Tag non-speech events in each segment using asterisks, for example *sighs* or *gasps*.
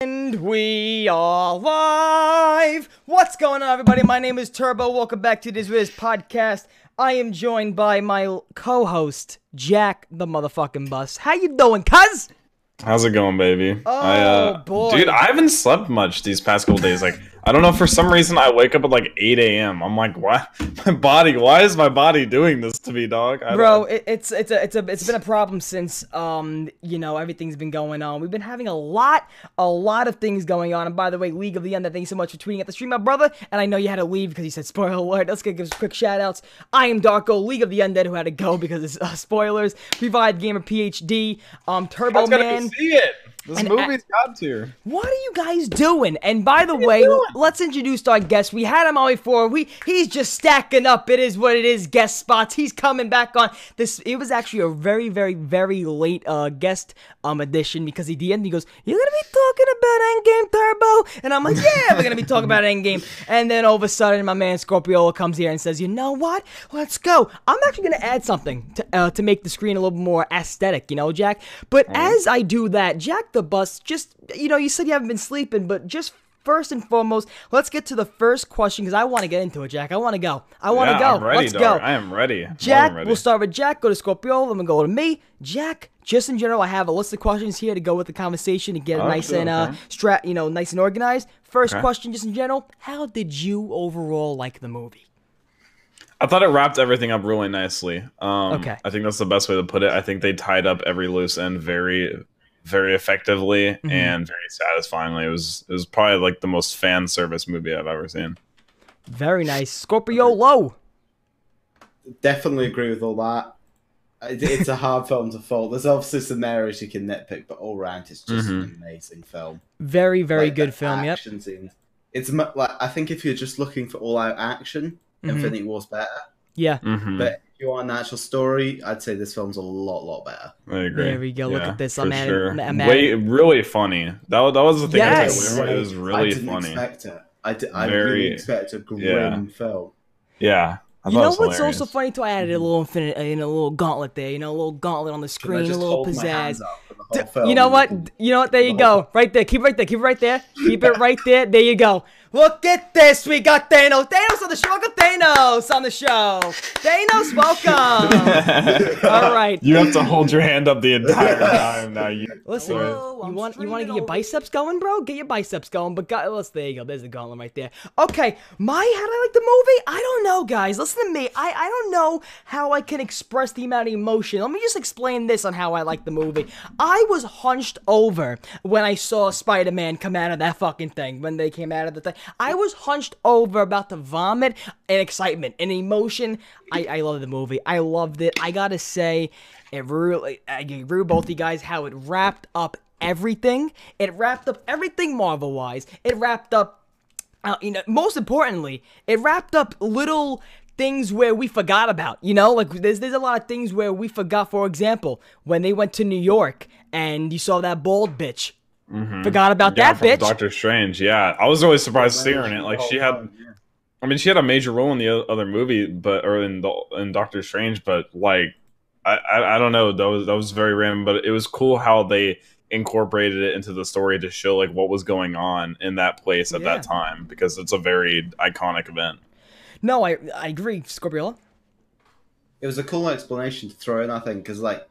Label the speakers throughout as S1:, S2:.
S1: And we are live. What's going on, everybody? My name is Turbo. Welcome back to this Riz podcast. I am joined by my l- co-host Jack the motherfucking Bus. How you doing, Cuz?
S2: How's it going, baby? Oh
S1: boy.
S2: dude, I haven't slept much these past couple days. Like, I don't know. For some reason, I wake up at like 8 a.m. I'm like, why? My body. Why is my body doing this to me, dog? I
S1: Bro,
S2: don't-
S1: it, it's it's a it's a it's been a problem since um you know everything's been going on. We've been having a lot a lot of things going on. And by the way, League of the End, thank you so much for tweeting at the stream, my brother. And I know you had to leave because you said spoiler alert. Let's get give some quick shout outs. I am Darko, League of the Undead, who had to go because it's uh, spoilers. Revived Gamer PhD, um Turbo
S2: Everyone's gotta go
S1: Man.
S2: see it. This
S1: And
S2: movie's got to.
S1: What are you guys doing? And by the way,
S2: doing?
S1: let's introduce our guest. We had him on before. We he's just stacking up. It is what it is. Guest spots. He's coming back on this. It was actually a very, very, very late uh, guest um edition because at the end he goes, "You're gonna be talking about Endgame Turbo," and I'm like, "Yeah, we're gonna be talking about Endgame." And then all of a sudden, my man Scorpiola comes here and says, "You know what? Let's go." I'm actually gonna add something to uh, to make the screen a little more aesthetic, you know, Jack. But as I do that, Jack the Bus, just you know, you said you haven't been sleeping, but just first and foremost, let's get to the first question because I want to get into it, Jack. I want to go. I want to
S2: Yeah,
S1: go.
S2: I'm ready,
S1: let's
S2: dog.
S1: go.
S2: I am ready. I'm
S1: Jack,
S2: ready.
S1: we'll start with Jack, go to Scorpio, then we'll go to me. Jack, just in general, I have a list of questions here to go with the conversation to get
S3: Oh,
S1: it
S2: Okay,
S1: nice and uh
S2: okay.
S1: stra- you know, nice and organized. First question, just in general, how did you overall like the movie?
S2: I thought it wrapped everything up really nicely. Um,
S1: Okay.
S2: I think that's the best way to put it. I think they tied up every loose end very, very effectively
S1: Mm-hmm.
S2: and very satisfyingly. It was it was probably like the most fan service movie I've ever seen.
S1: Very
S3: *laughs*
S1: nice. Scorpio low.
S3: definitely agree with all that. It, it's
S1: *laughs*
S3: a hard film to fault. There's obviously some areas you can nitpick, but all round it's just an amazing film.
S1: Very, Mm-hmm. very
S3: Like, the
S1: good film, yep.
S3: Action scenes. It's mu- like I think if you're just looking for all out action,
S1: Mm-hmm.
S3: Infinity War's better.
S1: Yeah.
S2: Mm-hmm.
S3: But if you want an actual story, I'd say this film's a lot, lot better.
S2: I agree.
S1: There we go. Look at this.
S2: for
S1: I'm at it.
S2: sure.
S1: I'm at
S2: Way really funny. That wa- that was the thing.
S1: Yes!
S2: I took away from it. it was really
S3: I didn't
S2: funny.
S3: Expect it. I, di- I
S2: Very-
S3: really expect a grim
S2: yeah.
S3: film.
S2: yeah. I
S1: You
S2: thought it
S1: know
S2: was
S1: what's
S2: hilarious.
S1: also funny too? I added a little infinite, uh, you know, a little gauntlet there. You know, a little gauntlet on the
S3: Can Mm-hmm.
S1: screen,
S3: I
S1: a
S3: just
S1: little
S3: hold my hands
S1: pizzazz.
S3: up for the
S1: D-
S3: whole film
S1: You know
S3: and
S1: what?
S3: can-
S1: D- You know what? There you go. Right there. Keep it right there. Keep it right there. Keep it right there. There you go. Look at this. We got Thanos. Thanos on the show. Look at Thanos on the show. Thanos,
S2: *laughs*
S1: welcome. All right.
S2: You have to hold your hand up the entire time now. You,
S1: Listen,
S2: Hello,
S1: you want you want to get your biceps going, bro? Get your biceps going. But God, let's there you go. There's the gauntlet right there. Okay, my how do I like the movie? I don't know, guys. Listen to me. I I don't know how I can express the amount of emotion. Let me just explain this on how I like the movie. I was hunched over when I saw Spider-Man come out of that fucking thing. When they came out of the thing, I was hunched over, about to vomit, and excitement and emotion. I I love the movie. I loved it. I gotta say. It really, I agree with both you guys how it wrapped up everything. It wrapped up everything Marvel wise. It wrapped up, uh, you know, most importantly, it wrapped up little things where we forgot about. You know, like there's there's a lot of things where we forgot. For example, when they went to New York and you saw that bald bitch, forgot about
S2: Mm-hmm. yeah,
S1: that
S2: from
S1: bitch.
S2: Doctor Strange. Yeah, I was always surprised seeing her in it. Like she had, I mean, she had a major role in the o- other movie, but or in the in Doctor Strange, but like, I I, I don't know. That was that was very random, but it was cool how they incorporated it into the story to show like what was going on in that place at
S1: Yeah.
S2: that time because it's a very iconic event.
S1: No, I I agree, Scorpiola.
S3: it was a cool explanation to throw in, I think, because like,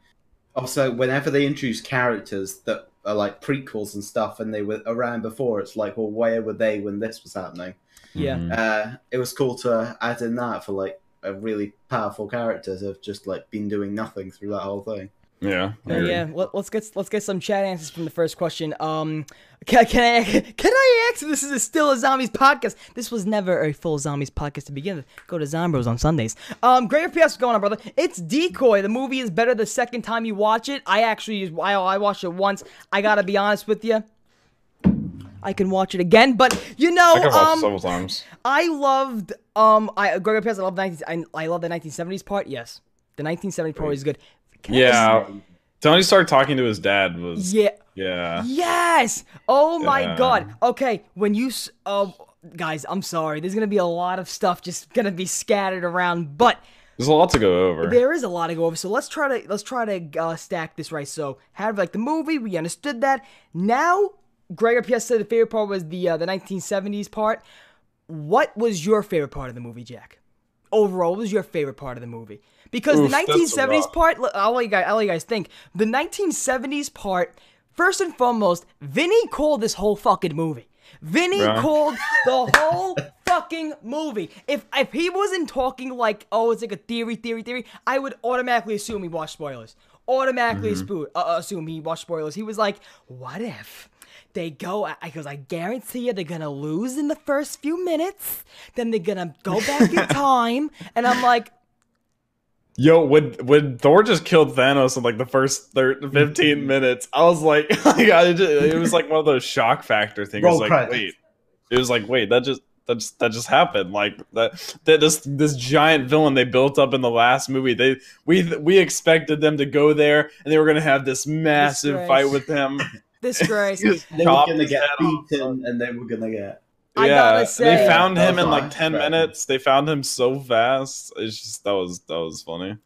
S3: also whenever they introduce characters that are like prequels and stuff, and they were around before, it's like, well, where were they when this was happening?
S1: Yeah.
S2: Mm.
S3: Uh, it was cool to add in that for like a really powerful character to have just like been doing nothing through that whole thing.
S2: Yeah, I
S1: Yeah,
S2: agree.
S1: Oh, yeah. Let, us get let's get some chat answers from the first question. Um, can, can I *laughs* can I ask? This is a still a zombies podcast. This was never a full zombies podcast to begin with. Go to Zombros on Sundays. Um, Greater PS, what's going on, brother? It's Decoy. The movie is better the second time you watch it. I actually I I watched it once. I gotta be honest with you. I can watch it again, but you know,
S2: I think I've watched it
S1: um,
S2: several times.
S1: I loved um I Gregor Pierce. I love 19, I, I love the 1970s part. Yes, the 1970s part is good. Can I just-
S2: Yeah, Tony started talking to his dad was yeah.
S1: yeah. Yes! Oh my
S2: Yeah.
S1: god. Okay, when you s- um guys, I'm sorry. There's going to be a lot of stuff just going to be scattered around, but
S2: There's a lot to go over.
S1: there is a lot to go over. So let's try to let's try to uh, stack this right. So, how like the movie, we understood that. Now Gregor P.S. said the favorite part was the uh, the 1970s part. What was your favorite part of the movie, Jack? Overall, what was your favorite part of the movie? Because
S2: Oof,
S1: the
S2: that's a
S1: 1970s
S2: lot.
S1: part, look, I'll let, you guys, I'll let you guys think. The 1970s part, first and foremost, Vinny called this whole fucking movie. Vinny
S2: Right.
S1: called the whole fucking movie. If if he wasn't talking like, oh, it's like a theory, theory, theory, I would automatically assume he watched spoilers. Automatically spoo- uh, uh, assume he watched spoilers. He was like, what if they go? I Because I guarantee you they're gonna lose in the first few minutes. Then they're gonna go back in time, and I'm like,
S2: Yo, when when Thor just killed Thanos in like the first
S3: *laughs*
S2: thir- fifteen minutes, I was like, *laughs* like, I ju- it was like one of those shock factor things. It was
S3: Roll
S2: like,
S3: credits.
S2: wait, it was like, wait, that just that just that just happened. Like that that this this giant villain they built up in the last movie. They we we expected them to go there and they were gonna have this massive
S1: Disgrace.
S2: fight with him.
S1: disgrace.
S3: They were
S2: Chop
S3: gonna
S2: his
S3: get
S2: head off.
S3: beaten, and they were gonna get.
S1: *laughs* I gotta say-
S2: they found
S3: That
S2: him
S3: was
S2: in like
S3: nice,
S2: ten
S3: right.
S2: minutes. They found him so fast. It's just that was that was funny.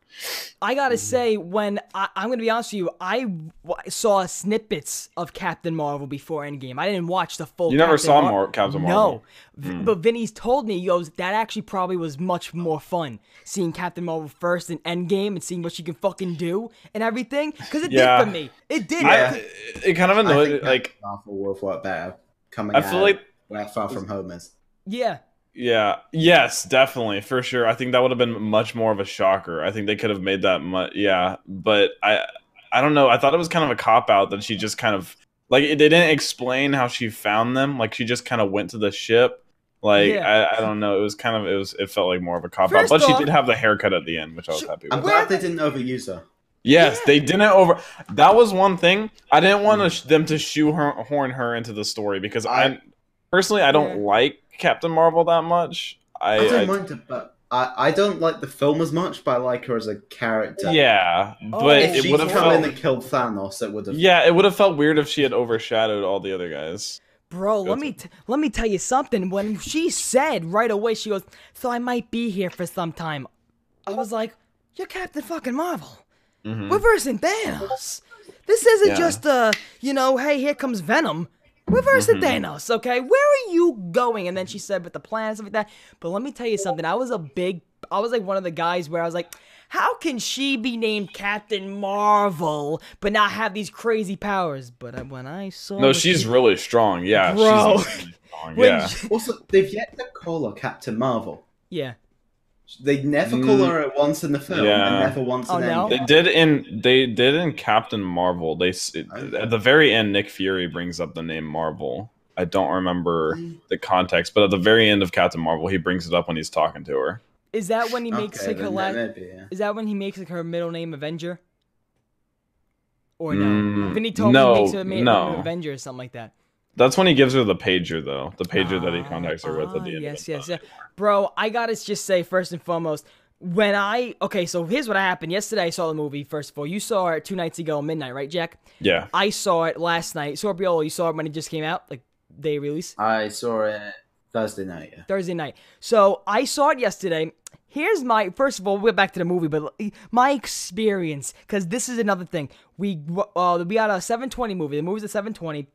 S1: I gotta
S2: Mm-hmm.
S1: say, when I, I'm gonna be honest with you, I w- saw snippets of Captain Marvel before Endgame. I didn't watch the full.
S2: You never
S1: Captain
S2: saw
S1: Mar-
S2: Mar- Captain
S1: No,
S2: Marvel. Hmm.
S1: V- but Vinny's told me he goes that actually probably was much more fun seeing Captain Marvel first in Endgame and seeing what she can fucking do and everything because it
S2: Yeah.
S1: did for me. It did.
S2: I, it kind of
S3: I
S2: annoyed.
S3: think
S2: like
S3: Marvel will work better coming.
S2: I feel
S3: out
S2: like
S3: where Far From Home is.
S1: yeah,
S2: yeah, yes, definitely for sure. I think that would have been much more of a shocker. I think they could have made that much. Yeah, but I I don't know. I thought it was kind of a cop out that she just kind of like it, they didn't explain how she found them. Like she just kind of went to the ship. Like
S1: Yeah.
S2: I, I don't know. It was kind of it was it felt like more of a cop out.
S1: First
S2: But she
S1: off-
S2: did have the haircut at the end, which I was
S1: She-
S2: happy
S3: I'm
S2: with.
S1: Where
S3: glad they didn't overuse her.
S2: Yes,
S1: Yeah.
S2: they didn't over. That was one thing I didn't want to sh- them to shoehorn her into the story because
S3: I-
S2: I personally I don't
S1: Yeah.
S2: like Captain Marvel that much. I,
S3: I,
S2: I,
S3: don't mind her, but I, I don't like the film as much, but I like her as a character.
S2: yeah,
S1: Oh.
S2: but
S1: If
S3: If
S2: it
S3: she'd
S2: would
S3: come
S2: have
S3: in
S2: felt
S3: and killed Thanos, it would have.
S2: yeah, it would have felt weird if she had overshadowed all the other guys.
S1: Bro, let
S2: to
S1: me t- let me tell you something. When she said right away, she goes, "So I might be here for some time." I was like, "You're Captain fucking Marvel. We're versing Thanos. This isn't
S2: Mm-hmm. Yeah.
S1: just uh, you know, hey, here comes Venom. We're versing
S2: Mm-hmm.
S1: Thanos, okay? Where are you going?" And then she said, "With the plan and stuff like that." But let me tell you something. I was a big, I was like one of the guys where I was like. How can she be named Captain Marvel but not have these crazy powers? But uh, when I saw
S2: No,
S1: what
S2: she's
S1: she-
S2: really strong. Yeah,
S1: Bro. *laughs*
S2: she's like, really strong.
S1: when
S2: Yeah,
S1: she-
S3: Also, they've yet to call her Captain Marvel.
S1: yeah.
S3: They never call
S2: Mm.
S3: her at once in the film,
S2: Yeah.
S3: and never once
S1: Oh,
S3: in
S1: no?
S2: they
S3: Endgame.
S2: did in they did in Captain Marvel. They s- at the very end, Nick Fury brings up the name Marvel. I don't remember. the context, but at the very end of Captain Marvel, he brings it up when he's talking to her.
S1: Is that when he makes
S3: Okay,
S1: like her
S3: then
S1: la-
S3: maybe, yeah.
S1: Is that when he makes like her middle name Avenger? Or no?
S2: Mm,
S1: Vinny told
S2: no,
S1: me he makes her ma- middle
S2: no.
S1: name Avenger or something like that.
S2: That's when he gives her the pager, though the pager that he
S1: Ah,
S2: contacts her with at
S1: ah,
S2: the end.
S1: Yes,
S2: of the
S1: yes, yes. Bro, I gotta just say first and foremost, when I okay, so here's what happened. Yesterday I saw the movie. First of all, you saw it two nights ago, midnight, right, Jack?
S2: Yeah,
S1: I saw it last night. Sorbiolo, you saw it when it just came out, like day release.
S3: I saw it Thursday night. Yeah.
S1: Thursday night. So I saw it yesterday. Here's my first of all, we're back to the movie, but my experience because this is another thing. We uh, we got a 7:20 movie. The movie's at 7:20.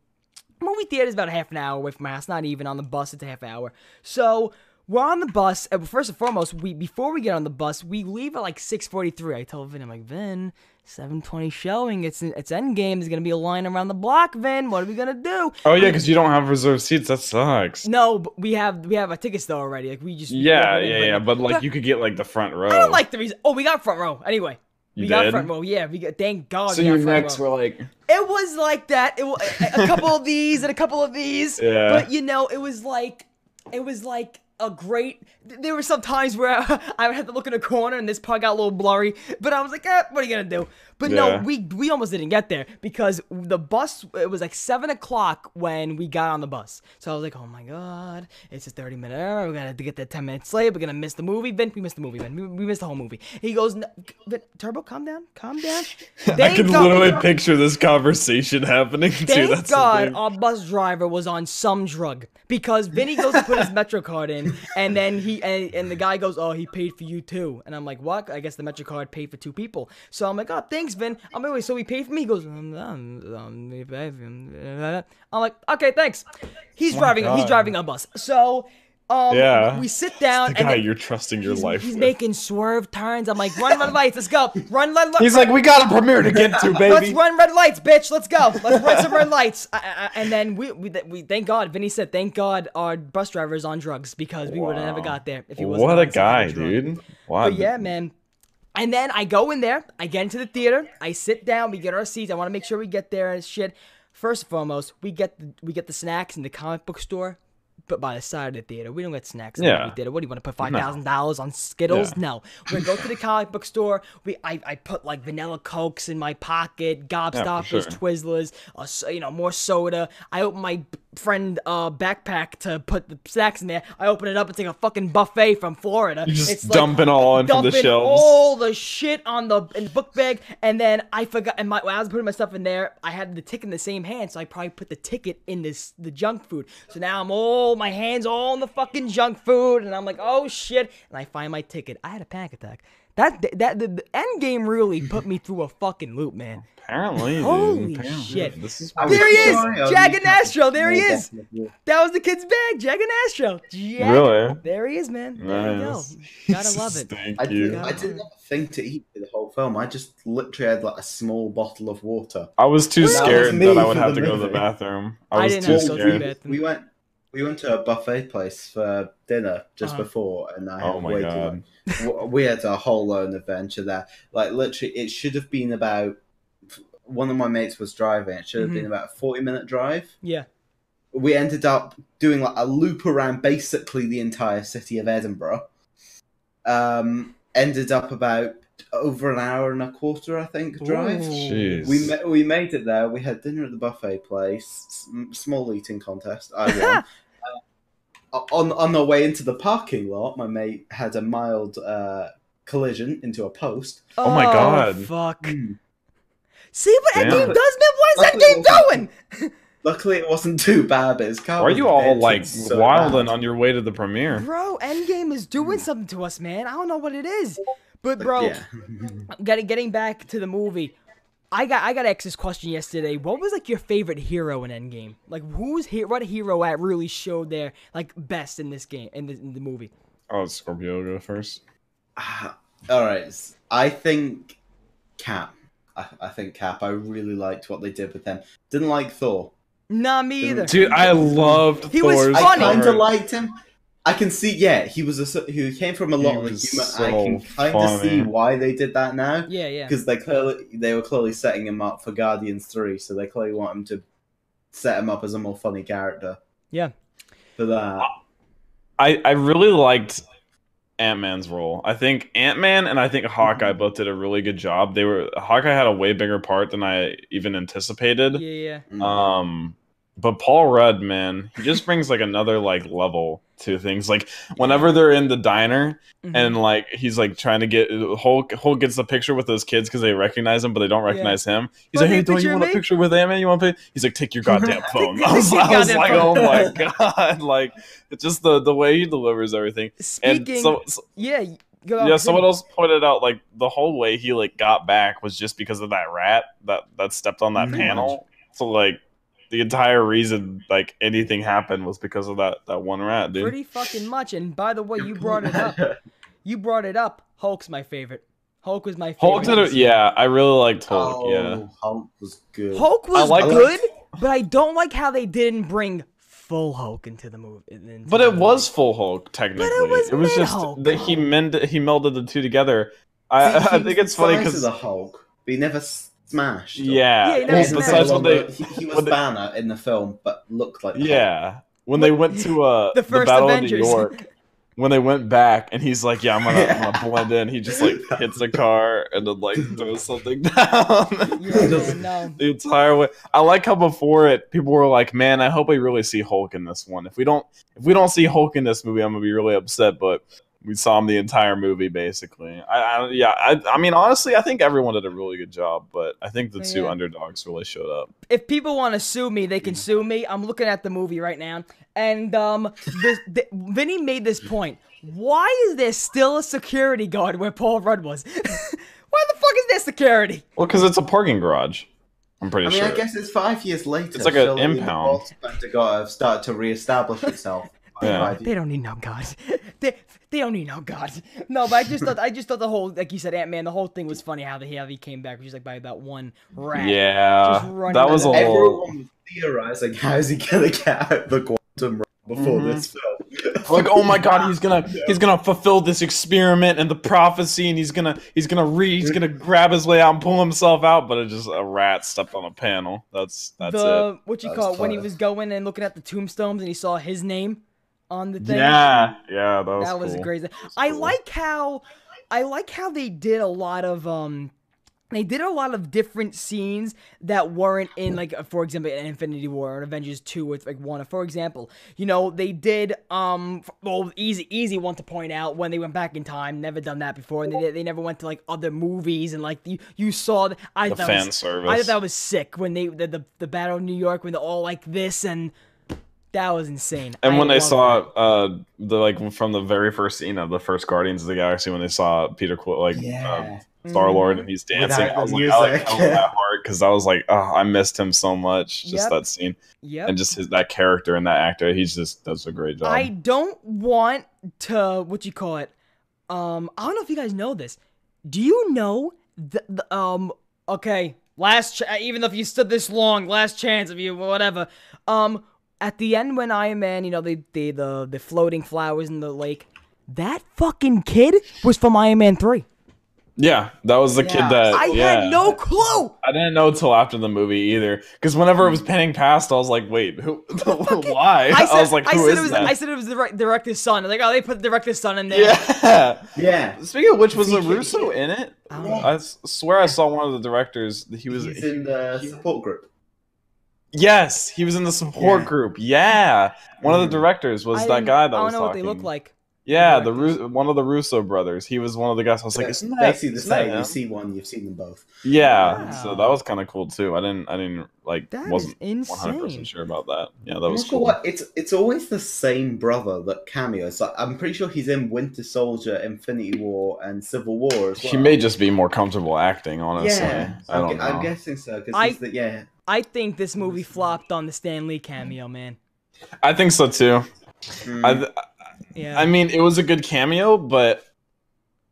S1: Movie theater is about half an hour away from my house. Not even on the bus, it's a half hour. So we're on the bus, and first and foremost, we before we get on the bus, we leave at like 6:43. I tell Vin, I'm like Vin, 7:20 showing. It's it's Endgame. There's gonna be a line around the block, Vin. What are we gonna do?
S2: Oh yeah, because you don't have reserved seats. That sucks.
S1: No, but we have we have our tickets though already. Like we just
S2: Yeah,
S1: we-
S2: yeah, yeah. But like, you could get like the front row.
S1: I don't like the reason. Oh, we got front row anyway. We
S2: You
S1: got
S2: did?
S1: front row. Yeah, we got. Thank God.
S2: So
S1: we
S2: your
S1: got front
S2: necks
S1: row.
S2: were like,
S1: It was like that. It was a a couple of these and a couple of these.
S2: Yeah.
S1: But you know, it was like, it was like a great. th- There were some times where *laughs* I would have to look in a corner and this part got a little blurry. But I was like, eh, what are you gonna do? But no,
S2: Yeah.
S1: we we almost didn't get there because the bus. It was like seven o'clock when we got on the bus. So I was like, oh my god, it's a thirty minute hour. We're gonna have to get there ten minutes late. We're gonna miss the movie. Then we missed the movie. Then we, we missed the whole movie. He goes, "No, Vin, Turbo, calm down, calm down.
S2: *laughs* I could
S1: don't-
S2: literally picture this conversation *laughs* happening. Dude,
S1: Thank
S2: that's the
S1: God
S2: thing. *laughs*
S1: our bus driver was on some drug because Vinny goes to put his Metro card in in, and then he and, and the guy goes, "Oh, he paid for you too," and I'm like, "What?" I guess the MetroCard paid for two people. So I'm like, "Oh, thanks, Vin." I'm like, "Wait, so he paid for me?" He goes, um, um, um, he paid for me." "I'm like, okay, thanks." He's
S2: My
S1: driving. He's
S2: God.
S1: driving a bus. So. Um,
S2: Yeah.
S1: we sit down
S2: The
S1: and
S2: guy
S1: then-
S2: you're trusting your
S1: he's,
S2: life
S1: he's
S2: with.
S1: making swerve turns. I'm like, run red lights, let's go. Run red lights.
S4: He's like, we got a premiere to get
S1: *laughs*
S4: to,
S1: Let's
S4: baby.
S1: run red lights, bitch. Let's go. Let's run some red lights. I, I, I- and then we, we, we, thank God, Vinny said, thank God our bus driver is on drugs because we would have never
S2: Wow.
S1: got there if he wasn't. on
S2: what a
S1: some kind
S2: guy,
S1: of drug.
S2: dude. Wow.
S1: But yeah, man. And then I go in there, I get into the theater, I sit down, we get our seats. I want to make sure we get there and shit. First and foremost, we get the, we get the snacks in the comic book store, but by the side of the theater, we don't get snacks in the
S2: Yeah.
S1: movie theater. What do you want to put five thousand dollars on Skittles?
S2: Yeah.
S1: No, we go to the comic book store. We I, I put like vanilla cokes in my pocket, gobstoppers,
S2: sure.
S1: Twizzlers, uh, so- you know more soda. I open my friend uh, backpack to put the snacks in there. I open it up, it's like a fucking buffet from Florida.
S2: You just
S1: it's
S2: dump it all in from the
S1: dumping
S2: shelves.
S1: All the shit on the in the book bag, and then I forgot. And my, when I was putting my stuff in there, I had the ticket in the same hand, so I probably put the ticket in this the junk food. So now I'm all my hands all in the fucking junk food, and I'm like, oh shit! And I find my ticket. I had a panic attack. That that the, the end game really put me through a fucking loop, man.
S2: apparently. dude,
S1: Holy
S2: apparently.
S1: shit.
S2: This is
S3: I was
S1: There he
S3: sorry,
S1: is,
S3: I
S1: Jack
S3: was-
S1: and Astro. There he is.
S3: Definitely.
S1: That was the kid's bag, Jack and Astro. Jack-
S2: Really?
S1: There he is, man. There
S2: nice. *laughs*
S1: you go. Gotta love it.
S2: Thank
S3: I,
S2: you.
S3: did, I didn't have a thing to eat for the whole film. I just literally had like a small bottle of water.
S2: I was too
S3: was
S2: scared
S3: me
S2: that I would
S3: for
S2: have
S3: the
S2: to go to the
S3: movie.
S2: bathroom.
S1: I
S2: I was
S1: didn't
S2: too
S1: have to go to the
S2: scared.
S1: bathroom.
S3: We went we went to a buffet place for dinner just
S1: Uh-huh.
S3: before, and I had
S2: Oh my
S3: way
S2: god.
S3: too much. We had a whole lone adventure there. Like literally, it should have been about. One of my mates was driving. It should have been about a forty-minute drive.
S1: Yeah.
S3: We ended up doing like a loop around basically the entire city of Edinburgh. Um, ended up about over an hour and a quarter, I think, drive.
S2: Jeez.
S3: We ma- we made it there. We had dinner at the buffet place. S- small eating contest. I won. uh, on on our way into the parking lot, my mate had a mild uh, collision into a post.
S2: Oh my God.
S1: Fuck.
S2: Hmm.
S3: Mm.
S1: See what
S2: Damn.
S1: Endgame does, man? What is
S3: Luckily it
S1: Endgame doing?
S3: Luckily, it wasn't too bad, but his car.
S2: Why are
S3: was
S2: you all
S3: dented
S2: like
S3: so
S2: wilding
S3: bad.
S2: on your way to the premiere?
S1: Bro, Endgame is doing
S2: Hmm.
S1: something to us, man. I don't know what it is. But bro,
S3: Yeah.
S1: getting getting back to the movie. I got I got asked this question yesterday. What was like your favorite hero in Endgame? Like who's here what hero at really showed their like best in this game in the, in the movie?
S2: Oh, Scorpio go first.
S3: Ah, *sighs* all right. s- I think Cap. I, I think Cap. I really liked what they did with him. Didn't like Thor.
S1: Nah, me either.
S2: Dude, I loved
S1: He was
S2: Thor's
S1: funny.
S3: I kind
S2: cover.
S3: of liked him. I can see, yeah, he was a so- he came from a lot of the
S2: was
S3: humor.
S2: so
S3: I can kind of
S2: funny.
S3: see why they did that now
S1: Yeah, yeah.
S3: because they clearly they were clearly setting him up for Guardians Three, so they clearly want him to set him up as a more funny character
S1: Yeah.
S3: for that.
S2: I, I really liked Ant Man's role. I think Ant Man and I think Hawkeye both did a really good job. They were Hawkeye had a way bigger part than I even
S1: Yeah,
S2: anticipated.
S1: yeah.
S3: Mm.
S2: Um, but Paul Rudd, man, he just brings like another like level to things. Like whenever they're in the diner
S1: Mhm.
S2: and like he's like trying to get Hulk. Hulk gets the picture with those kids because they recognize him, but they don't recognize him. He's
S1: Want
S2: like,
S1: me
S2: "Hey,
S1: to
S2: do you
S1: picture
S2: want a
S1: me?"
S2: picture with Ant Man? You want to?" He's like, "Take your goddamn
S1: *laughs*
S2: phone."
S1: Take-
S2: I was,
S1: take your
S2: I was
S1: goddamn
S2: like, "Oh
S1: phone." *laughs*
S2: my god!" Like it's just the the way he delivers everything. And
S1: Speaking
S2: so, so-
S1: Yeah, y- go
S2: yeah,
S1: on,
S2: someone
S1: continue.
S2: else pointed out like the whole way he like got back was just because of that rat that that stepped on that
S1: Mm-hmm.
S3: Mhm.
S2: panel. So like the entire reason like anything happened was because of that that one rat, dude.
S1: pretty fucking much. And by the way, you brought it
S2: *laughs*
S1: up. You brought it up. Hulk's my favorite. Hulk was my favorite.
S2: Hulk did a, yeah, I really liked Hulk.
S3: oh,
S2: Yeah.
S3: Hulk was good.
S1: Hulk was
S2: like-
S1: good, but I don't like how they didn't bring full Hulk into the movie. into
S2: But
S1: the
S2: it
S1: movie.
S2: was full Hulk technically.
S1: was
S2: just
S1: mid-Hulk.
S2: that he mended, he melded the two together. I,
S3: See,
S2: I
S3: he
S2: think
S3: was
S2: it's funny
S3: the size of
S2: because
S3: the Hulk, but he never smashed. or-
S2: yeah,
S1: Yeah, he
S2: well,
S1: never
S2: besides
S1: smashed.
S2: when they
S3: he, he was
S2: when they-
S3: Banner in the film, but looked like the
S2: yeah when they went to uh
S1: *laughs* The
S2: the,
S1: first
S2: Battle of
S1: Avengers.
S2: New York when they went back and he's like yeah I'm gonna, I'm
S1: *laughs*
S2: gonna blend in he just like hits a car and then like throws something *laughs* down.
S1: Yeah,
S3: Just-
S1: man, no.
S2: the entire way. I like how before it, people were like, "Man, I hope we really see Hulk in this one. If we don't, if we don't see Hulk in this movie, I'm gonna be really upset." But we saw him the entire movie basically. I, I yeah, I, I mean honestly, I think everyone did a really good job, but I think the
S1: Yeah,
S2: two
S1: yeah.
S2: underdogs really showed up.
S1: if people want to sue me, they can sue me. I'm looking at the movie right now, and um, this, th- Vinny made this point. Why is there still a security guard where Paul Rudd was? *laughs* Why the fuck is there security?
S2: Well, because it's a parking garage. I'm pretty
S3: I mean,
S2: sure.
S3: I guess it's five years later.
S2: It's like an
S3: surely the
S2: impound.
S3: world's about to go- have started to reestablish itself.
S2: *laughs*
S3: by
S2: Yeah.
S3: five
S1: They don't need no god. *laughs* They they don't need no god. No, but I just thought I just thought the whole like you said Ant Man, the whole thing was funny how he how he came back, which is like by about one rat. Just
S2: yeah,
S1: running
S2: that was a
S1: around.
S2: little.
S3: Everyone was theorizing how's he gonna get out of the quantum realm before
S2: Mhm.
S3: this film.
S2: like oh my god he's
S3: *laughs*
S2: gonna he's gonna fulfill this experiment and the prophecy and he's gonna he's gonna re he's gonna grab his way out and pull himself out but it just a rat stepped on a panel that's that's
S1: the what you
S3: That was
S1: call it when he
S3: clever.
S1: was going and looking at the tombstones and he saw his name on the
S2: it
S1: thing.
S2: yeah yeah that was
S1: that was
S2: cool.
S1: crazy.
S2: was
S1: I
S2: cool.
S1: like how I like how they did a lot of um they did a lot of different scenes that weren't in like uh, for example in Infinity War or Avengers 2 with like one for example you know they did um f- well easy easy one to point out when they went back in time never done that before and they, they never went to like other movies and like you, you saw th- I
S2: the
S1: thought
S2: fan
S1: was,
S2: service
S1: I thought that was sick when they the, the the battle of New York when they're all like this and that was insane
S2: and
S1: I
S2: when they
S1: love
S2: saw
S1: that.
S2: uh the like from the very first scene of the first Guardians of the Galaxy when they saw Peter Quill like um, uh,
S3: yeah.
S1: Mm-hmm.
S2: Star Lord and he's
S3: Without
S2: dancing
S3: the
S2: I was like I like
S3: music.
S2: held that
S3: *laughs*
S2: hard because I was like oh, I missed him so much just
S1: Yep.
S2: that scene
S1: yep.
S2: and just his, that character and that actor he's just does a great job
S1: I don't want to what you call it. Um, I don't know if you guys know this. Do you know the, the um? Okay, last ch- uh, even if you stood this long, last chance of you whatever. Um, at the end when Iron Man, you know, they they the the floating flowers in the lake. That fucking kid was from Iron Man three.
S2: Yeah, that was the
S3: Yeah.
S2: kid that
S1: I
S2: Uh, yeah.
S1: had no clue.
S2: I didn't know till after the movie either. Because whenever it was panning past, I was like, "Wait, who? *laughs* why?" *laughs* *laughs* I, was like,
S1: I
S2: "Who
S1: said
S2: is
S1: it was,
S2: that?"
S1: I said it was the direct- director's son. Like, oh, they put the director's son in there.
S2: yeah. *laughs*
S3: Yeah.
S2: Speaking of which, was Russo in it?
S1: I don't know.
S2: I s- swear I saw one of the directors. He was.
S3: He's in the support group.
S2: yes, he was in the support
S3: Yeah.
S2: group. Yeah, one of the directors was
S1: I
S2: that
S1: didn't-
S2: guy that
S1: Mm. I don't
S2: was
S1: know
S2: talking.
S1: what they look like.
S2: Yeah, the Ru- one of the Russo brothers. He was one of the guys. I was like, "Isn't that
S3: basically the
S2: isn't that
S3: same. You
S2: him?
S3: see one, you've seen them both.
S2: Yeah, so
S1: Wow.
S2: that was kind of cool too. I didn't, I didn't like,
S1: That is
S2: wasn't one hundred
S1: insane.
S2: percent sure about that. Yeah, that
S3: And
S2: was
S3: also
S2: cool.
S3: what- it's it's always the same brother that cameos. Like, I'm pretty sure he's in Winter Soldier, Infinity War, and Civil War as well.
S2: He may just be more comfortable acting, honestly.
S3: Yeah,
S2: I
S3: I'm,
S2: don't
S3: gu-
S2: know.
S3: I'm guessing so because
S1: I-
S3: he's the yeah.
S1: I think this movie flopped on the Stan Lee cameo, man.
S2: I think so too.
S3: Mm.
S2: I, th-
S1: Yeah.
S2: I mean, it was a good cameo, but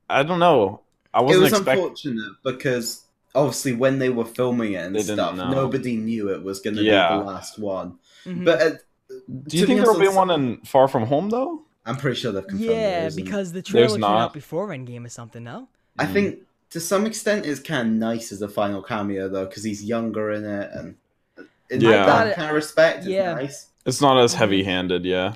S2: I don't know. I
S3: it
S2: wasn't
S3: was
S2: expecting.
S3: unfortunate because obviously when they were filming it and
S2: They didn't
S3: stuff,
S2: know.
S3: nobody knew it was going to
S2: Yeah.
S3: be the last one.
S1: Mhm.
S3: But uh,
S2: Do you
S3: to be
S2: think there'll
S3: honest,
S2: be one in Far From Home though?
S3: I'm pretty sure they've confirmed. there
S1: yeah,
S3: isn't.
S1: because the trailer came out
S2: not.
S1: before Endgame or something, no?
S3: I think to some extent it's kind of nice as a final cameo though because he's younger in it and in
S2: Yeah. I
S1: thought it-
S3: that kind of respect, it's
S1: yeah.
S3: nice.
S2: Mm. It's not
S1: Mm-hmm.
S2: as heavy-handed, yeah.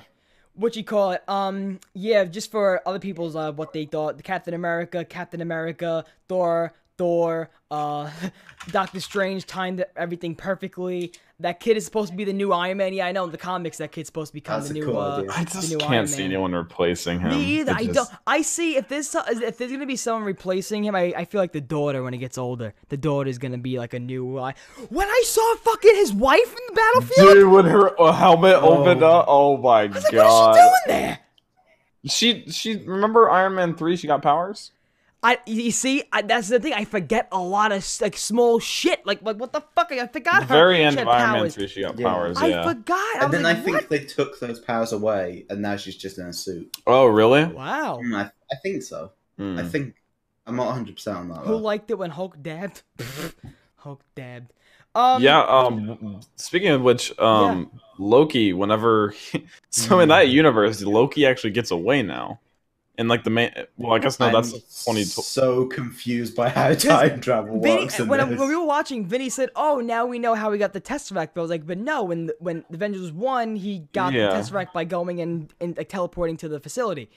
S1: What you call it? Um, yeah, just for other people's uh, what they thought: Captain America, Captain America, Thor, Thor, uh, *laughs* Doctor Strange timed everything perfectly. That kid is supposed to be the new Iron Man. Yeah, I know in the comics that kid's supposed to become
S3: That's
S1: the
S3: a
S1: new.
S3: cool
S1: uh,
S3: idea.
S2: I
S1: new
S2: just
S1: Iron
S2: can't see
S1: Man.
S2: anyone replacing him.
S1: Me either.
S2: It
S1: I
S2: just-
S1: don't. I see if there's so- if there's gonna be someone replacing him. I, I feel like the daughter when he gets older, the daughter is gonna be like a new. Uh, when I saw fucking his wife in the battlefield,
S2: Dude, when her uh, helmet
S3: Oh.
S2: opened up, oh my
S1: I was like,
S2: god!
S1: what is she doing there?
S2: She she remember Iron Man three? She got powers.
S1: I you see I, that's the thing. I forget a lot of s- like small shit. Like like what the fuck? I forgot
S2: The
S1: her.
S2: very
S1: she
S2: end
S1: had
S2: of Iron Man
S1: powers.
S2: three, she got
S3: Yeah.
S2: powers.
S1: I
S2: Yeah.
S1: forgot. I
S3: And
S1: was
S3: then
S1: like,
S3: I think
S1: what?
S3: they took those powers away, and now she's just in a suit.
S2: oh really?
S1: Wow.
S3: Mm, I, I think so.
S2: Hmm.
S3: I think I'm not 100 percent on that.
S1: Who
S3: though.
S1: liked it when Hulk dabbed? *laughs* Hulk dabbed. Um,
S2: yeah. Um. Speaking of which, um, Loki. Whenever, *laughs* so in that universe, Loki actually gets away now, and like the main. Well, I guess no, that's
S3: I'm
S2: twenty.
S3: So confused by how time travel
S1: Vinny,
S3: works. in
S1: when, I-
S3: this.
S1: when we were watching, Vinny said, "Oh, now we know how he got the Tesseract." But I was like, "But no, when when Avengers won, he got
S2: Yeah.
S1: the Tesseract by going and and like, teleporting to the facility."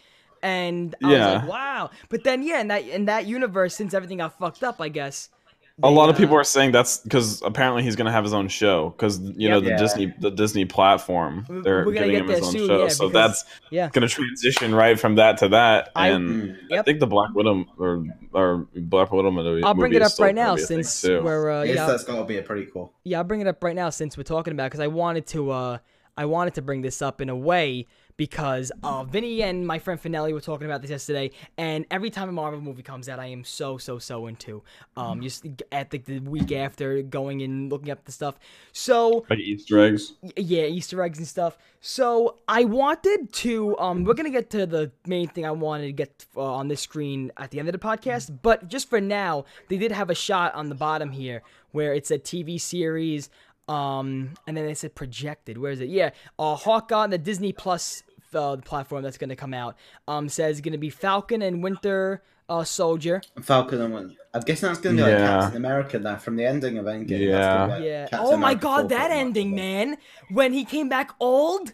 S1: And I was
S2: Yeah.
S1: like, "Wow!" But then, yeah, in that in that universe, since everything got fucked up, I guess
S2: a
S1: they,
S2: lot of
S1: uh,
S2: people are saying that's because apparently he's going to have his own show because you know the
S3: Yeah.
S2: Disney the Disney platform
S1: We're
S2: they're
S1: gonna
S2: giving
S1: get
S2: him
S1: that
S2: his own
S1: soon,
S2: show,
S1: yeah,
S2: so
S1: because-
S2: that's *laughs*
S1: yeah.
S2: going to transition right from that to that.
S1: I-
S2: and I
S3: Mm.
S1: yep.
S2: think the Black Widow or or Black Widow movie.
S1: I'll bring
S2: movie
S1: it
S2: is
S1: up
S2: still
S1: right
S2: gonna
S1: now
S2: be a thing,
S1: since
S2: too.
S1: we're uh,
S3: I guess
S1: yeah,
S3: that's got to be a prequel.
S1: Yeah, I'll bring it up right now since we're talking about because I wanted to uh I wanted to bring this up in a way because uh Vinny and my friend Finelli were talking about this yesterday and every time a Marvel movie comes out I am so so so into um just at the, the week after going and looking up the stuff. So
S2: like Easter eggs.
S1: yeah, Easter eggs and stuff. So I wanted to. Um, we're gonna get to the main thing I wanted to get uh, on this screen at the end of the podcast, but just for now, they did have a shot on the bottom here where it said TV series. Um, and then they said projected. Where is it? Yeah, uh, Hawkeye, the Disney Plus uh, platform that's gonna come out. Um, says gonna be Falcon and Winter uh, Soldier.
S3: Falcon and Win- I'm guessing that's going to be like
S2: Yeah.
S3: Captain America now from the ending of Endgame. That's gonna be like
S1: Yeah.
S3: Captain
S1: oh my
S3: America
S1: God,
S3: 4,
S1: that
S3: pretty much.
S1: ending, man! When he came back old.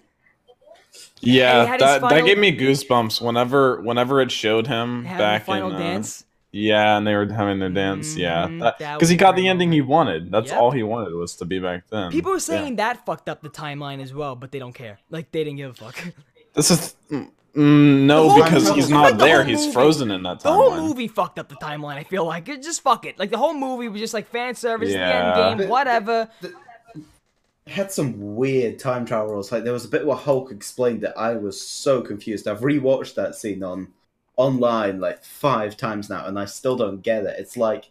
S1: And he
S2: Yeah,
S1: had his
S2: that, that
S1: final-
S2: gave me goosebumps whenever whenever it showed him
S1: having the
S2: back
S1: final
S2: in. uh,
S1: dance.
S2: yeah, and they were having their dance.
S1: Mhm,
S2: yeah,
S1: that
S2: because he
S1: was
S2: got
S1: very
S2: the ending he wanted. That's
S1: Yep.
S2: all he wanted was to be back then.
S1: People
S2: Um, Yeah.
S1: were saying that fucked up the timeline as well, but they don't care. Like they didn't give a fuck. *laughs*
S2: This is mm, mm,
S1: The
S2: no,
S1: whole
S2: because
S3: movie-
S2: he's
S1: like
S2: not
S1: the
S2: there.
S1: whole
S2: He's
S1: movie.
S2: frozen in that
S1: The whole
S2: timeline.
S1: movie fucked up the timeline. I feel like it just fuck it. Like the whole movie was just like fan service, the
S2: Yeah.
S1: end game, whatever.
S3: It had some weird time travel rules. Like there was a bit where Hulk explained that I was so confused. I've rewatched that scene on online like five times now, and I still don't get it. It's like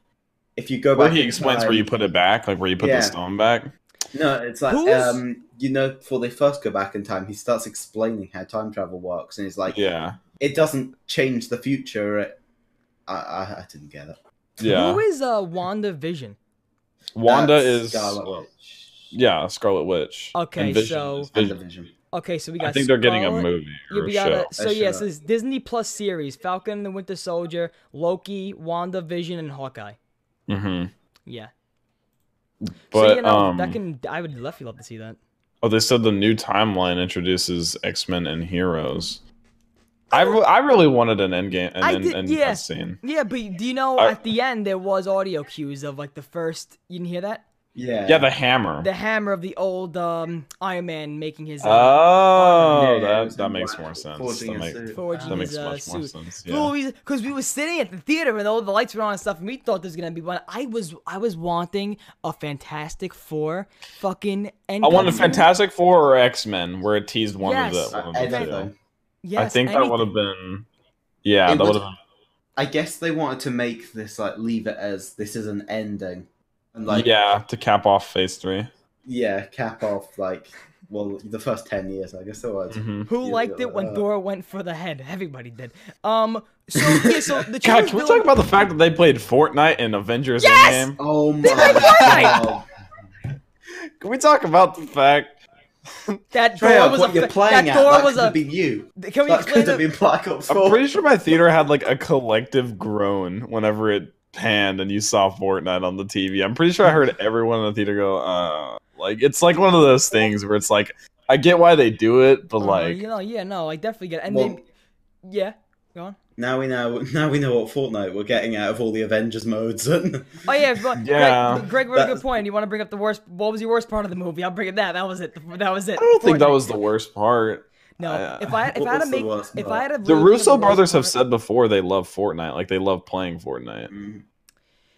S3: if you go
S2: Where
S3: back,
S2: he
S3: in
S2: explains where
S3: time-
S2: you put it back, like where you put
S3: Yeah.
S2: the stone back.
S3: No, it's like
S1: Who's-
S3: um, you know, before they first go back in time, he starts explaining how time travel works, and he's like,
S2: Yeah,
S3: "It doesn't change the future." It... I, I I didn't get it.
S2: yeah.
S1: Who is uh Wanda Vision?
S2: Wanda
S3: That's
S2: is
S3: Scarlet Witch.
S2: yeah Scarlet Witch.
S1: Okay,
S2: And Vision
S1: so-
S2: is
S3: And
S2: Vision.
S3: Division.
S1: Okay, so we got.
S2: I think they're getting a
S1: Scarlet-
S2: movie
S1: Yeah,
S2: or
S1: we
S2: a
S1: got
S2: show.
S1: a, so
S3: A
S1: yeah,
S3: show.
S1: so it's Disney Plus series: Falcon and the Winter Soldier, Loki, Wanda Vision, and Hawkeye.
S2: hmm
S1: Yeah.
S2: But
S1: so you know
S2: um,
S1: that can I would definitely love to see that.
S2: oh, they said the new timeline introduces X Men and heroes. I, re- I really wanted an endgame and
S1: I
S2: an
S1: did-
S2: end
S1: yeah.
S2: cut scene.
S1: Yeah, but do you know
S2: I-
S1: at the end there was audio cues of like the first? You didn't hear that?
S3: Yeah.
S2: Yeah, the hammer.
S1: the hammer of the old um, Iron Man making his uh,
S2: oh,
S3: Yeah, it was
S2: that, that
S3: in
S2: makes
S3: black,
S2: more sense.
S3: forging
S2: That,
S3: a
S2: make,
S3: suit.
S1: forging
S2: that
S1: his
S2: makes
S1: uh,
S2: much more
S1: suit.
S2: sense.
S1: The
S2: Yeah.
S1: reason, because we were sitting at the theater and all the lights were on and stuff, and we thought there was gonna be one. I was, I was wanting a Fantastic Four, fucking. End
S2: I want a
S1: cutscene.
S2: Fantastic Four or X Men where it teased one
S1: Yes.
S2: of the.
S3: Uh,
S2: One of the
S3: anything.
S2: two.
S1: Yes,
S2: I think that
S1: anything.
S2: would have been. Yeah,
S3: It
S2: that would
S3: was-
S2: have been.
S3: I guess they wanted to make this like leave it as this is an ending, and like
S2: yeah,
S3: yeah,
S2: to cap off Phase 3
S3: cap off like well the first ten years. I guess they wanted. to-
S2: Mm-hmm.
S1: Who
S3: Yeah,
S1: liked it when
S3: uh,
S1: Thor went for the head? Everybody did. Um. So yeah. So
S2: *laughs*
S1: the
S2: God,
S1: truth
S2: can we
S1: will-
S2: talk about the fact that they played Fortnite in Avengers
S1: Yes!
S2: Endgame?
S1: *laughs*
S3: Oh my
S1: like Fortnite!
S3: god!
S2: Can we talk about the fact?
S1: that Thor
S3: Treyarch,
S1: was
S3: what
S1: a
S3: you're
S1: that
S3: playing at?
S1: Thor
S3: That
S1: was
S3: could
S1: a.
S3: have
S1: *laughs*
S3: been you.
S1: Can we
S3: That
S1: explain
S3: could
S1: the,
S3: have been Black Ops
S2: I'm
S3: 4.
S2: pretty sure my theater had like a collective groan whenever it panned and you saw Fortnite on the TV. I'm pretty sure I heard everyone in the theater go, uh, like it's like one of those things where it's like I get why they do it, but
S1: uh,
S2: like
S1: you know, yeah, no, I definitely get. It. And
S3: Well,
S1: they, yeah, go on.
S3: now we know. Now we know what Fortnite we're getting out of all the Avengers modes. And
S1: Oh yeah, but
S2: Yeah.
S1: Greg, Greg, really
S3: That-
S1: good point. You want to bring up the worst? What was your worst part of the movie? I'll bring it that. That was it. That was it.
S2: I don't think that
S1: Fortnite.
S2: was the worst part.
S1: No,
S2: I-
S1: if I if
S3: What
S1: I had to
S3: was the
S1: make
S3: worst
S1: if
S3: part?
S1: I had to
S2: The
S1: really think
S2: Russo
S1: of a worst
S2: brothers have
S1: part-
S2: said before they love Fortnite, like they love playing Fortnite.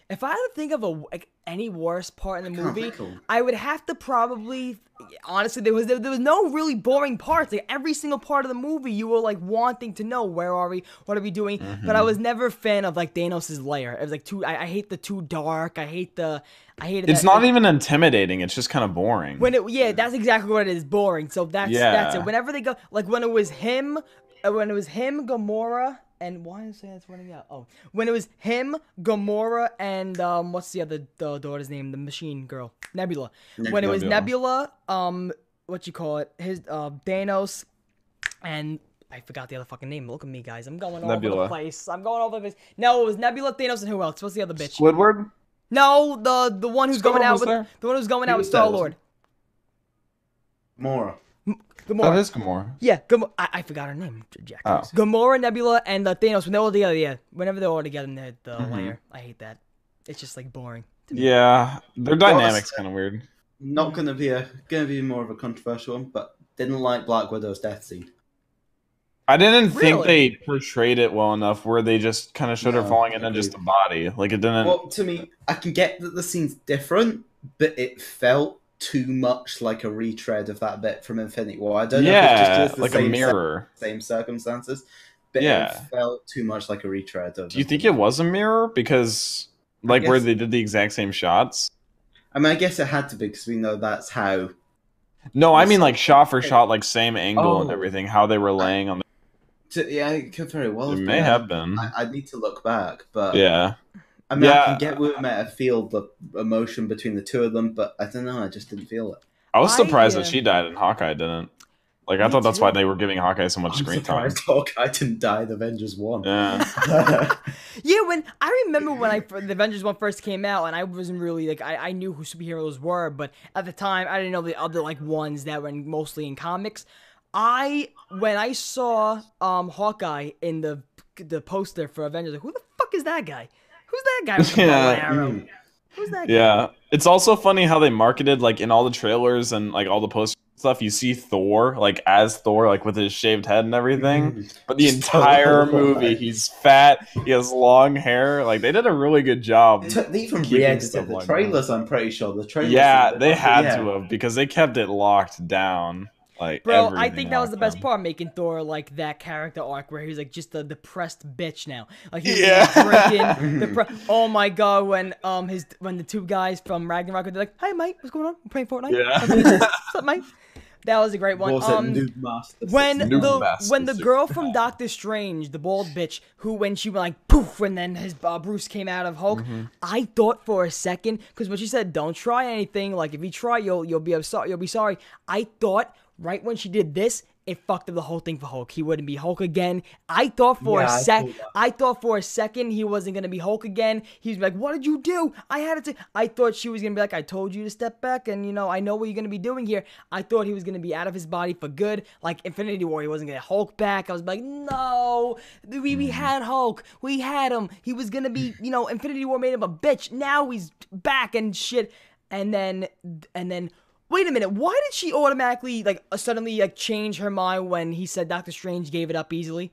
S1: if I had to think of a like, any worst part in the
S3: can't
S1: movie,
S3: think of-
S1: I would have to probably honestly there was there, there was no really boring parts. Like every single part of the movie, you were like wanting to know where are we, what are we doing. But
S2: Mm-hmm.
S1: I was never a fan of like Thanos' lair. It was like too. I, I hate the too dark. I hate the. I hate
S2: It's not even intimidating, it's just kind of boring.
S1: When it, yeah, that's exactly what it is. Boring. So that's that's
S2: Yeah.
S1: it. Whenever they go, like when it was him, uh, when it was him, Gamora, and why is that's running out? Oh, when it was him, Gamora, and um, what's the other the daughter's name? The machine girl, Nebula. When it was Nebula, um, what you call it? His uh, Thanos, and. I forgot the other fucking name. Look at me, guys. I'm going all over the
S2: Nebula.
S1: place. I'm going all over the place. No, it was Nebula, Thanos, and who else? What's the other bitch?
S2: Squidward?
S1: No, the the one who's going
S2: Scarlet
S1: out
S2: was
S1: with
S2: there.
S1: the one who's going
S3: He
S1: out with
S3: was there,
S1: Star
S3: wasn't
S1: Lord.
S3: Mora.
S1: Gamora.
S2: That is Gamora.
S1: Yeah, Gamora. I, I forgot her name. J- Jack.
S2: Oh.
S1: Gamora, Nebula,
S2: Mm-hmm.
S1: and uh, Thanos. When they're all together, yeah. Whenever they're all together in the, the layer, I hate that. It's just like boring.
S2: Yeah, their dynamics kind of weird. Mm.
S3: Not gonna be a gonna be more of a controversial one, but didn't like Black Widow's death scene.
S2: I didn't think
S1: Really?
S2: they portrayed it well enough where they just kind of showed her
S3: No,
S2: falling and then just the
S3: agreed.
S2: body. Like it didn't.
S3: Well, to me, I can get that the scene's different, but it felt too much like a retread of that bit from Infinity War. I don't know
S2: yeah,
S3: if it's just 'cause it's the
S2: like a
S3: same,
S2: mirror.
S3: same circumstances, but
S2: Yeah.
S3: it felt too much like a retread of.
S2: Do you think it was a mirror? Because like where
S3: guess-
S2: they did the exact same shots.
S3: I mean, I guess it had to be because we know that's how.
S2: No, I
S3: Yes.
S2: mean like shot for shot, like same angle and
S3: Oh.
S2: everything. How they were laying on.
S3: To, yeah, it could very well.
S2: The, it
S3: been.
S2: may have been.
S3: I, I need to look back, but
S2: Yeah.
S3: I mean, I
S2: Yeah.
S3: can get where it might have feel the emotion between the two of them, but I don't know. I just didn't feel it.
S2: I was
S1: I,
S2: surprised
S1: uh,
S2: that she died and Hawkeye didn't. Like I
S1: Me
S2: thought that's why
S1: too.
S2: they were giving Hawkeye so much
S3: I'm
S2: screen time.
S3: surprised Hawkeye *laughs* didn't die in Avengers One.
S2: Yeah.
S3: *laughs*
S1: Yeah, when I remember when I the Avengers one first came out, and I wasn't really like I, I knew who superheroes were, but at the time I didn't know the other like ones that were in, mostly in comics. I when I saw um Hawkeye in the the poster for Avengers, like, who the fuck is that guy? Who's that guy? With the
S2: *laughs*
S1: bow and
S2: Yeah.
S1: arrow? Who's that? guy?
S2: Yeah. It's also funny how they marketed like in all the trailers and like all the post stuff, you see Thor like as Thor, like with his shaved head and everything. But the
S3: Mm-hmm. Just *laughs*
S2: entire
S3: totally
S2: movie,
S3: right.
S2: he's fat, he has long hair. Like they did a really good job.
S3: They took- They even
S2: Keeping
S3: re-edited
S2: stuff
S3: the
S2: like
S3: trailers. I'm pretty sure the trailers.
S2: Yeah,
S3: did
S2: they
S3: that.
S2: had
S3: Yeah.
S2: to have because they kept it locked down. Like
S1: Bro, I
S2: everything
S1: think that was the
S2: locked
S1: best
S2: down.
S1: part, making Thor like that character arc where he's like just a depressed bitch now. Like he's
S2: Yeah. *laughs*
S1: drinking. depre- oh my god, when um his when the two guys from Ragnarok were like, "Hey mate, what's going on? I'm playing Fortnite.
S2: Yeah.
S1: what's up, mate?" That was a great one.
S3: What was it,
S1: um,
S3: Noob Master
S1: when
S3: Six?
S2: Noob
S1: the
S2: Master
S1: when the
S2: Six.
S1: girl from Doctor Strange, the bald bitch, who when she went like poof, and then his uh, Bruce came out of Hulk, I thought for a second because when she said "Don't try anything," like if you try, you'll you'll be sorry, you'll be sorry. I thought right when she did this. It fucked up the whole thing for Hulk. He wouldn't be Hulk again. I thought for
S3: Yeah,
S1: a
S3: I
S1: sec,
S3: thought that.
S1: I thought for a second he wasn't gonna be Hulk again. He was like, "What did you do? I had to." I thought she was gonna be like, "I told you to step back, and you know, I know what you're gonna be doing here." I thought he was gonna be out of his body for good, like Infinity War. He wasn't gonna Hulk back. I was like, "No, we we had Hulk, we had him. He was gonna be, you know, Infinity War made him a bitch. Now he's back and shit." And then, and then. Wait a minute. Why did she automatically like suddenly like change her mind when he said Doctor Strange gave it up easily?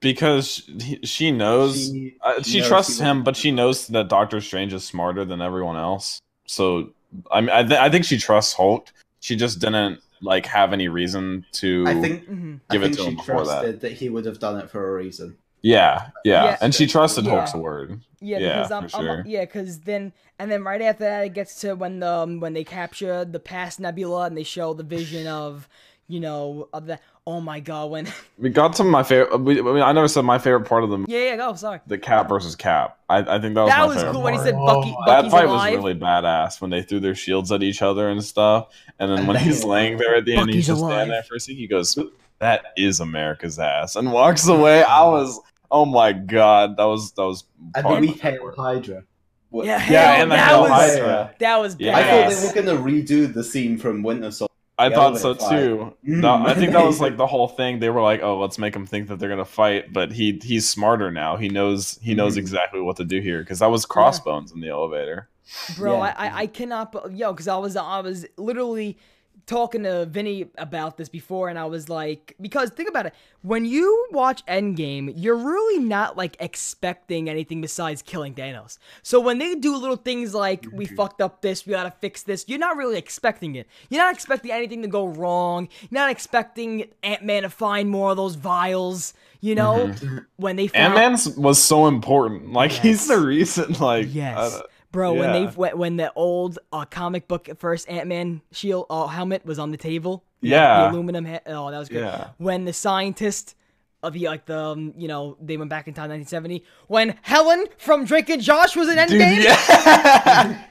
S2: because he, she knows
S3: She-
S2: uh, she
S3: knows
S2: trusts
S3: she-
S2: him, but she knows that Doctor Strange is smarter than everyone else. So I mean, I, th- I think she trusts Hulk. She just didn't like have any reason to.
S3: I think
S1: hmm
S3: I
S2: Give it
S3: think
S2: to
S3: she
S2: him before that.
S3: trusted that. he would have done it for a reason.
S2: yeah, yeah,
S1: Yeah.
S2: and she trusted
S1: Yeah.
S2: Hulk's word.
S1: Yeah,
S2: Yeah,
S1: because I'm,
S2: for
S1: I'm-
S2: sure.
S1: yeah, 'cause then and then right after that it gets to when the um, when they capture the past Nebula and they show the
S2: *laughs*
S1: vision of you know of the oh my god when *laughs*
S2: We got to my favorite. We, I, mean, I never said my favorite part of the
S1: yeah yeah go sorry
S2: the Cap versus Cap. I, I think that was
S1: that
S2: my
S1: was
S2: favorite
S1: cool when he
S2: part.
S1: said Bucky
S3: Oh,
S2: that
S1: Bucky's
S2: fight
S1: alive
S2: was really badass when they threw their shields at each other and stuff. And then
S3: And
S2: when
S3: then-
S2: he's laying there at the end,
S1: Bucky's
S2: he's just
S1: alive.
S2: standing there for a second. He goes, "That is America's ass," and walks away. I was, oh my god, that was that was.
S3: And
S2: part
S3: then
S2: of
S3: we
S2: my favorite
S3: hail
S2: part.
S3: Hydra. What-
S1: Yeah,
S2: Yeah,
S1: Hell,
S2: and the
S1: that
S2: Hail
S1: was-
S2: Hydra.
S1: that was
S2: Yeah.
S3: I
S1: badass.
S3: thought they were going to redo the scene from Winter Soldier.
S2: I
S3: the
S2: thought so
S3: elevator
S2: too.
S3: Mm.
S2: No, I think that was like
S3: *laughs*
S2: the whole thing. They were like, "Oh, let's make him think that they're gonna fight," but he he's smarter now. He knows he knows
S3: Mhm.
S2: exactly what to do here because that was Crossbones in the elevator.
S1: Bro,
S3: Yeah.
S1: I, I I cannot bel- yo because I was I was literally talking to Vinny about this before, and I was like, because think about it, when you watch Endgame, you're really not like expecting anything besides killing Thanos. So when they do little things like we fucked up this, we gotta fix this, you're not really expecting it. You're not expecting anything to go wrong. You're not expecting Ant Man to find more of those vials. You know, when they found
S2: Ant Man was so important. Like he's
S1: Yes.
S2: the reason. Like I
S1: Yes,
S2: don't-
S1: bro. When they
S2: Uh, yeah.
S1: when, when the old uh, comic book first Ant Man shield uh, helmet was on the table,
S2: yeah,
S1: the aluminum. He- oh, that was great.
S2: Yeah.
S1: When the scientist of the like the um, you know they went back in time 1970 when Helen from Drake and Josh was in Endgame. *laughs*
S2: Dude, yeah.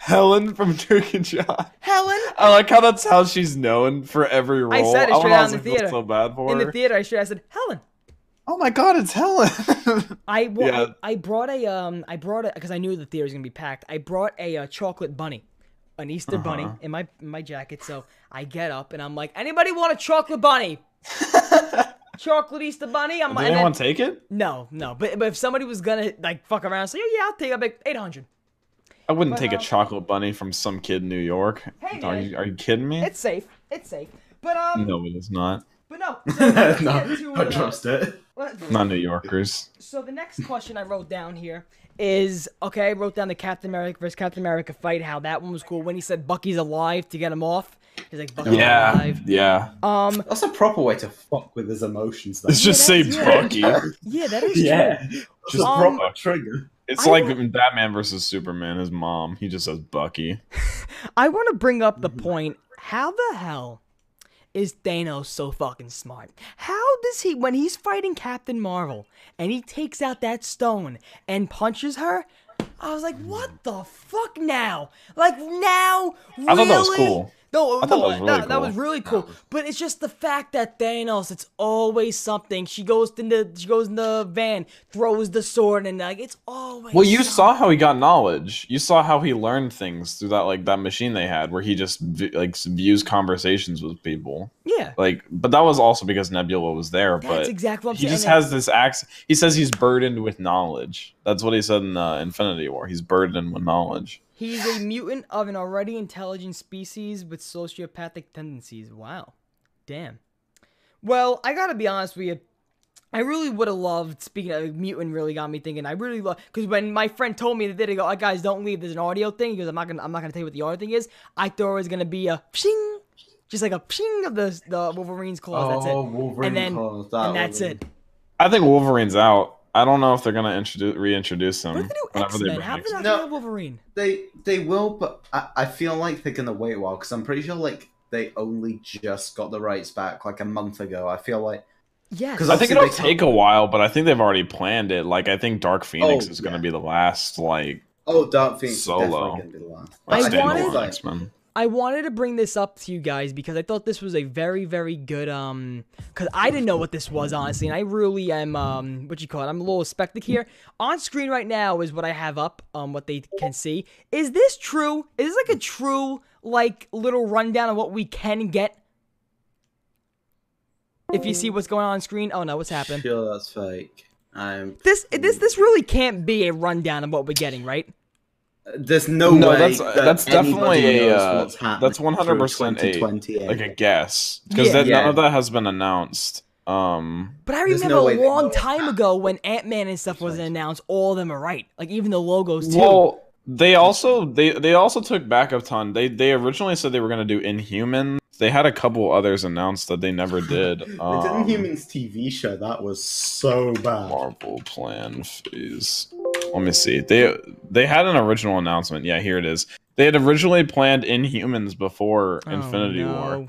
S2: Helen from Duke and John.
S1: Helen
S2: I like how that's how she's known for every role.
S1: I said it
S2: wanna
S1: straight out in
S2: also
S1: the
S2: feel
S1: theater.
S2: So bad for
S1: in
S2: her.
S1: the theater. I should I said Helen.
S2: oh my god,
S1: *laughs*
S2: it's Helen.
S1: I, well,
S2: Yeah.
S1: I I brought a um I brought a because I knew the theater was gonna be packed. I brought a, uh chocolate bunny, an Easter
S2: Uh-huh.
S1: bunny in my in my jacket. So I get up and I'm like, anybody want a chocolate
S2: *laughs*
S1: bunny? chocolate Easter bunny. I'm
S2: Did
S1: and then-
S2: anyone take it?
S1: Mm, "Oh, no no. But but if somebody was gonna like fuck around, and say yeah, yeah I'll take a big eight hundred.
S2: I wouldn't
S1: But,
S2: take a
S1: um,
S2: chocolate bunny from some kid in New York.
S1: Hey,
S2: are,
S1: man.
S2: you, are you kidding me?
S1: It's safe. It's safe. But um,
S2: No, it is not.
S1: but no. So *laughs* let's
S3: *laughs* no,
S1: get to,
S3: I
S1: uh,
S3: trust it.
S1: let-
S2: Not New Yorkers.
S1: So the next question I wrote down here is okay. I wrote down the Captain America versus Captain America fight. How that one was cool when he said Bucky's alive to get him off. He's like Bucky's
S2: Yeah,
S1: alive.
S2: yeah.
S1: Um,
S3: That's a proper way to fuck with his emotions. Though.
S2: It's just say
S1: that's right.
S2: Bucky.
S1: *laughs* yeah, that is true.
S2: *laughs*
S3: *laughs* yeah, just
S1: Um,
S3: proper trigger.
S2: It's
S1: I
S2: like
S1: don't-
S2: Batman versus Superman. His mom. He just says Bucky.
S1: I want to bring up the point. How the hell is Thanos so fucking smart? How does he, when he's fighting Captain Marvel and he takes out that stone and punches her? I was like, what the fuck now? Like now, really?
S2: I thought that was cool.
S1: No,
S2: I
S1: no,
S2: thought that was
S1: that,
S2: really
S1: that was
S2: cool.
S1: really cool. But it's just the fact that Thanos, it's always something. She goes in the she goes in the van, throws the sword, and like it's always.
S2: Well, you
S1: something.
S2: saw how he got knowledge. You saw how he learned things through that like that machine they had, where he just v- like views conversations with people.
S1: Yeah,
S2: Like, but that was also because Nebula was there.
S1: that's
S2: but
S1: exactly what I'm
S2: he
S1: saying.
S2: just
S1: and-
S2: has this accent. He says he's burdened with knowledge. That's what he said in uh, Infinity War. He's burdened with knowledge.
S1: He's a mutant of an already intelligent species with sociopathic tendencies. Wow. Damn. Well, I gotta be honest with you. I really would have loved, speaking of mutant, really got me thinking. I really love, because when my friend told me that they go, "Oh, guys, don't leave, there's an audio thing, because I'm not gonna, I'm not gonna tell you what the audio thing is, I thought it was gonna be a pshing, just like a pshing of the, the Wolverine's claws. that's
S3: oh,
S1: it.
S3: Wolverine
S1: And then-
S3: calls, that
S1: And that's
S3: would've
S1: it.
S3: been-
S2: I think Wolverine's out. I don't know if they're gonna introduce reintroduce him.
S1: What did they do
S2: whenever
S1: X
S2: they
S1: Men?
S2: bring
S1: How did
S2: X-
S1: they not
S3: No.
S1: have Wolverine?
S3: They they will, but I, I feel like they're gonna wait a while because I'm pretty sure like they only just got the rights back like a month ago. I feel like
S1: Yes.
S3: 'Cause
S2: I think
S3: Obviously,
S2: it'll
S3: they
S2: take a while, but I think they've already planned it. Like I think Dark Phoenix
S3: Oh,
S2: is gonna
S3: yeah.
S2: be the last like,
S3: oh, Dark Phoenix is definitely
S2: Solo.
S3: gonna be the last.
S2: like
S1: I wanted-
S2: standalone X Men.
S1: I wanted to bring this up to you guys because I thought this was a very, very good um because I didn't know what this was honestly, and I really am um what you call it, I'm a little spectac here. On screen right now is what I have up, um what they can see. Is this true? Is this like a true like little rundown of what we can get? If you see what's going on on screen, oh no, what's happened?
S3: Sure, that's fake. Um, I'm.
S1: This this this really can't be a rundown of what we're getting, right?
S3: There's no,
S2: No,
S3: way.
S2: that's-
S3: that
S2: that's definitely
S3: anybody
S2: a,
S3: knows
S2: uh,
S3: what's happening
S2: that's 100% a-
S3: through 2028.
S2: Like a guess, because
S1: Yeah.
S2: none
S3: Yeah.
S2: of that has been announced. Um,
S1: But I
S3: There's
S1: remember
S3: no
S1: a
S3: way they
S1: long
S3: know.
S1: time ago when Ant Man and stuff wasn't announced, all of them are right. Like even the logos too.
S2: Well, they also they they also took back a ton. They they originally said they were going to do Inhuman. They had a couple others announced that they never
S3: *laughs*
S2: did.
S3: the
S2: Um,
S3: Inhumans TV show that was so bad.
S2: Marvel plan phase. Let me see. They they had an original announcement. Yeah, here it is. They had originally planned Inhumans before
S1: Oh,
S2: Infinity
S1: no.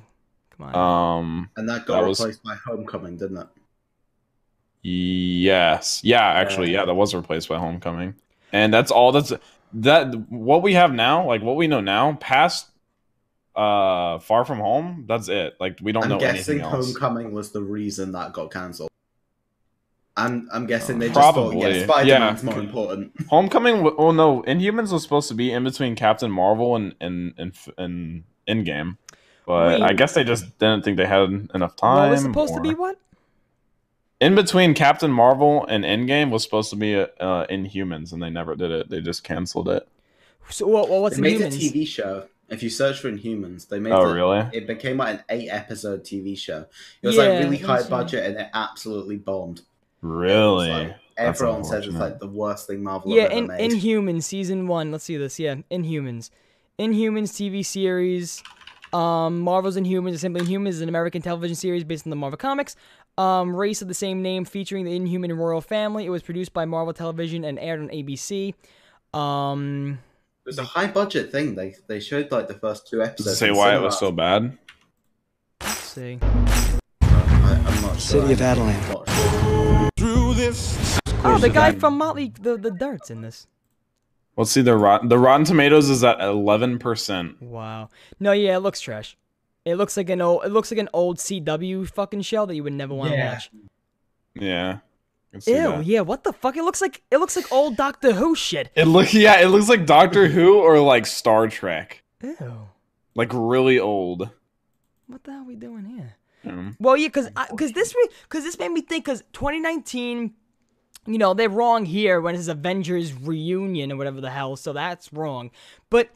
S1: Come on.
S3: Uh,
S2: War. Um.
S3: And that got
S2: That was-
S3: replaced by Homecoming, didn't it?
S2: Yes. Yeah. Actually. Yeah. That was replaced by Homecoming. And that's all. That's that. What we have now, like what we know now, past uh Far From Home. That's it. Like we don't
S3: I'm
S2: know
S3: guessing
S2: anything else.
S3: Homecoming was the reason that got cancelled. I'm I'm guessing they
S2: Uh, Probably.
S3: just thought yeah, Spider-Man's
S2: Yeah.
S3: more important.
S2: Homecoming. wa- Oh no, Inhumans was supposed to be in between Captain Marvel and and and and Endgame, but
S1: Wait.
S2: I guess they just didn't think they had enough time.
S1: what was supposed to
S2: or-
S1: be what?
S2: in between Captain Marvel and Endgame was supposed to be uh, uh, Inhumans, and they never did it. They just canceled it.
S1: So, well, well, what's
S3: they made
S1: Inhumans?
S3: a TV show. If you search for Inhumans, they made
S2: Oh
S3: it,
S2: really?
S3: it became like an eight-episode TV show. It was
S1: Yeah,
S3: like really
S1: it
S3: high
S1: was, yeah.
S3: budget, and it absolutely bombed. It's
S2: Really?
S3: like,
S2: That's
S3: everyone says it's
S2: unfortunate.
S3: like the worst thing Marvel
S1: Yeah,
S3: have ever
S1: in
S3: made.
S1: Inhumans season one. Let's see this. Yeah, Inhumans, Inhumans TV series. Um, Marvel's Inhumans, Assembly Inhumans is an American television series based on the Marvel comics. Um, race of the same name featuring the Inhuman royal family. It was produced by Marvel Television and aired on ABC. Um,
S3: it was a high-budget thing. They they showed like the first two
S2: Does it
S3: episodes.
S2: say
S3: in
S2: why it
S3: cinema.
S2: was so bad?
S1: let's see.
S3: I, I'm not sure.
S5: City of
S3: I
S5: Adeline.
S3: haven't watched it.
S1: Oh, the guy from Motley, the the Dirt's in this.
S2: Let's see. The rot- the Rotten Tomatoes is at eleven percent.
S1: Wow. No, yeah, it looks trash. It looks like an old, it looks like an old CW fucking show that you would never want to
S3: Yeah.
S1: watch.
S2: Yeah. I can see
S1: Ew,
S2: that.
S1: yeah, what the fuck? It looks like it looks like old Doctor Who shit.
S2: It look yeah. It looks like Doctor Who or like Star Trek,
S1: Ew.
S2: like really old.
S1: What the hell are we doing here?
S2: Mm.
S1: Well, yeah, cuz cuz this re- cuz this made me think cuz 2019 you know, they're wrong here when it's Avengers reunion or whatever the hell, so that's wrong. But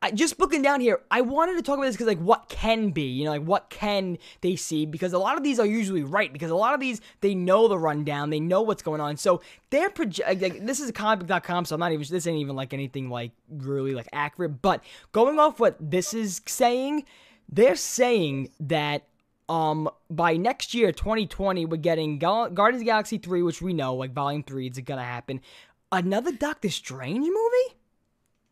S1: I, just looking down here, I wanted to talk about this because, like, what can be, you know, like, what can they see? Because a lot of these are usually right, because a lot of these, they know the rundown, they know what's going on. So they're, proje- like, like, this is comic.com, so I'm not even, this ain't even, like, anything, like, really, like, accurate. But going off what this is saying, they're saying that um by next year 2020 we're getting Gal- guardians of the galaxy 3 which we know like volume 3 is gonna happen another doctor strange movie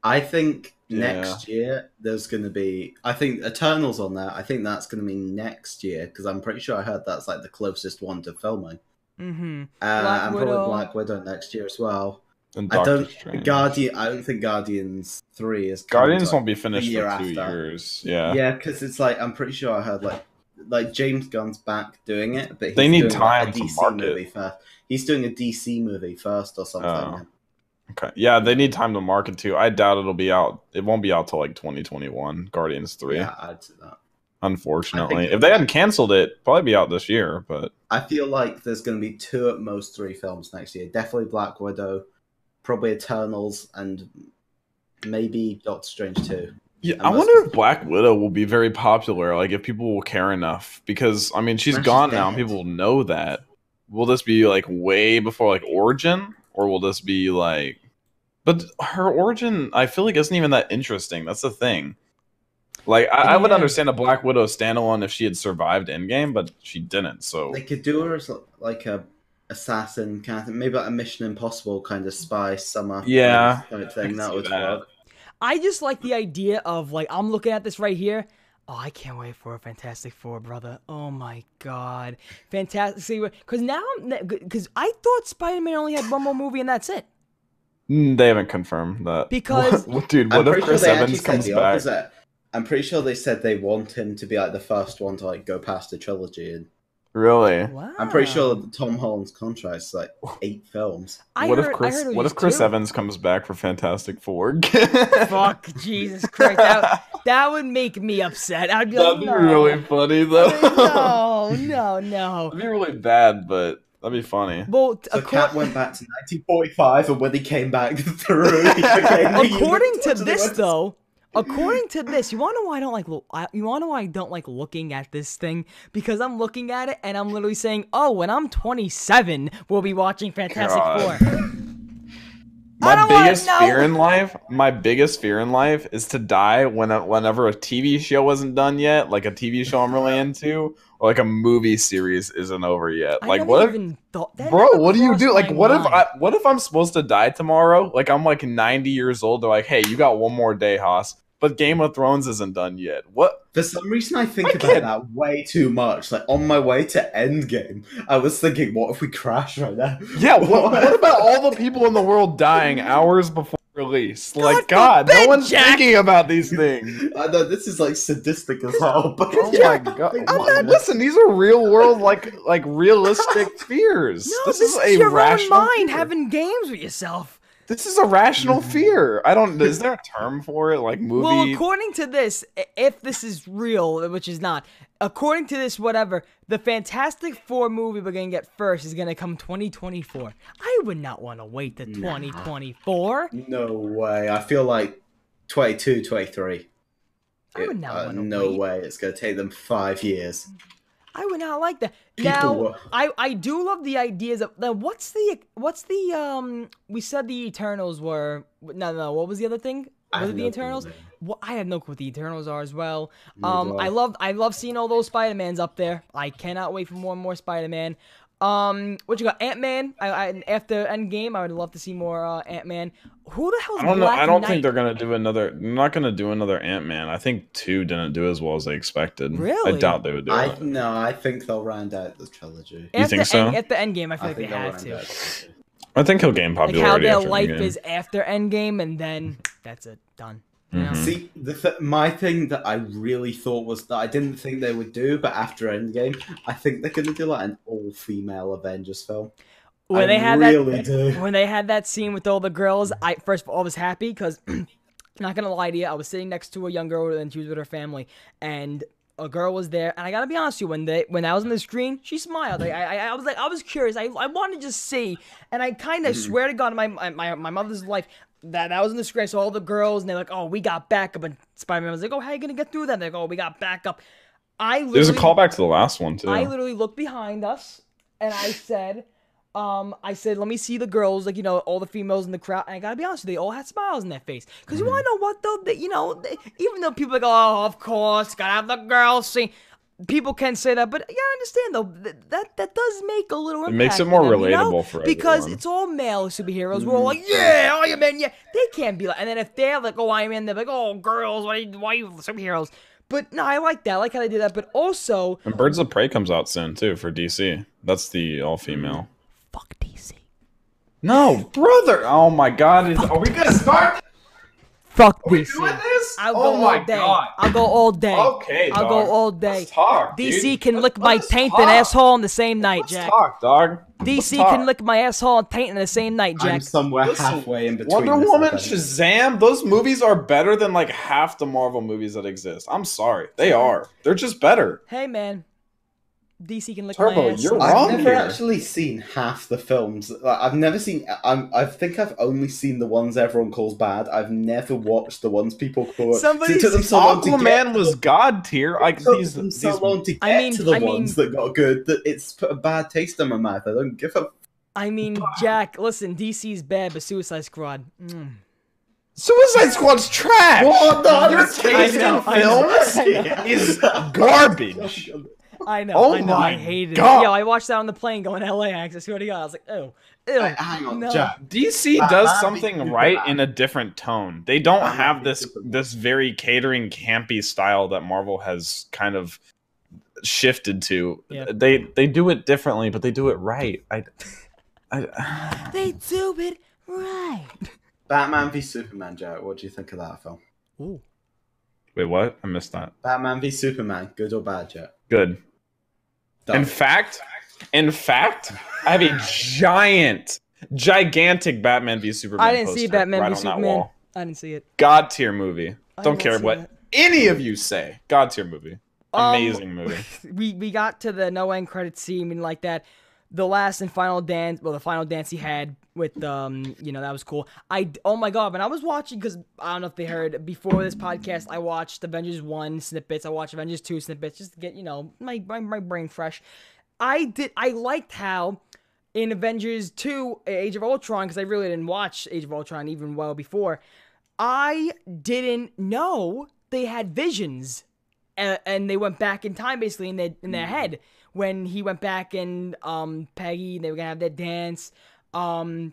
S3: I think
S2: Yeah.
S3: next year there's going to be. I think Eternals on there. I think that's going to be next year because I'm pretty sure I heard that's like the closest one to filming.
S1: mm-hmm
S3: Uh,
S1: Black
S3: and
S1: Widow.
S3: probably Black Widow next year as well.
S2: And
S3: I
S2: Doctor
S3: don't.
S2: Strange.
S3: Guardian. I don't think Guardians three is. coming
S2: Guardians
S3: to-
S2: won't be finished
S3: the year
S2: for two
S3: after.
S2: years. Yeah.
S3: Yeah, because it's like I'm pretty sure I heard like like James Gunn's back doing it, but he's
S2: They need
S3: doing, like,
S2: time
S3: a
S2: to
S3: DC
S2: market.
S3: movie first. He's doing a DC movie first or something.
S2: Oh. Okay. Yeah, they need time to market too. I doubt it'll be out. It won't be out till like 2021. Guardians three,
S3: Yeah, I'd say that. I
S2: unfortunately.
S3: think-
S2: If they hadn't canceled it, probably be out this year. But
S3: I feel like there's going to be two at most three films next year. Definitely Black Widow, probably Eternals, and maybe Doctor Strange too.
S2: yeah,
S3: I
S2: I
S3: must-
S2: wonder if Black Widow will be very popular. Like if people will care enough, because I mean she's
S3: Well, she's
S2: gone now. And
S3: dead.
S2: people know that. Will this be like way before like origin, or will this be like? But her origin, I feel like, isn't even that interesting. That's the thing. Like I, I would
S1: Yeah.
S2: understand a Black Widow standalone if she had survived Endgame, but she didn't. So
S3: They could do her as like a assassin kind of thing, maybe like a Mission Impossible kind of spy summer.
S2: Yeah,
S3: kind of
S2: I
S3: thing.
S2: can
S3: That
S2: see
S3: would
S2: that.
S3: work.
S1: i just like the idea of like i'm looking at this right here Oh, I can't wait for a Fantastic Four, brother. Oh my God, Fantastic! Because now, because I thought Spider-Man only had one more movie and that's it.
S2: Mm, They haven't confirmed that. *laughs*
S1: Because-
S2: What- dude,
S3: I'm
S2: what if
S3: pretty sure
S2: Chris
S3: they actually
S2: Evans
S3: said
S2: comes
S3: the
S2: back?
S3: opposite. I'm pretty sure they said they want him to be like the first one to like go past the trilogy, and
S2: Really?
S1: Wow.
S3: I'm
S2: Ah.
S3: pretty sure that Tom Holland's contract's like eight films.
S1: I
S2: what
S1: heard-
S2: if
S1: I
S2: Chris?
S1: heard it
S2: What
S1: was
S2: if Chris
S1: two.
S2: Evans comes back for Fantastic Four? *laughs*
S1: Fuck, Jesus Christ! That, that would make me upset. I'd be
S2: That'd
S1: like,
S2: be
S1: no.
S2: really funny though.
S1: no, no, no.
S2: *laughs* That'd be really bad, but that'd be funny.
S1: Well,
S3: So
S1: accor-
S3: Cat went back to 1945, and when he came back *laughs* through, he became the
S1: according to
S2: *laughs*
S3: Universal
S1: this
S3: Universe.
S1: though, according to this, you want to know why I don't like lo- I- you want to know why I don't like looking at this thing because I'm looking at it and I'm literally saying, "Oh, when I'm 27, we'll be watching Fantastic
S2: God.
S1: Four. I
S2: My
S1: don't wanna
S2: biggest
S1: know.
S2: fear in life, my biggest fear in life, is to die when whenever a TV show isn't done yet, like a TV show
S1: *laughs*
S2: I'm really into, or like a movie series isn't over yet.
S1: I
S2: Like
S1: never
S2: what? if-
S1: even thought that
S2: bro
S1: never
S2: what do you
S1: crossed
S2: do like
S1: my
S2: what if
S1: mind.
S2: i what if i'm supposed to die tomorrow like i'm like 90 years old they're like hey you got one more day haas but game of thrones isn't done yet what
S3: For some reason, I think
S2: My
S3: about
S2: kid.
S3: that way too much. Like on my way to Endgame, I was thinking, what if we crash right now? *laughs*
S1: *laughs*
S2: yeah what, what about all the people in the world dying hours before release like
S1: God
S2: god
S1: forbid,
S2: no one's
S1: Jack.
S2: thinking about these
S1: *laughs*
S2: things
S3: I know this is like sadistic as hell, but *laughs*
S2: oh my god
S3: I'm
S2: What- listen these are real world like like
S1: *laughs*
S2: realistic fears
S1: No,
S2: this, is, a
S1: your
S2: rational
S1: own mind
S2: fear.
S1: having games with yourself.
S2: this is
S1: *laughs*
S2: a rational fear i don't is there a term for it like movie
S1: Well, according to this, i- if this is real, which is not, according to this, whatever, the Fantastic Four movie we're gonna get first is gonna come 2024. I would not want to wait to 2024.
S3: No way. I feel like 22, 23.
S1: I would
S3: It-
S1: not
S3: uh,
S1: want to
S3: no
S1: wait.
S3: way. It's going to take them five years.
S1: I would not like that.
S3: People
S1: now,
S3: will-
S1: I I do love the ideas of now. What's the what's the um? We said the Eternals were no no. What was the other thing?
S3: I
S1: Was it
S3: have
S1: the
S3: no clue
S1: Eternals?
S3: what they
S1: Well, I have no clue what the Eternals are as well.
S3: Neither
S1: Um,
S3: do
S1: I
S3: I.
S1: love I love seeing all those Spider Mans up there. I cannot wait for more and more Spider Man. Um, what you got? Ant Man. I, I after Endgame, I would love to see more uh, Ant Man. Who the hell's
S2: I don't know.
S1: Black
S2: I don't
S1: Knight?
S2: think they're gonna do another. They're not gonna do another Ant Man. I think two didn't do as well as they expected.
S1: Really?
S2: I doubt they would do
S3: I
S2: it.
S3: no, I think they'll round out the trilogy.
S2: You
S1: After
S2: think so?
S1: End, after Endgame, I feel
S3: I
S1: like they
S3: think they'll
S1: had
S3: round
S1: to.
S3: out the trilogy.
S2: I think he'll gain
S1: Like how
S2: popularity
S1: their
S2: after
S1: life
S2: Endgame.
S1: is after Endgame, and then that's it, done. You know?
S2: Mhm.
S3: See, the th- my thing that I really thought was that I didn't think they would do, but after Endgame, I think they're going to do like an all-female Avengers film.
S1: When
S3: I
S1: they had
S3: really
S1: that,
S2: *laughs*
S3: do.
S1: when they had that scene with all the girls, I first of all was *clears throat* happy because, not gonna lie to you, I was sitting next to a young girl and she was with her family, and a girl was there, and I gotta be honest with you, when they when I was on the screen, she smiled. Like, I, I I was like I was curious. I I wanted to just see, and I kind of
S2: Mm-hmm.
S1: swear to God, my my my my mother's life. That, that was in the screen. So all the girls and they're like, "Oh, we got backup." And Spider Man was like, "Oh, how you gonna get through that?" They go, "Oh, we got backup." I literally,
S2: There's a callback to the last one too.
S1: I literally looked behind us and I said, um, I said, let me see the girls, like, you know, all the females in the crowd. And I gotta be honest with you, they all had smiles on their face. Because
S2: Mm-hmm.
S1: you wanna know what, though? They, you know, they, even though people are like, oh, of course, gotta have the girls sing. People can say that, but yeah, I understand though th- that that does make a little. Impact
S2: makes it
S1: on
S2: more
S1: them, you know?
S2: relatable for
S1: because
S2: everyone. Mm-hmm.
S1: it's all male superheroes. We're all like, yeah, Iron Man, yeah. They can't be like, and then if they're like, oh, Iron Man, they're like, oh, girls, why, why you superheroes? But no, I like that. I like how they did that. But also,
S2: and Birds of Prey comes out soon too for DC. That's the all female.
S1: fuck DC.
S2: No, brother. Oh my God. Is, are we gonna start
S1: Fuck
S2: Oh,
S1: DC.
S2: doing this?
S1: I'll
S2: oh
S1: go
S2: my
S1: all day.
S2: God.
S1: I'll go all day.
S2: Okay,
S1: I'll
S2: dog.
S1: go all day.
S2: Let's talk,
S1: DC
S2: dude.
S1: can
S2: Let's-
S1: lick my
S2: let's
S1: taint
S2: talk.
S1: and asshole in the same night, Jack.
S2: Let's talk, dog. Let's
S1: DC
S2: talk.
S1: can lick my asshole and taint in the same night,
S3: I'm
S1: Jack.
S3: somewhere
S2: Listen,
S3: halfway in between.
S2: Wonder
S3: this, I
S2: Woman,
S3: think.
S2: Shazam, those movies are better than like half the Marvel movies that exist. I'm sorry, they are. They're just better.
S1: Hey, man. DC can lick
S2: Turbo,
S1: my asshole.
S2: you're
S3: I've
S2: wrong
S3: never
S2: here.
S3: actually seen half the films. Like, I've never seen. I'm, I think I've only seen the ones everyone calls bad. I've never watched the ones people call.
S1: Somebody
S3: it took them
S1: said
S3: so long to get-
S2: Aquaman was god tier. Like
S3: it took
S2: these,
S3: them
S2: these
S3: so long to get
S1: I mean-
S3: to the
S1: I mean-
S3: ones that got good that it's put a bad taste in my mouth. I don't give a.
S1: I mean, Jack, listen, DC's bad, but Suicide Squad. Mm.
S4: Suicide Squad's trash.
S3: What the
S4: Your taste in
S1: know, I
S4: films is garbage.
S1: I know.
S4: Oh
S1: I know. I
S4: my
S1: hated
S4: God.
S1: it. Yo, I watched that on the plane going to LA. I swear to God, I was like, oh, ew.
S3: *laughs* Wait, hang on,
S1: no.
S3: Jack.
S2: DC
S3: Batman
S2: does
S3: beat
S2: something
S3: Superman.
S2: right in a different tone. They don't
S3: Batman
S2: have
S3: beat
S2: this
S3: Superman.
S2: this very catering, campy style that Marvel has kind of shifted to.
S1: Yeah.
S2: They they do it differently, but they do it right. I, I
S1: They do it right.
S3: Batman v Superman, Jack. What do you think of that film?
S1: Ooh.
S2: wait, what? I missed that.
S3: Batman v Superman, good or bad, Jack?
S2: Good.
S3: Done.
S2: In fact, in fact, I have a giant, gigantic Batman v Superman.
S1: I didn't see
S2: poster
S1: Batman v
S2: right on that
S1: Superman.
S2: wall.
S1: I didn't see it.
S2: God tier movie.
S1: I
S2: Don't
S1: didn't
S2: care
S1: see
S2: what
S1: that.
S2: any of you say. God tier movie.
S1: Um, *laughs*
S2: Amazing movie.
S1: we we got to the no end credits scene and like that the last and final dance well the final dance he had with um you know that was cool i d- oh my god when i was watching because i don't know if they heard before this podcast i watched avengers 1 snippets i watched avengers 2 snippets just to get you know my my, my brain fresh i did i liked how in avengers 2 age of ultron because i really didn't watch age of ultron even well before i didn't know they had visions and, and they went back in time basically in their in
S2: Mm-hmm.
S1: their head when he went back and um Peggy they were gonna have their dance. Um,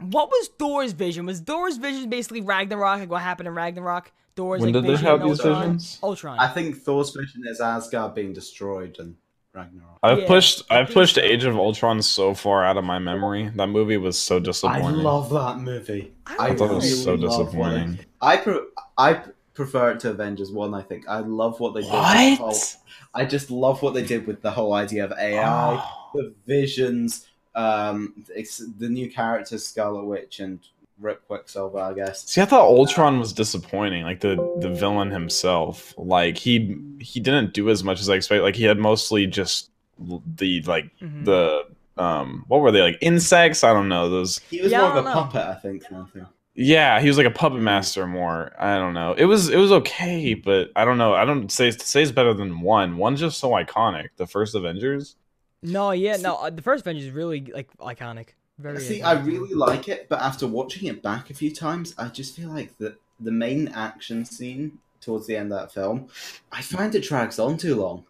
S1: what was Thor's vision? Was Thor's vision basically Ragnarok? Like what happened in Ragnarok? Thor's
S2: When
S1: like,
S2: did they
S1: vision
S2: have
S1: and
S2: these
S1: Ultron?
S2: visions?
S1: Ultron.
S3: I think Thor's vision is Asgard being destroyed and Ragnarok.
S2: I've
S1: Yeah,
S2: pushed
S1: I
S2: I've
S1: think
S2: pushed
S1: so.
S2: Age of Ultron so far out of my memory. That movie was so
S3: I
S2: disappointing.
S3: love that movie.
S1: I
S3: I,
S1: don't know.
S2: thought it was so
S3: really love
S2: disappointing.
S3: it. I pre- I p- prefer it to Avengers One. I think I love what they did. with the whole-
S2: What?
S3: I just love what they did with the whole idea of AI,
S2: Ah. Oh.
S3: the visions, um, it's the new characters, Scarlet Witch and Rip Quicksilver. I guess.
S2: See, I thought Ultron was disappointing. Like the the villain himself, like he he didn't do as much as I expected. Like he had mostly just l- the like
S1: Mhm.
S2: the um what were they like insects? I don't know those.
S3: He was
S1: Yeah, I
S3: more
S1: don't
S3: of a
S1: know.
S3: puppet, I think. than anything.
S2: Yeah, he was like a puppet master more. I don't know. It was it was okay, but I don't know. I don't say say it's better than one. One's just so iconic. The first Avengers.
S1: no, yeah, no. uh, The first Avengers is really like iconic. Very.
S3: See,
S1: iconic.
S3: I really like it, but after watching it back a few times, I just feel like the the main action scene towards the end of that film, I find it drags on too long.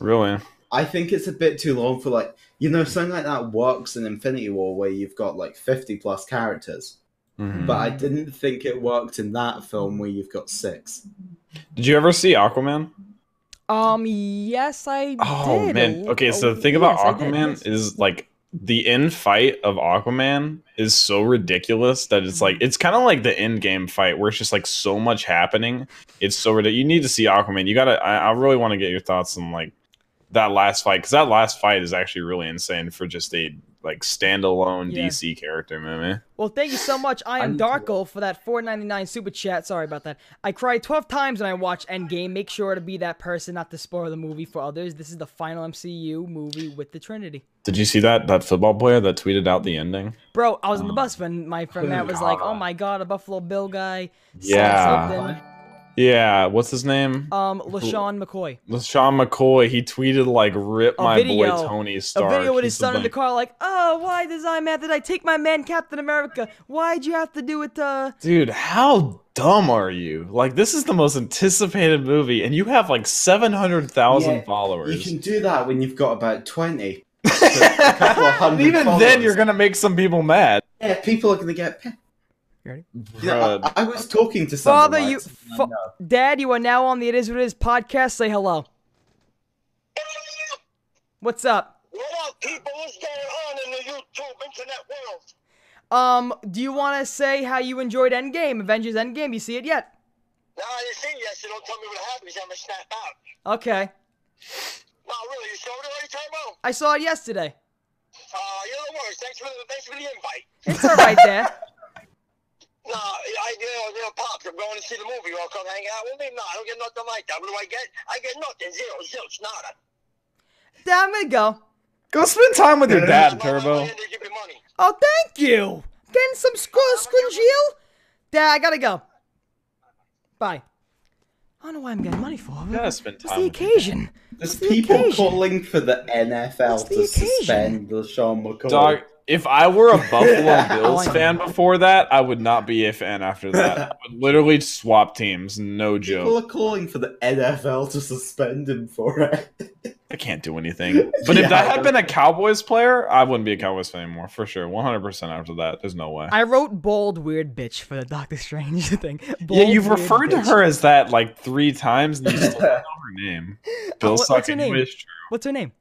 S2: Really?
S3: I think it's a bit too long for like you know something like that works in Infinity War where you've got like fifty plus characters,
S2: Mhm.
S3: but I didn't think it worked in that film where you've got six.
S2: Did you ever see Aquaman?
S1: Um. Yes, I.
S2: Oh
S1: did. a
S2: man.
S1: li-
S2: Okay, so
S1: oh,
S2: the thing about
S1: yes, I did, yes.
S2: Aquaman is like the end fight of Aquaman is so ridiculous that it's
S1: Mm-hmm.
S2: like it's kind of like the end game fight where it's just like so much happening. It's so ridiculous. You need to see Aquaman. You gotta. I, I really want to get your thoughts on like that last fight because that last fight is actually really insane for just a like standalone
S1: Yeah.
S2: DC character eh? movie.
S1: Well, thank you so much. I am Darko for that 4.99 super chat. Sorry about that. I cried 12 times when I watched Endgame. Make sure to be that person not to spoil the movie for others. This is the final MCU movie with the Trinity.
S2: Did you see that that football player that tweeted out the ending?
S1: Bro, I was on the bus when my friend Matt was like, "Oh
S2: Mm. God.
S1: my god, a Buffalo Bill guy." said
S2: Yeah.
S1: something."
S2: Yeah, what's his name?
S1: Um, LaShawn McCoy.
S2: LaShawn McCoy. He tweeted like, "Rip
S1: A
S2: my
S1: video-
S2: boy Tony Stark."
S1: A video with his
S2: He's the
S1: son in the
S2: best.
S1: car, like, "Oh, why does I Matt? Did I take my man Captain America? Why'd you have to do it?" Uh,
S2: Dude, how dumb are you? Like, this is the most anticipated movie, and you have like seven hundred thousand
S3: Yeah, You
S2: followers.
S3: can do that when you've got about 20. So a couple of
S2: *laughs* And
S3: hundred
S2: even then,
S3: followers.
S2: you're gonna make some people mad.
S3: Yeah, people are going to get pissed. You know,
S2: Bruh.
S3: I, I was talking to someone.
S1: Father,
S3: right,
S1: you,
S3: someone I
S1: fa-
S3: know.
S1: Dad, you are now on the It Is What It Is podcast. Say hello. What's up?
S5: What up, people? What's going on in the YouTube internet world?
S1: Um, do you want to say how you enjoyed Endgame, Avengers Endgame? You see it yet?
S5: Now I didn't see you yesterday. Don't tell me what happened. 'cause I'm gonna snap out.
S1: Okay,
S5: No, really, you showed it already, Turbo?
S1: I saw it yesterday.
S5: Uh, you're the worst. Thanks for the thanks for the invite.
S1: It's all right there.
S3: *laughs*
S5: Nah, I you know, you know, pops. I'm going to see the movie. You want to come hang out with me? No, I don't get nothing like that. What do I get? I get nothing. Zero, zilch, nada.
S1: Dad, I'm gonna go.
S4: Go spend time with your dad,
S5: Bye, bye,
S4: Turbo.
S5: bye, and they give me money.
S1: Oh, thank you. Getting some squ- squingeal? Dad, I gotta go. Bye. I don't know why I'm getting money for.
S2: gotta spend
S1: What's
S2: time
S1: the
S2: with your
S1: occasion?
S3: There's
S1: the
S3: people
S1: occasion?
S3: calling for the NFL
S1: the
S3: to
S1: occasion?
S3: suspend LaShawn McCoy.
S2: Dog, if I were
S3: *laughs*
S2: a Buffalo
S1: I
S2: Bills
S1: know.
S2: fan before that, I would not be a fan after
S3: *laughs*
S2: that. I would literally swap teams, no
S3: People
S2: joke.
S3: are calling for the NFL to suspend him for it.
S2: I can't do anything. But if that had been a Cowboys player, I wouldn't be a Cowboys fan anymore for sure. One hundred percent after that, there's no way.
S1: I wrote bold weird bitch for the Doctor Strange *laughs* thing.
S2: yeah,
S1: Bold,
S2: you've
S1: weird
S2: referred to
S1: bitch.
S2: her as that like three
S1: *laughs*
S2: times, and you
S3: *laughs*
S2: still don't know her name.
S1: Uh, what-
S2: Bill
S1: what's her
S2: Sucking
S1: name?
S2: Wish True.
S1: What's her name?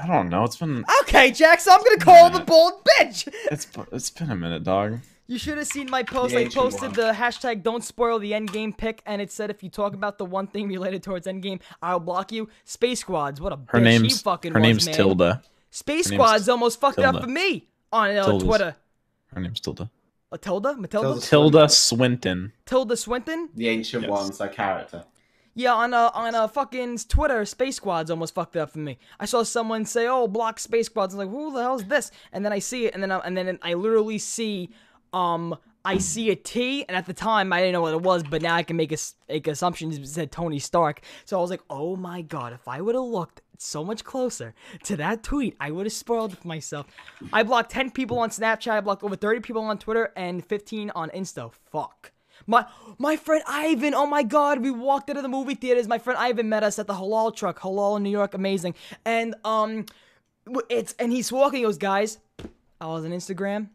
S2: I don't know. It's been
S1: Okay, Jack, so I'm gonna call the bold bitch.
S2: it's it's been a minute, dog.
S1: You should have seen my post.
S3: Yeah,
S1: I
S3: you should
S1: posted the hashtag don't spoil the endgame pick, and it said if you talk about the one thing related towards endgame, I'll block you. Space Squads, what a
S2: Her
S1: bitch she
S2: name's
S1: fucking
S2: her
S1: was,
S2: name's
S1: man.
S2: Tilda.
S1: Space
S2: Her name's
S1: Squad's almost fucked it up
S2: Tilda.
S1: for me on uh,
S2: Tilda's-
S1: Twitter.
S2: Her name's Tilda.
S1: Uh, Tilda? Matilda?
S3: Tilda's-
S2: Tilda Swinton.
S1: Tilda Swinton?
S3: The ancient
S2: Yes.
S3: one's a character.
S1: Yeah, on uh, on uh, fucking Twitter, Space Squad's almost fucked it up for me. I saw someone say, "Oh, block Space Squads." I'm like, "Who the hell's this?" And then I see it, and then I, and then I literally see, um, I see a T, and at the time I didn't know what it was, but now I can make ass- make assumptions. It said Tony Stark, so I was like, "Oh my god!" If I would have looked so much closer to that tweet, I would have spoiled it for myself. I blocked ten people on Snapchat. I blocked over thirty people on Twitter and fifteen on Insta. Fuck. My my friend Ivan, oh my god, we walked out of the movie theaters. My friend Ivan met us at the halal truck, halal in New York, amazing. And um w- it's and he's walking, he goes, guys, I was on Instagram,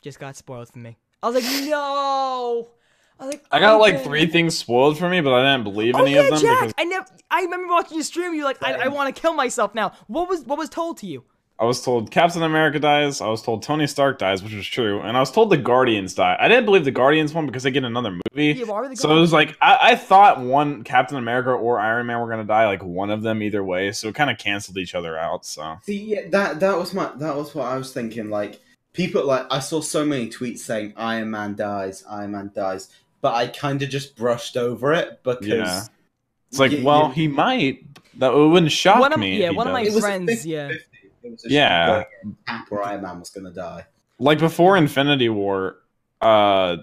S1: just got spoiled for me. I was like, no. I was like,
S2: I got like
S1: Ivan.
S2: three things spoiled for me, but I didn't believe
S1: Oh
S2: any
S1: yeah,
S2: of them
S1: Jack!
S2: because
S1: I never. I remember watching your stream. You're like, I, I want to kill myself now. What was what was told to you?
S2: I was told Captain America dies, I was told Tony Stark dies, which was true, and I was told the Guardians die. I didn't believe the Guardians one because they get another movie.
S1: Yeah, why were the
S2: so it was like I, I thought one Captain America or Iron Man were gonna die, like one of them either way. So it kind of canceled each other out. So
S3: See, yeah, that that was my that was what I was thinking. Like people, like I saw so many tweets saying Iron Man dies, Iron Man dies, but I kind of just brushed over it because
S2: Yeah. it's like,
S3: Yeah,
S2: well,
S3: yeah.
S2: he might. That it wouldn't shock
S1: One of-
S2: me. if
S1: yeah,
S2: he
S1: one of my
S2: does.
S3: it was a
S1: Friends,
S3: 50-50.
S1: yeah.
S3: It was a
S2: Yeah.
S3: shot going in, Cap or Iron Man was gonna die.
S2: like before Infinity War, uh,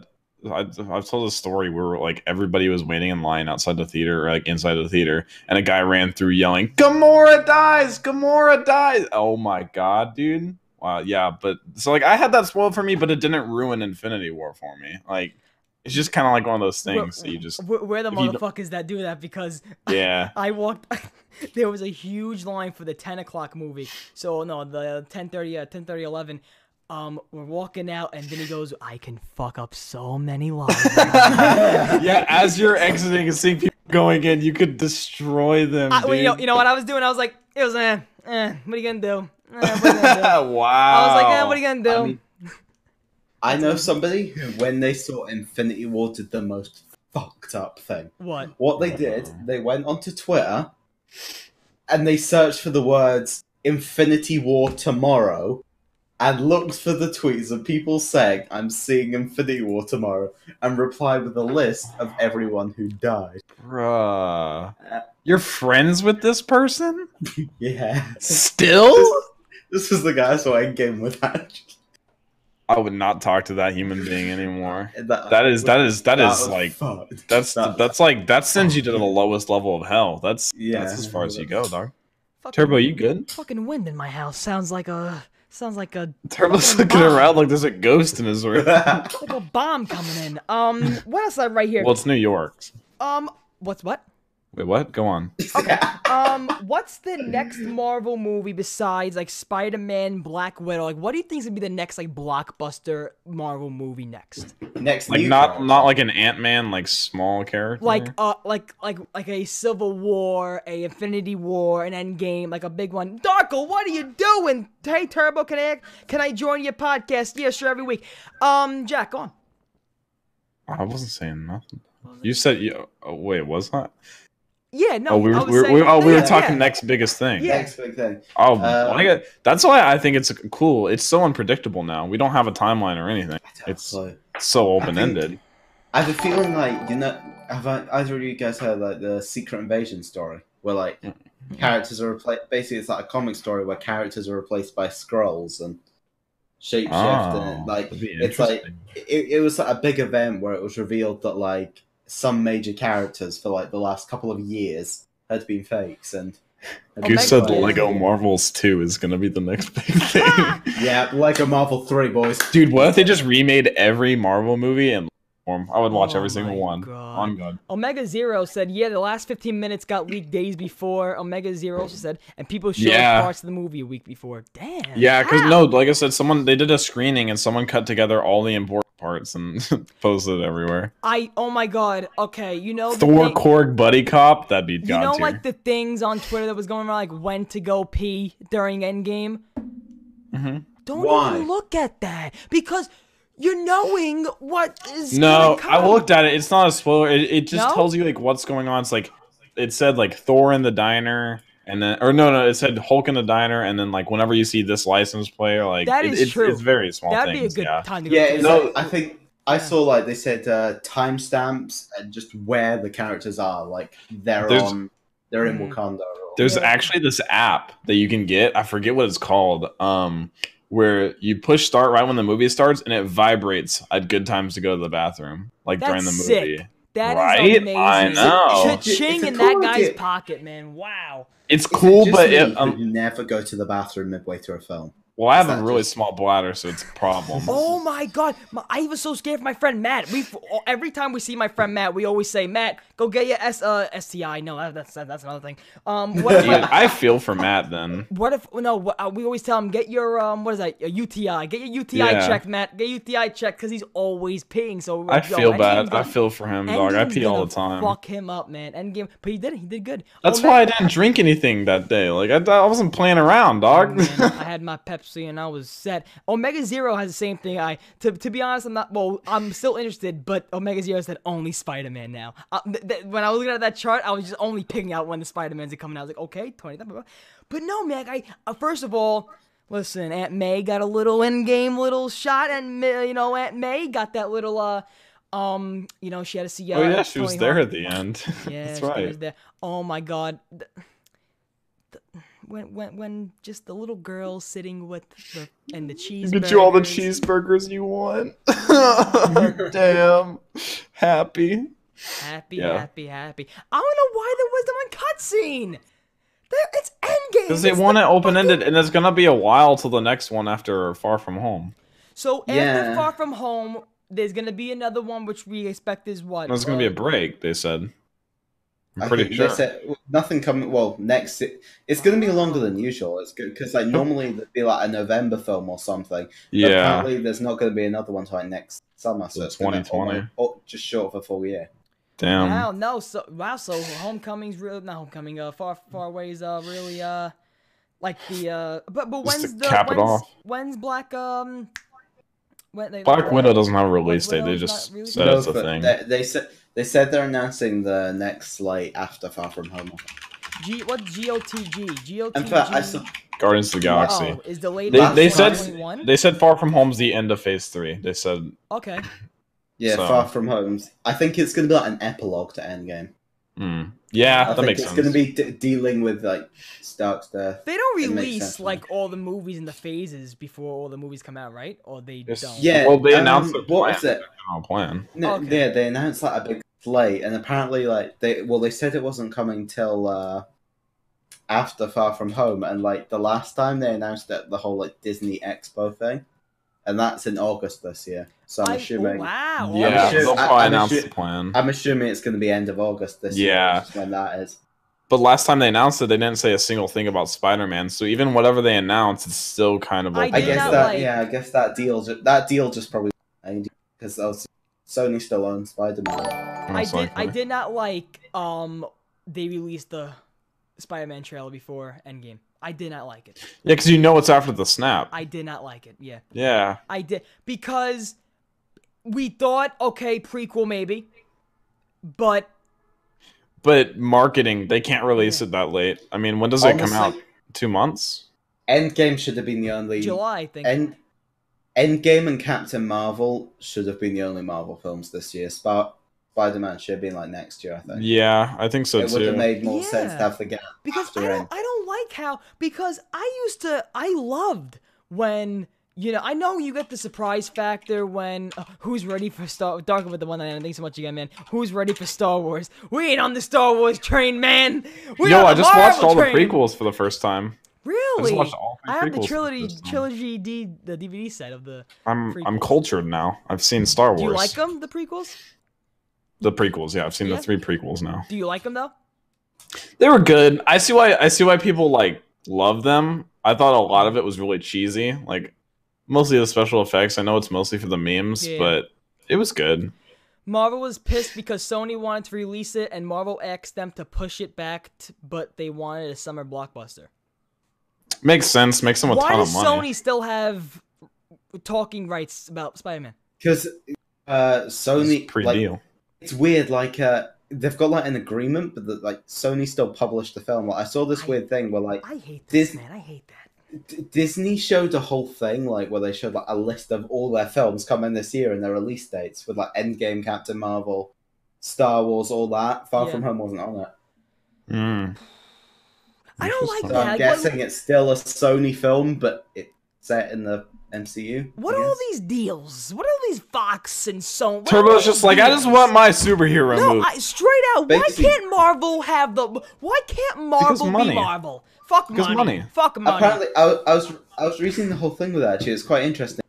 S2: I, I've told a story where like everybody was waiting in line outside the theater, or, like inside the theater, and a guy ran through yelling, "Gamora dies! Gamora dies!" Oh my god, dude! Wow, yeah, but so like I had that spoiled for me, but it didn't ruin Infinity War for me. Like it's just kind of like one of those
S1: We're-
S2: things that
S1: *laughs*
S2: you just
S1: We're, we're the
S2: if you don't-
S1: motherfuckers that do that because
S2: yeah.
S1: I walked. *laughs* there was a huge line for the ten o'clock movie. So no, the 10:30, uh, 10:30, 11. Um, we're walking out, and then he goes, "I can fuck up so many *laughs*
S2: *laughs*
S1: lives."
S2: yeah, as you're exiting and seeing people going in, you could destroy them.
S1: I, well, you know,
S2: dude.
S1: you know what I was doing? I was like, "It was eh, eh, what are you gonna do?" Eh, what are you gonna do?
S2: *laughs* wow.
S1: I was like, eh, "What are you gonna do?"
S3: I mean, I know somebody who, when they saw Infinity War, did the most fucked up thing.
S1: what?
S3: What they did,
S2: Mm.
S3: they went onto Twitter and they searched for the words Infinity War tomorrow and looked for the tweets of people saying I'm seeing him for the war tomorrow and replied with a list of everyone who died.
S2: Bruh.
S3: Uh,
S2: You're friends with this person?
S3: Yeah. *laughs*
S2: Still?
S3: This is the guy I saw in game with *laughs* actually.
S2: I would not talk to that human being anymore. That is that is that is
S3: Uh, was
S2: like
S3: fucked.
S2: that's
S3: That-
S2: that's like that sends you to the lowest level of hell. That's
S3: Yeah.
S2: that's as far as you
S1: *laughs*
S2: go, dog.
S1: Fucking-
S2: Turbo, you good?
S1: Fucking wind in my house sounds like a sounds like a
S3: *laughs*
S2: Turbo's looking around like there's a ghost in his room.
S1: like a bomb coming in. Um, what else I right here?
S2: Well, it's New York.
S1: Um, what's what?
S2: Wait, what? Go on.
S1: Um, what's the next Marvel movie besides like Spider Man, Black Widow? Like, what do you think's gonna be the next like blockbuster Marvel movie next?
S3: Next
S2: Like
S3: news
S2: not
S3: article.
S2: not like an Ant Man like small character.
S1: Like, uh, like, like, like a Civil War, a Infinity War, an Endgame, like a big one. Darko, what are you doing? Hey, Turbo, can I can I join your podcast? Yeah, sure, every week. Um, Jack, go on.
S2: Oh, I wasn't saying nothing. You said you. Oh, wait, was that?
S1: Yeah, no.
S2: oh,
S1: I
S2: we were
S1: was
S2: we were,
S1: saying-
S2: we, oh, we
S1: yeah,
S2: were talking
S1: yeah.
S2: next biggest thing.
S1: Yeah.
S3: Next big thing.
S2: Oh,
S3: Uh,
S2: my God. that's why I think it's cool. It's so unpredictable now. We don't have a timeline or anything. It's
S3: It's like
S2: so open ended.
S3: I have a feeling like you know have I, either of you guys heard like the Secret Invasion story where like characters are replaced. Basically, it's like a comic story where characters are replaced by scrolls and shapeshift
S2: Ah.
S3: and like it's like it, it was like a big event where it was revealed that like some major characters for like the last couple of years had been fakes and.
S1: Omega
S2: you said
S1: Man.
S2: Lego Marvels 2 is going to be the next big thing.
S3: Yeah, Lego Marvel Three boys.
S2: Dude, what if they just remade every Marvel movie in form? I would watch
S1: Oh
S2: every single
S1: my
S2: one.
S1: God.
S2: On God.
S1: Omega Zero said, "Yeah, the last 15 minutes got leaked days before." Omega Zero also said, and people showed
S2: Yeah.
S1: parts of the movie a week before. Damn.
S2: Yeah, because
S1: Wow.
S2: no, like I said, someone they did a screening and someone cut together all the important parts and *laughs* posted it everywhere.
S1: I. Oh my God. Okay, you know. the
S2: Thor,
S1: thing-
S2: Korg, Buddy Cop, that'd be
S1: You
S2: god
S1: know,
S2: tier.
S1: like the things on Twitter that was going around, like when to go pee during Endgame.
S2: Mhm.
S1: Don't
S3: Why?
S1: even look at that because you're knowing what is.
S2: No,
S1: gonna
S2: I
S1: come.
S2: looked at it. It's not a spoiler. It, it just
S1: No?
S2: tells you like what's going on. It's like it said like Thor in the diner, and then or no, no, it said Hulk in the diner, and then like whenever you see this license plate, or, like
S1: That
S2: it-
S1: is
S2: it's,
S1: true.
S2: It's very small
S1: That'd
S2: things.
S1: be a good
S2: yeah.
S1: time to go.
S3: Yeah,
S1: to
S3: it's
S1: it.
S3: like, I think I saw like they said uh, timestamps and just where the characters are. Like they're
S2: There's-
S3: on, they're in
S1: Mhm.
S3: Wakanda. Or,
S2: There's
S1: Yeah.
S2: actually this app that you can get. I forget what it's called. Um, where you push start right when the movie starts, and it vibrates at good times to go to the bathroom, like during the
S1: That's
S2: movie.
S1: sick. That is
S2: Right?
S1: amazing.
S2: I know.
S1: Cha-ching
S3: It's a
S1: in that
S3: cool
S1: guy's
S3: idea.
S1: pocket, man. Wow.
S2: It's
S3: Is it
S2: cool,
S3: just
S2: but
S3: me
S2: it,
S3: who
S2: um,
S3: never go to the bathroom midway through a film.
S2: well, I
S3: It's
S2: have a
S3: not
S2: really
S3: just-
S2: small bladder, so it's a problem.
S1: Oh my god, my, I was so scared for my friend Matt. We every time we see my friend Matt, we always say, "Matt, go get your S uh, STI." No, that, that's that's another thing. Um,
S2: *laughs*
S1: what if
S2: Dude,
S1: I,
S2: I feel for Matt then.
S1: what if no? What, uh, we always tell him get your um, what is that? A UTI. Get your UTI
S2: Yeah.
S1: checked, Matt. Get your UTI checked because he's always peeing. So we're
S2: I
S1: like, yo,
S2: feel bad.
S1: Endgame's
S2: I
S1: gonna-
S2: feel for him, dog. I
S1: Endgame's
S2: pee all
S1: gonna
S2: the time.
S1: Fuck him up, man. Endgame, but he did it. He did good.
S2: That's
S1: Oh,
S2: why
S1: *laughs*
S2: I
S1: Matt-
S2: didn't drink anything that day. Like I, I wasn't playing around, dog.
S1: Oh, Man, I had my Pepsi and I was set. Omega Zero has the same thing. I to, to be honest, I'm not. Well, I'm still interested, but Omega Zero said only Spider Man now. Uh, th- th- when I was looking at that chart, I was just only picking out when the Spider Mans are coming out. I was like, okay, twenty. blah, blah, blah. But no, man. I uh, first of all. Listen, Aunt May got a little in-game little shot, and uh, you know Aunt May got that little, uh, um, you know she had to see. Uh,
S2: *laughs* oh yeah, she was
S1: Tony
S2: there
S1: Hawk.
S2: at the end. *laughs*
S1: Yeah,
S2: That's
S1: she was
S2: right.
S1: there. Oh my God. Th- th- when when when just the little girl sitting with the and
S2: *laughs*
S1: the cheese.
S2: Get you all the cheeseburgers you want. *laughs* Damn, happy.
S1: Happy,
S2: Yeah.
S1: happy, happy. I don't know why there was the one cutscene. There, it's Endgame.
S2: Because they
S1: it's the
S2: want it open ended, and it's gonna be a while till the next one after Far From Home.
S1: So after
S3: Yeah.
S1: Far From Home, there's gonna be another one, which we expect is what.
S2: There's gonna be a
S1: uh,
S2: break. They said. I'm
S3: I
S2: pretty
S3: think
S2: sure.
S3: They said nothing coming. Well, next it- it's going to be longer than usual. It's good because like normally there'd be like a November film or something. But
S2: yeah.
S3: Apparently, there's not going to be another one till like, next summer. So
S2: So
S3: it's gonna be
S2: 2020.
S3: all- all- just short of a full year.
S2: Damn.
S1: Wow, no, so wow, so homecoming's real not homecoming, uh far far ways uh really uh like the uh but but
S2: Just to
S1: when's the
S2: cap it
S1: when's,
S2: off.
S1: when's black um when they
S2: Black Widow doesn't have a release
S1: Black
S2: date. They
S1: Widow's
S2: just
S1: not released?
S2: said it's a
S3: but
S2: thing.
S3: They, they said they said they're announcing the next like after Far From Home.
S1: G what GOTG? GOTG
S3: In fact, I saw
S2: Guardians of the Galaxy.
S1: Oh, is delayed.
S2: They-
S1: until
S2: they said-
S1: 2021?
S2: They said Far From Home's the end of Phase Three. They said,
S1: okay.
S3: Yeah,
S2: So-
S3: Far From Homes. I think it's going to be like an epilogue to Endgame.
S2: hmm. yeah,
S3: I
S2: that
S3: think
S2: makes
S3: it's
S2: sense.
S3: going to be de- dealing with like Stark's death.
S1: They don't
S3: It makes
S1: release
S3: sense,
S1: like
S3: man.
S1: all the movies in the phases before all the movies come out, right? Or they
S2: Yes.
S1: don't.
S3: Yeah.
S2: Well, they
S3: um,
S2: announced the
S3: what
S2: plan.
S3: was it?
S2: General plan.
S3: No,
S1: Okay.
S3: Yeah, they announced like a big slate, and apparently, like they well, they said it wasn't coming till uh, after Far From Home, and like the last time they announced that the whole like Disney Expo thing, and that's in August this year. So I'm
S1: I- oh,
S3: assuming
S1: wow. all
S2: Yeah,
S1: these-
S3: sure-
S2: they'll
S3: I-
S2: probably
S3: I'm
S2: announce
S3: sure-
S2: the plan.
S3: I'm assuming it's going to be end of August this year,
S2: Yeah.
S3: which is when that is.
S2: But last time they announced it, they didn't say a single thing about Spider-Man. So even whatever they announced, it's still kind of
S1: I
S2: open.
S3: I
S1: They're
S3: guess
S1: not
S3: that
S1: like-
S3: yeah, I guess that deal ju- that deal just probably because Sony still owns Spider Man.
S1: I
S2: Most
S1: did. I
S2: likely.
S1: did not like. Um, they released the Spider-Man trailer before Endgame. I did not like it.
S2: Yeah, because you know it's after the snap.
S1: I did not like it. Yeah,
S2: Yeah,
S1: I did because we thought okay prequel maybe, but
S2: but marketing, they can't release it that late. I mean, when does it come out? Two months?
S3: Endgame should have been the only
S1: July I think.
S3: End Endgame and Captain Marvel should have been the only Marvel films this year. Sp- Spider Man should have been like next year, I think.
S2: Yeah, I think so
S3: it would have
S2: too.
S3: made more
S1: Yeah.
S3: sense to have the gap.
S1: because I
S3: after
S1: don't,
S3: End.
S1: I don't like how because I used to I loved when you know I know you get the surprise factor when uh, who's ready for Star Dark with the one I thanks so much again man who's ready for Star Wars we ain't on the Star Wars train man we
S2: Yo,
S1: on
S2: I
S1: the
S2: just watched
S1: Marvel
S2: all the
S1: train.
S2: prequels for the first time. I
S1: really
S2: just watched all three
S1: I have the
S2: prequels for
S1: trilogy
S2: first time.
S1: trilogy D the DVD set of the
S2: I'm I'm
S1: prequels.
S2: cultured now. I've seen Star Wars.
S1: do you like them the prequels
S2: The prequels, yeah. I've seen
S1: Yeah.
S2: the three prequels now.
S1: do you like them though
S2: They were good. I see why I see why people like love them. I thought a lot of it was really cheesy. Like mostly the special effects. I know it's mostly for the memes,
S1: Yeah.
S2: but it was good.
S1: Marvel was pissed because Sony wanted to release it and Marvel asked them to push it back, t- but they wanted a summer blockbuster.
S2: Makes sense, makes them a
S1: Why
S2: ton
S1: does
S2: of money.
S1: Sony still have talking rights about Spider-Man?
S3: Because uh, Sony,
S2: pre
S3: like,
S2: deal.
S3: it's weird. Like uh, they've got like an agreement, but that like Sony still published the film. Like I saw this weird thing where like
S1: I hate this,
S3: Dis-
S1: man. I hate that.
S3: D- Disney showed a whole thing like where they showed like a list of all their films coming this year and their release dates with like Endgame, Captain Marvel, Star Wars, all that. Far
S1: Yeah.
S3: from Home wasn't on it.
S2: Mm.
S1: I don't like
S2: Interesting.
S3: So I'm
S1: that. Like,
S3: guessing it's still a Sony film, but it's set in the MCU.
S1: what, what
S3: I
S1: are all
S3: guess.
S1: these deals? What are all these Fox and Sony? what are
S2: Turbo's
S1: all
S2: just like, I just
S1: these deals?"
S2: want my superhero
S1: No,
S2: movie.
S1: I, straight out.
S3: Basically-
S1: why can't Marvel have the? Why can't Marvel be
S2: money.
S1: Marvel? Fuck
S2: Because
S1: money.
S2: money.
S1: Fuck money.
S3: Apparently, I, I was I was reading the whole thing with that. Actually, it's quite interesting.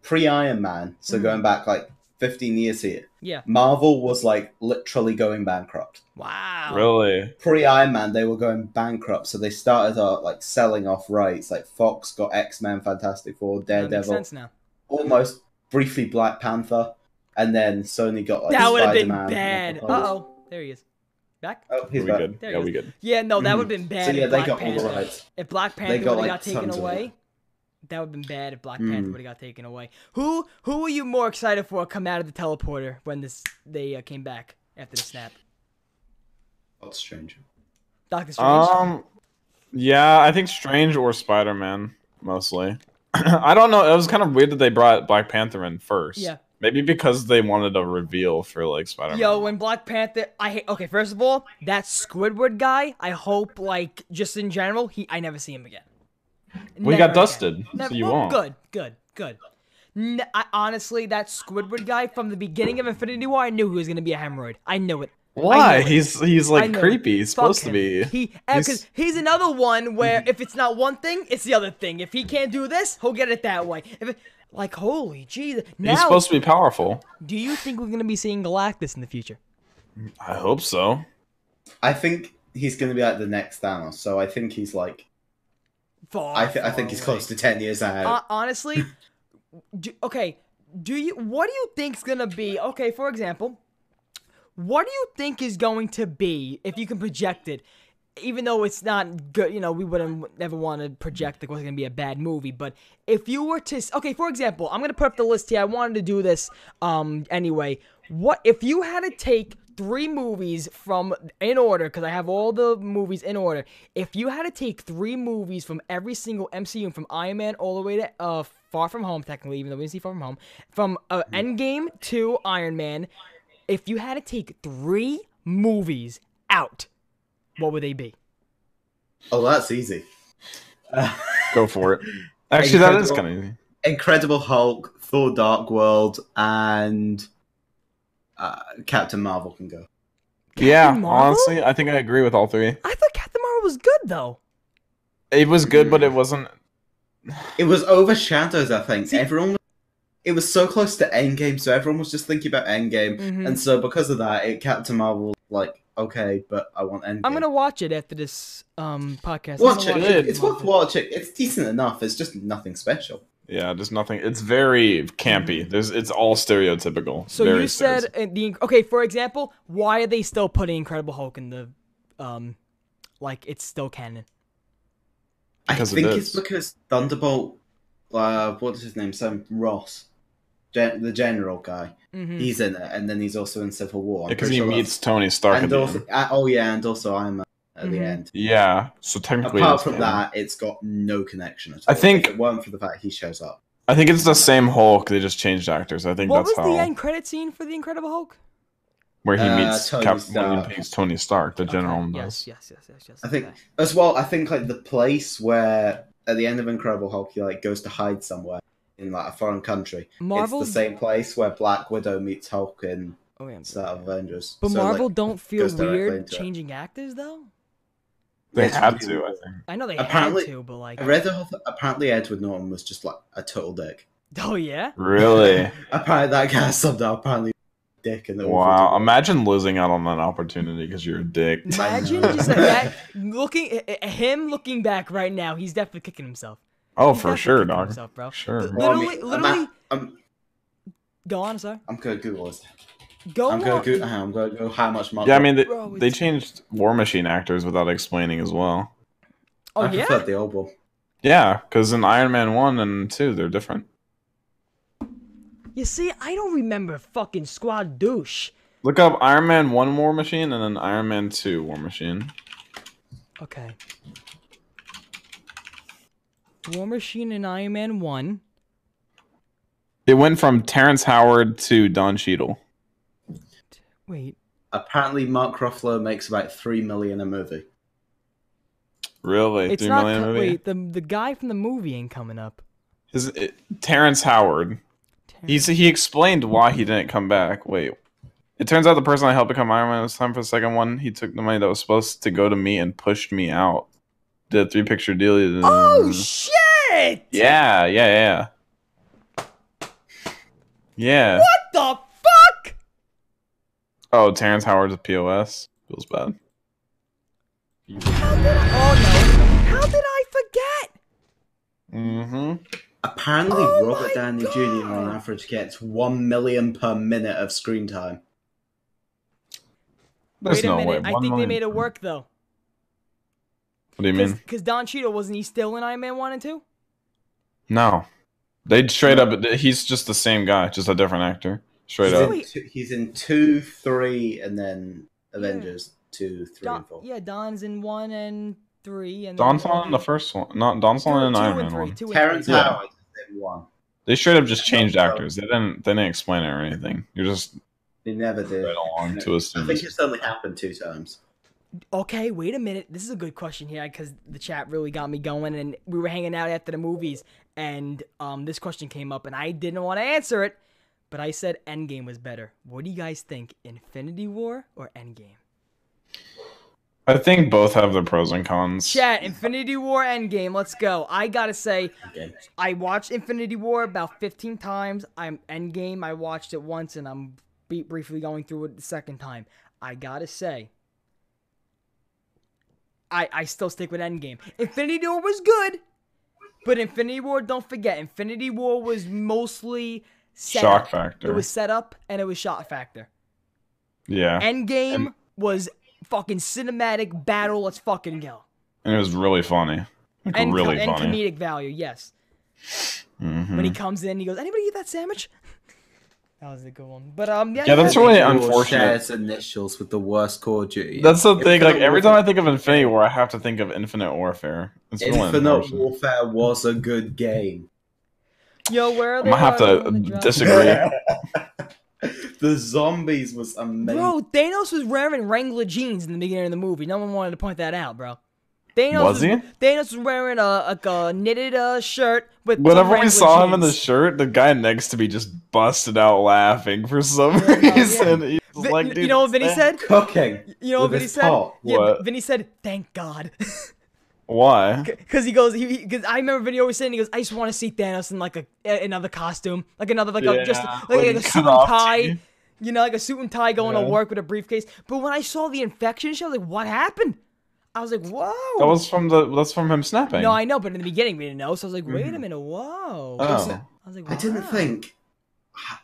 S3: Pre Iron Man, so
S1: Mhm.
S3: going back like 15 years here,
S1: yeah.
S3: Marvel was like literally going bankrupt.
S1: Wow.
S2: Really?
S3: pre Iron Man, they were going bankrupt, so they started uh, like selling off rights. Like Fox got X Men, Fantastic Four,
S1: That makes
S3: Daredevil,
S1: sense now.
S3: almost briefly Black Panther, and then Sony got like
S1: that would have been
S3: Spider-Man,
S1: bad.
S3: Michael
S1: Uh
S3: Myers.
S1: oh, there he is. Back.
S3: Oh,
S2: We
S3: he's back.
S2: good.
S1: There
S2: Yeah,
S1: he
S2: we good.
S1: Yeah, no, that would have been
S3: Mm. So
S1: bad.
S3: yeah,
S1: if
S3: they
S1: Black
S3: got all
S1: Panther.
S3: the rights.
S1: If Black Panther would
S3: got,
S1: have
S3: like,
S1: got taken
S3: tons of
S1: away,
S3: it.
S1: that would have been bad. If Black
S3: Mm.
S1: Panther would have got taken away, who who were you more excited for come out of the teleporter when this they uh, came back after the snap?
S3: That's strange.
S1: Doctor Strange.
S2: Um, yeah, I think Strange or Spider Man mostly. *clears throat* I don't know. It was kind of weird that they brought Black Panther in first.
S1: Yeah.
S2: Maybe because they wanted a reveal for like Spider Man.
S1: Yo, when Black Panther, I hate. Okay, first of all, that Squidward guy. I hope, like, just in general, he. I never see him again.
S2: we
S1: Never
S2: got
S1: again.
S2: dusted,
S1: Never-
S2: so you
S1: well,
S2: won't.
S1: Good, good, good. N I honestly, that Squidward guy from the beginning of Infinity War, I knew he was gonna be a hemorrhoid. I knew it. I
S2: Why?
S1: know it.
S2: He's he's
S1: I
S2: like
S1: know
S2: creepy.
S1: it.
S2: He's
S1: Fuck
S2: supposed
S1: him.
S2: to be.
S1: He because he's,
S2: He's- Mm-hmm.
S1: another one where if it's not one thing, it's the other thing. If he can't do this, he'll get it that way. If it, like holy Jesus! Now,
S2: he's supposed to be powerful.
S1: do you think we're gonna be seeing Galactus in the future?
S2: I hope so.
S3: I think he's going to be like the next Thanos, so I think he's like
S1: Far,
S3: I, th- I think
S1: far
S3: he's
S1: away.
S3: close to ten years out.
S1: Hon- honestly, do, okay, do you what do you think's gonna be? Okay, for example, what do you think is going to be if you can project it? Even though it's not good, you know, we wouldn't never want to project like what's gonna be a bad movie. But if you were to, s- okay, for example, I'm gonna put up the list here. I wanted to do this um anyway. What if you had to take three movies from in order, because I have all the movies in order. If you had to take three movies from every single MCU, and from Iron Man all the way to uh, Far From Home, technically, even though we didn't see Far From Home, from uh, Endgame to Iron Man, if you had to take three movies out, what would they be?
S3: Oh, that's easy.
S4: Go for it.
S2: Actually, that is
S3: Incredible.
S2: kind of easy.
S3: Incredible Hulk, Thor: Dark World, and uh, Captain Marvel can go.
S2: Yeah,
S1: Marvel?
S2: honestly, I think I agree with all three.
S1: I thought Captain Marvel was good though.
S2: It was good, but it wasn't.
S3: It was overshadowed, I think. everyone was, it was so close to Endgame, so everyone was just thinking about Endgame,
S1: Mhm.
S3: and so because of that, it Captain Marvel was like okay, but I want Endgame.
S1: I'm gonna watch it after this um podcast. I'm
S3: watch it.
S1: gonna
S2: Good.
S3: It's worth watching. It's decent enough. It's just nothing special.
S2: Yeah, there's nothing. It's very campy. There's. It's all stereotypical.
S1: Mm. So
S2: Very
S1: you said uh,
S2: stereotypical.
S1: the okay. For example, why are they still putting Incredible Hulk in the, um, like it's still canon?
S2: Because
S3: I
S2: it
S3: think
S2: is.
S3: it's because Thunderbolt. Uh, what's his name? Sam Ross, gen- the general guy.
S2: Mm-hmm.
S1: hmm
S3: He's in it, and then he's also in Civil War. I'm
S2: because
S3: pretty
S2: he
S3: sure that's-
S2: meets Tony Stark at
S3: And
S2: the
S3: also,
S2: end.
S3: uh, oh yeah, and also I'm at the
S1: Mhm.
S3: end.
S2: Yeah. So technically,
S3: Apart
S2: it's
S3: from
S2: canon.
S3: that, it's got no connection at
S2: I
S3: all.
S2: think-
S3: if it weren't for the fact he shows up.
S2: I think it's the same Hulk. They just changed actors. I think
S1: What was
S2: that's how
S1: the end credit scene for the Incredible Hulk?
S2: where he
S3: Uh,
S2: meets
S3: Tony
S2: Cap- when
S3: Stark.
S2: he meets Tony Stark, the general.
S1: Okay,
S2: and
S1: Yes,
S2: does.
S1: yes, yes, yes, yes.
S3: I think
S1: okay.
S3: as well. I think like the place where at the end of Incredible Hulk he like goes to hide somewhere in like a foreign country.
S1: Marvel.
S3: It's the same place where Black Widow meets Hulk in
S1: Oh, yeah.
S3: Star of Avengers.
S1: But
S3: uh, So, like,
S1: Marvel don't feel
S3: goes directly
S1: weird
S3: into it.
S1: changing actors though.
S2: They
S3: it's
S2: had
S3: really
S2: to. I
S3: weird.
S2: think.
S1: I know they
S3: Apparently-
S1: had to, but like,
S3: I read the whole thing. Apparently, Edward Norton was just like a total dick.
S1: *laughs* oh yeah.
S3: *laughs*
S2: Really?
S3: Apparently, that guy *laughs* subbed out. Apparently, dick and
S2: wow. Imagine losing out on that opportunity because you're a dick.
S1: Imagine
S3: know.
S2: *laughs*
S1: just like that, looking i- i- him looking back right now. He's definitely kicking himself.
S2: Oh,
S1: He's
S2: for
S1: definitely
S2: sure,
S1: kicking
S2: dog.
S1: Himself, bro.
S2: Sure.
S1: Well, I mean, Literally- literally-
S3: I'm,
S1: Go on, sorry.
S3: I'm gonna Google this.
S1: Go
S3: I'm
S1: on.
S3: gonna Google. I'm gonna Google how much Marvel.
S2: Yeah, I mean, they,
S1: Bro,
S2: they
S1: it's-
S2: changed War Machine actors without explaining as well.
S1: oh
S3: I
S1: yeah.
S3: preferred the old one.
S2: Yeah, because in Iron Man 1 and 2, they're different.
S1: You see, I don't remember fucking squad douche.
S2: Look up Iron Man 1 War Machine and then Iron Man 2 War Machine.
S1: Okay. War Machine and Iron Man one.
S2: They went from Terrence Howard to Don Cheadle.
S1: Wait.
S3: Apparently, Mark Ruffalo makes about three million a movie.
S2: Really?
S1: It's
S2: Three
S1: not.
S2: million
S1: co-
S2: movie?
S1: wait. The the guy from the movie ain't coming up.
S2: His, it, Terrence Howard. He's, he explained why he didn't come back. Wait. It turns out the person I helped become Iron Man was time for the second one. He took the money that was supposed to go to me and pushed me out. Did a three picture deal.
S1: Oh shit!
S2: Yeah, yeah, yeah. Yeah.
S1: What the fuck?
S2: Oh, Terrence Howard's a POS. Feels bad.
S1: How did I, oh no! How did I forget?
S2: Mm-hmm.
S3: Apparently,
S1: Oh my
S3: Robert Downey Jr. on
S1: God.
S3: average gets one million per minute of screen time.
S2: There's
S1: Wait a
S2: no
S1: minute.
S2: way.
S1: I
S2: One
S1: think they
S2: million-
S1: made it work though.
S2: What do you mean?
S1: Because Don Cheadle wasn't he still in Iron Man one and two?
S2: No. They straight up. He's just the same guy, just a different actor. Straight
S3: He's
S2: up.
S3: in, two, he's in two, three, and then Avengers two, three,
S1: Don,
S3: and four.
S1: yeah, Don's in one and three, and
S2: Don's
S1: then-
S2: not in the first one. Not Don's
S1: two,
S2: not in
S1: two
S2: Iron Man
S1: and three,
S2: one.
S1: two and
S3: Terrence
S1: three.
S2: Yeah.
S3: Howard is in one.
S2: They straight up just changed
S3: so.
S2: actors. They didn't. They didn't explain it or anything. You're just
S3: They never did.
S2: right along to
S3: I
S2: assume.
S3: think it's only happened two times.
S1: Okay, wait a minute. This is a good question here because the chat really got me going, and we were hanging out after the movies, and um, this question came up, and I didn't want to answer it, but I said Endgame was better. What do you guys think, Infinity War or Endgame?
S2: I think both have their pros and cons.
S1: Chat, Infinity War, Endgame. Let's go. I gotta say,
S3: Okay.
S1: I watched Infinity War about 15 times. I'm Endgame. I watched it once, and I'm be- briefly going through it the second time. I gotta say, I I still stick with Endgame. Infinity War was good, but Infinity War. Don't forget, Infinity War was mostly set
S2: Shock
S1: up.
S2: factor.
S1: It was set up, and it was shot factor.
S2: yeah.
S1: Endgame
S2: And-
S1: was fucking cinematic battle. Let's fucking go.
S2: and it was really funny. Like
S1: And,
S2: really
S1: and
S2: funny.
S1: comedic value, yes.
S2: Mhm.
S1: When he comes in, he goes, "Anybody eat that sandwich?" *laughs* That was a good one. But um, yeah.
S2: Yeah, that's
S1: yeah.
S2: really
S3: Or
S2: unfortunate.
S3: Shares initials with the worst Call of Duty.
S2: That's the thing. Like
S3: Infinite
S2: every time
S3: Warfare-
S2: I think of Infinity War, I have to think of Infinite Warfare. It's really
S3: Infinite
S2: unfortunate.
S3: Warfare was a good game.
S1: Yo, where are
S2: I'm
S1: they?
S2: gonna have
S1: uh, on the
S2: to
S1: job?
S2: disagree.
S3: *laughs* the zombies was amazing.
S1: Bro, Thanos was wearing Wrangler jeans in the beginning of the movie. No one wanted to point that out, bro. Thanos
S2: Was he?
S1: Thanos was wearing a, a, a knitted uh, shirt with. some
S2: Whenever we
S1: Wrangler
S2: saw him in the
S1: jeans.
S2: shirt, the guy next to me just busted out laughing for some
S1: yeah.
S2: reason. He's
S1: Vi-
S2: like,
S1: you
S2: dude,
S1: know what Vinny
S2: thank-
S1: said?
S3: Cooking.
S1: You know what
S3: with
S1: Vinny
S3: his
S1: said?
S3: top.
S1: Yeah,
S2: What?
S1: Vinny said, "Thank God." *laughs*
S2: Why?
S1: Because he goes, he because I remember video always saying he goes, I just want to see Thanos in like a a- another costume, like another like a, just
S2: Yeah,
S1: like,
S2: when
S1: like
S2: he
S1: a
S2: cut
S1: suit and
S2: off
S1: tie,
S2: too.
S1: you know, like a suit and tie going
S2: Yeah.
S1: to work with a briefcase. But when I saw the infection, shit, I was like, what happened? I was like, whoa.
S2: That was from the. That's from him snapping.
S1: no, I know, but in the beginning we didn't know, so I was like,
S2: Mm-hmm.
S1: wait a minute, whoa.
S2: Oh.
S1: I was like,
S3: I didn't
S1: wow.
S3: think.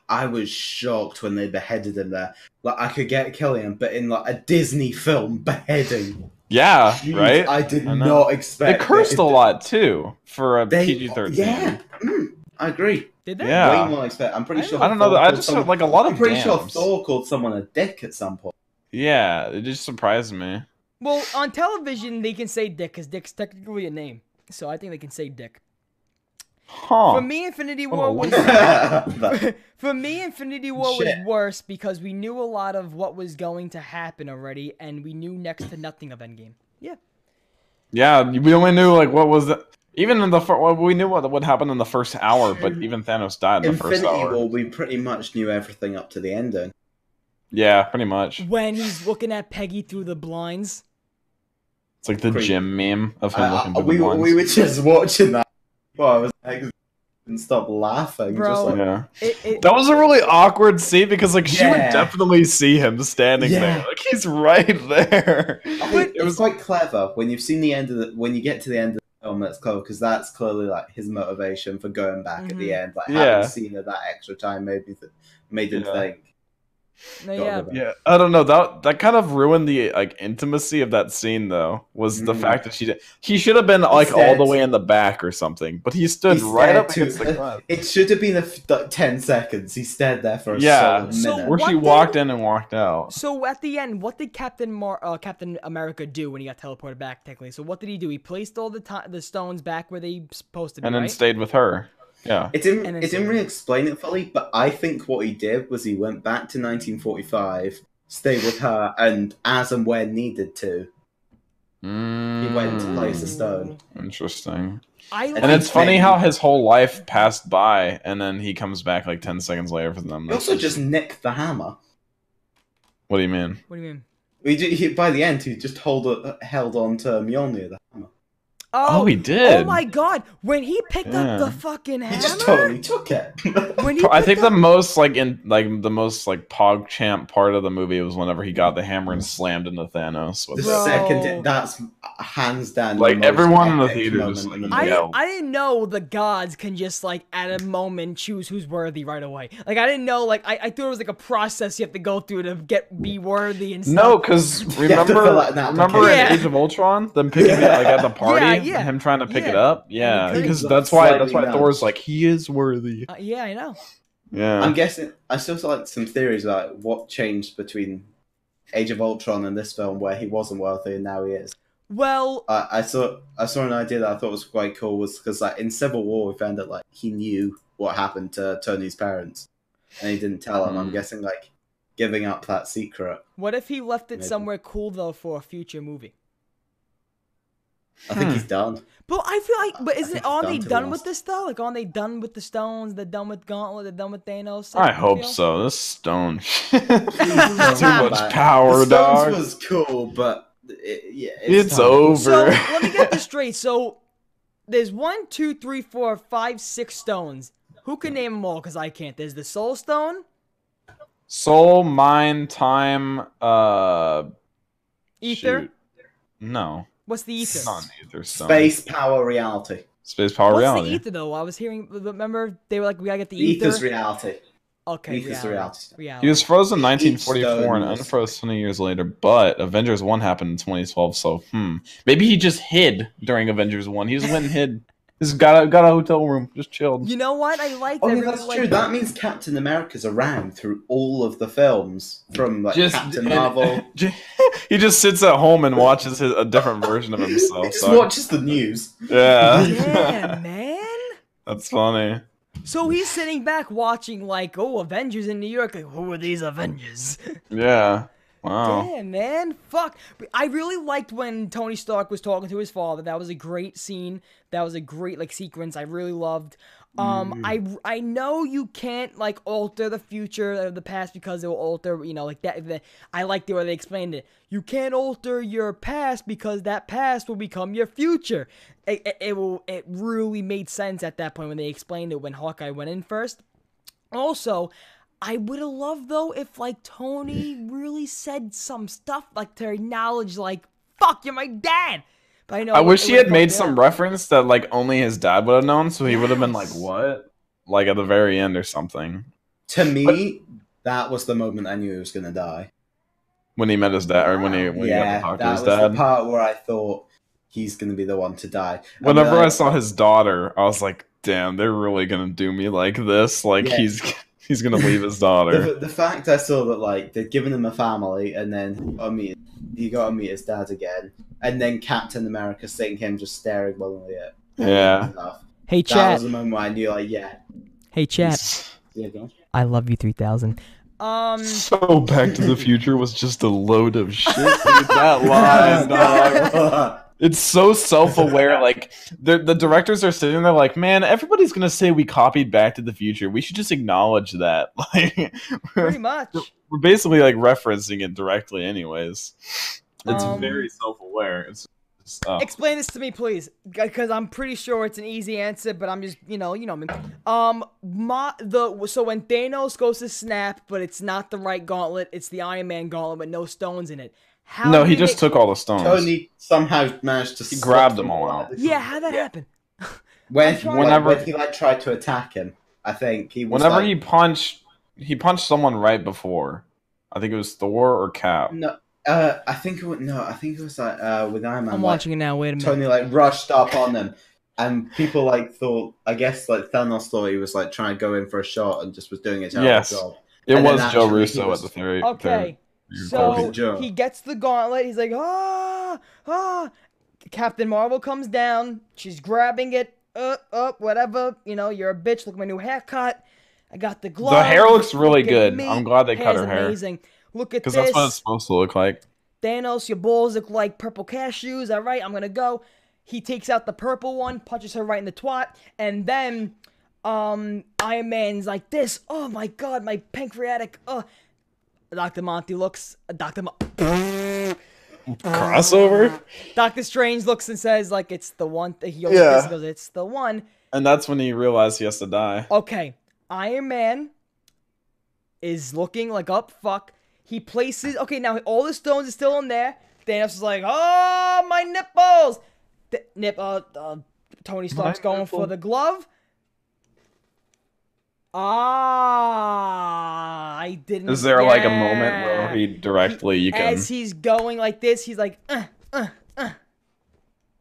S3: I was shocked when they beheaded him there. Like I could get Killian, but in like a Disney film beheading,
S2: Yeah.
S3: Jeez,
S2: *laughs* right.
S3: I did
S2: I know.
S3: not
S2: They
S3: expect.
S2: cursed
S3: it.
S2: a lot too for a
S3: They-
S2: PG thirteen.
S3: Yeah, mm, I agree.
S1: Did they?
S2: Yeah.
S3: Way more than I expect. I'm pretty
S1: I
S3: sure.
S2: I don't know.
S3: Thor
S2: That, I
S3: called
S2: just
S3: someone-
S2: heard, like a lot of.
S3: I'm pretty sure
S2: dams.
S3: Thor called someone a dick at some
S2: *laughs*
S3: point.
S2: Yeah, it just surprised me.
S1: Well, on television they can say Dick, because Dick's technically a name, so I think they can say Dick.
S2: Huh.
S1: For me, Infinity War
S2: Oh,
S1: was. *laughs*
S3: But-
S1: For me, Infinity War was
S3: Shit.
S1: worse because we knew a lot of what was going to happen already, and we knew next to nothing of Endgame. Yeah.
S2: Yeah, we only knew like what was the, even in the fir- well, we knew what would happen in the first hour, but even Thanos died in the
S3: Infinity
S2: first hour.
S3: War, we pretty much knew everything up to the ending.
S2: Yeah, pretty much.
S1: When he's looking at Peggy through the blinds.
S2: It's like the
S3: Creep.
S2: gym meme of him
S3: I,
S2: looking through
S3: I, Uh, we,
S2: the
S3: were-
S2: blinds.
S3: we were just *laughs* watching that. Well, I was like, couldn't stop laughing.
S1: Bro.
S3: just like,
S2: yeah,
S1: It,
S2: *laughs*
S1: it,
S2: that was a really awkward scene because like she would
S3: Yeah.
S2: definitely see him standing
S3: Yeah.
S2: there, like he's right *laughs* there.
S3: I
S1: But-
S3: think it was quite clever when you've seen the end of the when you get to the end of the film. That's clever because that's clearly like his motivation for going back at
S1: Mm-hmm.
S3: the end. Like
S2: Yeah.
S3: having seen it that extra time made me th- made him
S2: Yeah.
S3: think.
S1: no,
S3: God,
S1: yeah.
S3: about it.
S2: Yeah, I don't know that that kind of ruined the like intimacy of that scene though. Was the
S3: Mhm.
S2: fact that she did he should have been like all the
S3: stared-
S2: way in the back or something, but he stood
S3: He
S2: right
S3: stared
S2: up
S3: to-
S2: against
S3: *laughs*
S2: the glass.
S3: It should have been a f- like ten seconds. He stared there for a
S2: Yeah.
S3: solid
S1: So
S3: minute.
S2: Where she
S1: What the-
S2: walked in and walked out.
S1: So at the end, what did Captain Mar- uh, Captain America do when he got teleported back? Technically, so what did he do? He placed all the ti the stones back where they supposed to be,
S2: and then
S1: right?
S2: stayed with her. Yeah.
S3: It didn't.
S1: And then
S3: It didn't really explain it fully, but I think what he did was he went back to 1945, stayed with her, and as and when needed to, he went to
S2: Mm,
S3: place the stone.
S2: Interesting.
S1: I
S2: And
S1: like,
S2: it's funny
S3: Interesting.
S2: how his whole life passed by, and then he comes back like ten seconds later for them.
S3: He also just nicked the hammer.
S2: What do you mean?
S1: what do you mean?
S3: He, ju- he, by the end, he just hold a, held on to Mjolnir, the hammer.
S2: Oh, he
S1: Oh
S2: did.
S1: my God! When he picked up
S2: Yeah.
S1: the fucking
S3: He
S1: hammer,
S3: just totally took it. *laughs*
S1: when he
S2: Pro- *laughs* I
S1: picked
S2: think
S1: up-
S2: the most like in like the most like pog champ part of the movie was whenever he got the hammer and slammed into Thanos.
S3: the
S2: With it.
S1: Bro.
S3: second, that's hands down. the
S2: Like,
S3: most
S2: everyone in the
S3: epic
S2: theater
S3: moment
S2: just, like,
S3: in the
S1: I,
S3: movie.
S2: Yeah.
S1: I didn't know the gods can just like at a moment choose who's worthy right away. Like I didn't know like I, I thought it was like a process you have to go through to get be worthy and
S2: No,
S1: stuff.
S3: *laughs*
S2: because
S3: to fill
S2: remember,
S3: out an
S2: remember in
S1: application.
S2: Age of Ultron, them picking it like at the party,
S1: Yeah, yeah.
S2: and him trying to pick it
S1: Yeah.
S2: up. Yeah,
S1: And he
S2: because
S3: couldn't.
S2: that's why that's why
S3: Slightly
S2: Thor's
S3: nudged.
S2: like he is worthy.
S1: Uh, yeah, I know.
S2: Yeah,
S3: I'm guessing. I still saw like some theories about what changed between Age of Ultron and this film, where he wasn't wealthy and now he is.
S1: Well,
S3: I, I saw I saw an idea that I thought was quite cool was because like in Civil War we found out like he knew what happened to Tony's parents and he didn't tell him. I'm
S2: Hmm.
S3: guessing like giving up that secret.
S1: what if he left it
S3: Maybe.
S1: somewhere cool though for a future movie?
S3: I think
S2: Hmm.
S3: he's done.
S1: But I feel like, but
S3: I
S1: isn't
S3: think
S1: aren't
S3: it's
S1: they
S3: done, to be
S1: done with
S3: honest.
S1: this though? Like aren't they done with the stones? They're done with Gauntlet. They're done with Thanos.
S2: I
S1: you
S2: hope
S1: feel?
S2: so. This stone, *laughs*
S1: *laughs*
S2: too much
S3: But
S2: power,
S3: the Stones
S2: dog.
S3: was cool, but it, yeah,
S2: It's,
S3: done.
S1: So
S2: over.
S1: let me get
S3: *laughs*
S1: this straight. So there's one, two, three, four, five, six stones. Who can name them all? Because I can't. There's the Soul Stone,
S2: Soul, mind, time, uh,
S1: Ether.
S2: shoot. No,
S1: What's the ether?
S2: it's not an ether stone.
S3: Space power reality.
S2: space power
S1: What's
S2: reality.
S1: the ether though? I was hearing. Remember they were like, we gotta get the ether.
S3: Ether's reality.
S1: okay,
S3: Ether's
S1: reality.
S3: the reality.
S2: He
S1: reality.
S2: was frozen in
S3: Each
S2: 1944
S3: stone
S2: and
S3: was-
S2: unfroze 20 years later, but
S1: *laughs*
S2: Avengers 1 happened in 2012, so hmm. Maybe he just hid during Avengers 1. He just went and hid. Just got a, got a hotel room, just chilled.
S1: You know what? I like that.
S3: Oh,
S1: I
S3: yeah,
S1: really
S3: that's
S1: like
S3: true. That means Captain America's around through all of the films, from like
S2: Just
S3: Captain
S2: and-
S3: Marvel.
S2: *laughs* he just sits at home and watches his, a different version
S1: *laughs*
S2: of
S3: He
S2: himself.
S3: just
S2: So.
S3: watches the news.
S2: Yeah,
S3: *laughs*
S1: Yeah, man.
S2: *laughs* that's funny.
S1: So he's sitting back watching, like, oh, Avengers in New York. Like, who are these Avengers?
S2: Yeah, wow.
S1: Damn, man. Fuck. But I really liked when Tony Stark was talking to his father. That was a great scene. That was a great like sequence. I really loved. Um, I I know you can't like alter the future of the past because it will alter. You know, like that. The, I liked the way they explained it. You can't alter your past because that past will become your future. It, it, it will. It really made sense at that point when they explained it when Hawkeye went in first. Also, I would have loved though if like Tony really said some stuff like to acknowledge like fuck you're my dad. But I know
S2: I
S1: it
S2: wish he
S1: would've
S2: had made
S1: fucked
S2: some
S1: up.
S2: reference that like only his dad would have known, so he would have been like,
S1: Yes.
S2: "What?" Like at the very end or something
S3: To me, that was the moment I knew he was going to die.
S2: when he met his dad or when he when
S3: yeah,
S2: he got to talk
S3: that
S2: to his
S3: was
S2: dad.
S3: the part where I thought he's going to be the one to die. And
S2: Whenever
S3: then-
S2: I saw his daughter, I was like, "Damn, they're really gonna do me like this. Like
S3: Yeah.
S2: he's *laughs* he's gonna leave his daughter."
S3: The, the fact I saw that like they'd given him a family, and then he got to meet, he got to meet his dad again, and then Captain America seeing him just staring wildly at him
S2: Yeah.
S3: and stuff.
S1: Hey
S3: That
S1: chat.
S3: was the moment where I knew, like, yeah,
S1: Hey chat.
S2: *laughs*
S3: yeah, go on.
S1: I love you 3000. Um
S2: so Back to the Future was just a load of shit.
S3: *laughs*
S2: dude. that line, dog. It's so self-aware.
S3: *laughs*
S2: Like the the directors are sitting there, like, man, everybody's gonna say we copied Back to the Future. We should just acknowledge that. *laughs* Like,
S1: pretty much.
S2: we're basically like referencing it directly, anyways. It's
S1: Um,
S2: very self-aware. It's, it's oh.
S1: *laughs* Explain this to me please because I'm pretty sure it's an easy answer but I'm just, you know, you know me. Um my, the so when Thanos goes to snap but it's not the right gauntlet, it's the Iron Man gauntlet with no stones in it. How
S2: no,
S1: did
S2: he
S1: they
S2: just
S1: make-
S2: took all the stones.
S3: Tony somehow managed to
S2: He
S3: slip
S2: grabbed
S3: through
S2: them all out.
S3: the-
S1: Yeah, how that happen?
S3: When,
S1: I'm trying-
S2: Whenever-
S3: whenever he like tried to attack him, I think he was
S2: Whenever
S3: like,
S2: he punched, he punched someone right before. I think it was Thor or Cap.
S3: No, uh, I think it was, no, I think it was like uh, with Iron Man.
S1: I'm
S3: like,
S1: watching it now. Wait a minute.
S3: Tony like rushed up on them, and people like thought. I guess like Thanos thought he was like trying to go in for a shot and just was doing a terrible
S2: Yes.
S3: job.
S2: It
S3: And then
S2: was
S3: actually
S2: Joe
S3: he
S2: Russo
S3: was-
S2: at the very.
S1: Okay.
S2: third-
S1: So
S3: Good job.
S1: he gets the gauntlet. He's like, ah, ah. Captain Marvel comes down. She's grabbing it. Up, up, whatever. You know, you're a bitch. Look at my new haircut. I got the glove.
S2: the hair looks really
S1: Look at
S2: good.
S1: me.
S2: I'm glad they cut
S1: Hair's
S2: her hair
S1: amazing. Look at
S2: because
S1: this.
S2: that's what it's supposed to look like.
S1: Thanos, your balls look like purple cashews. All right, I'm gonna go. He takes out the purple one, punches her right in the twat, and then um Iron Man's like this. Oh my god, my pancreatic. Oh, Doctor Monty looks. Doctor Mo- Ah.
S2: Crossover,
S1: Doctor Strange looks and says like it's the one. He goes,
S2: Yeah.
S1: this, he goes, it's the one.
S2: and that's when he realized he has to die.
S1: Okay, Iron Man is looking like up. fuck. He places. Okay, now all the stones are still in there. Thanos is like, oh my nipples. Th- nip. Uh, uh, Tony Stark's going for
S2: nipple.
S1: the glove. Ah, I didn't.
S2: Is there like a moment
S1: yeah.
S2: where he directly you can
S1: as he's going like this, he's like, uh, uh, uh.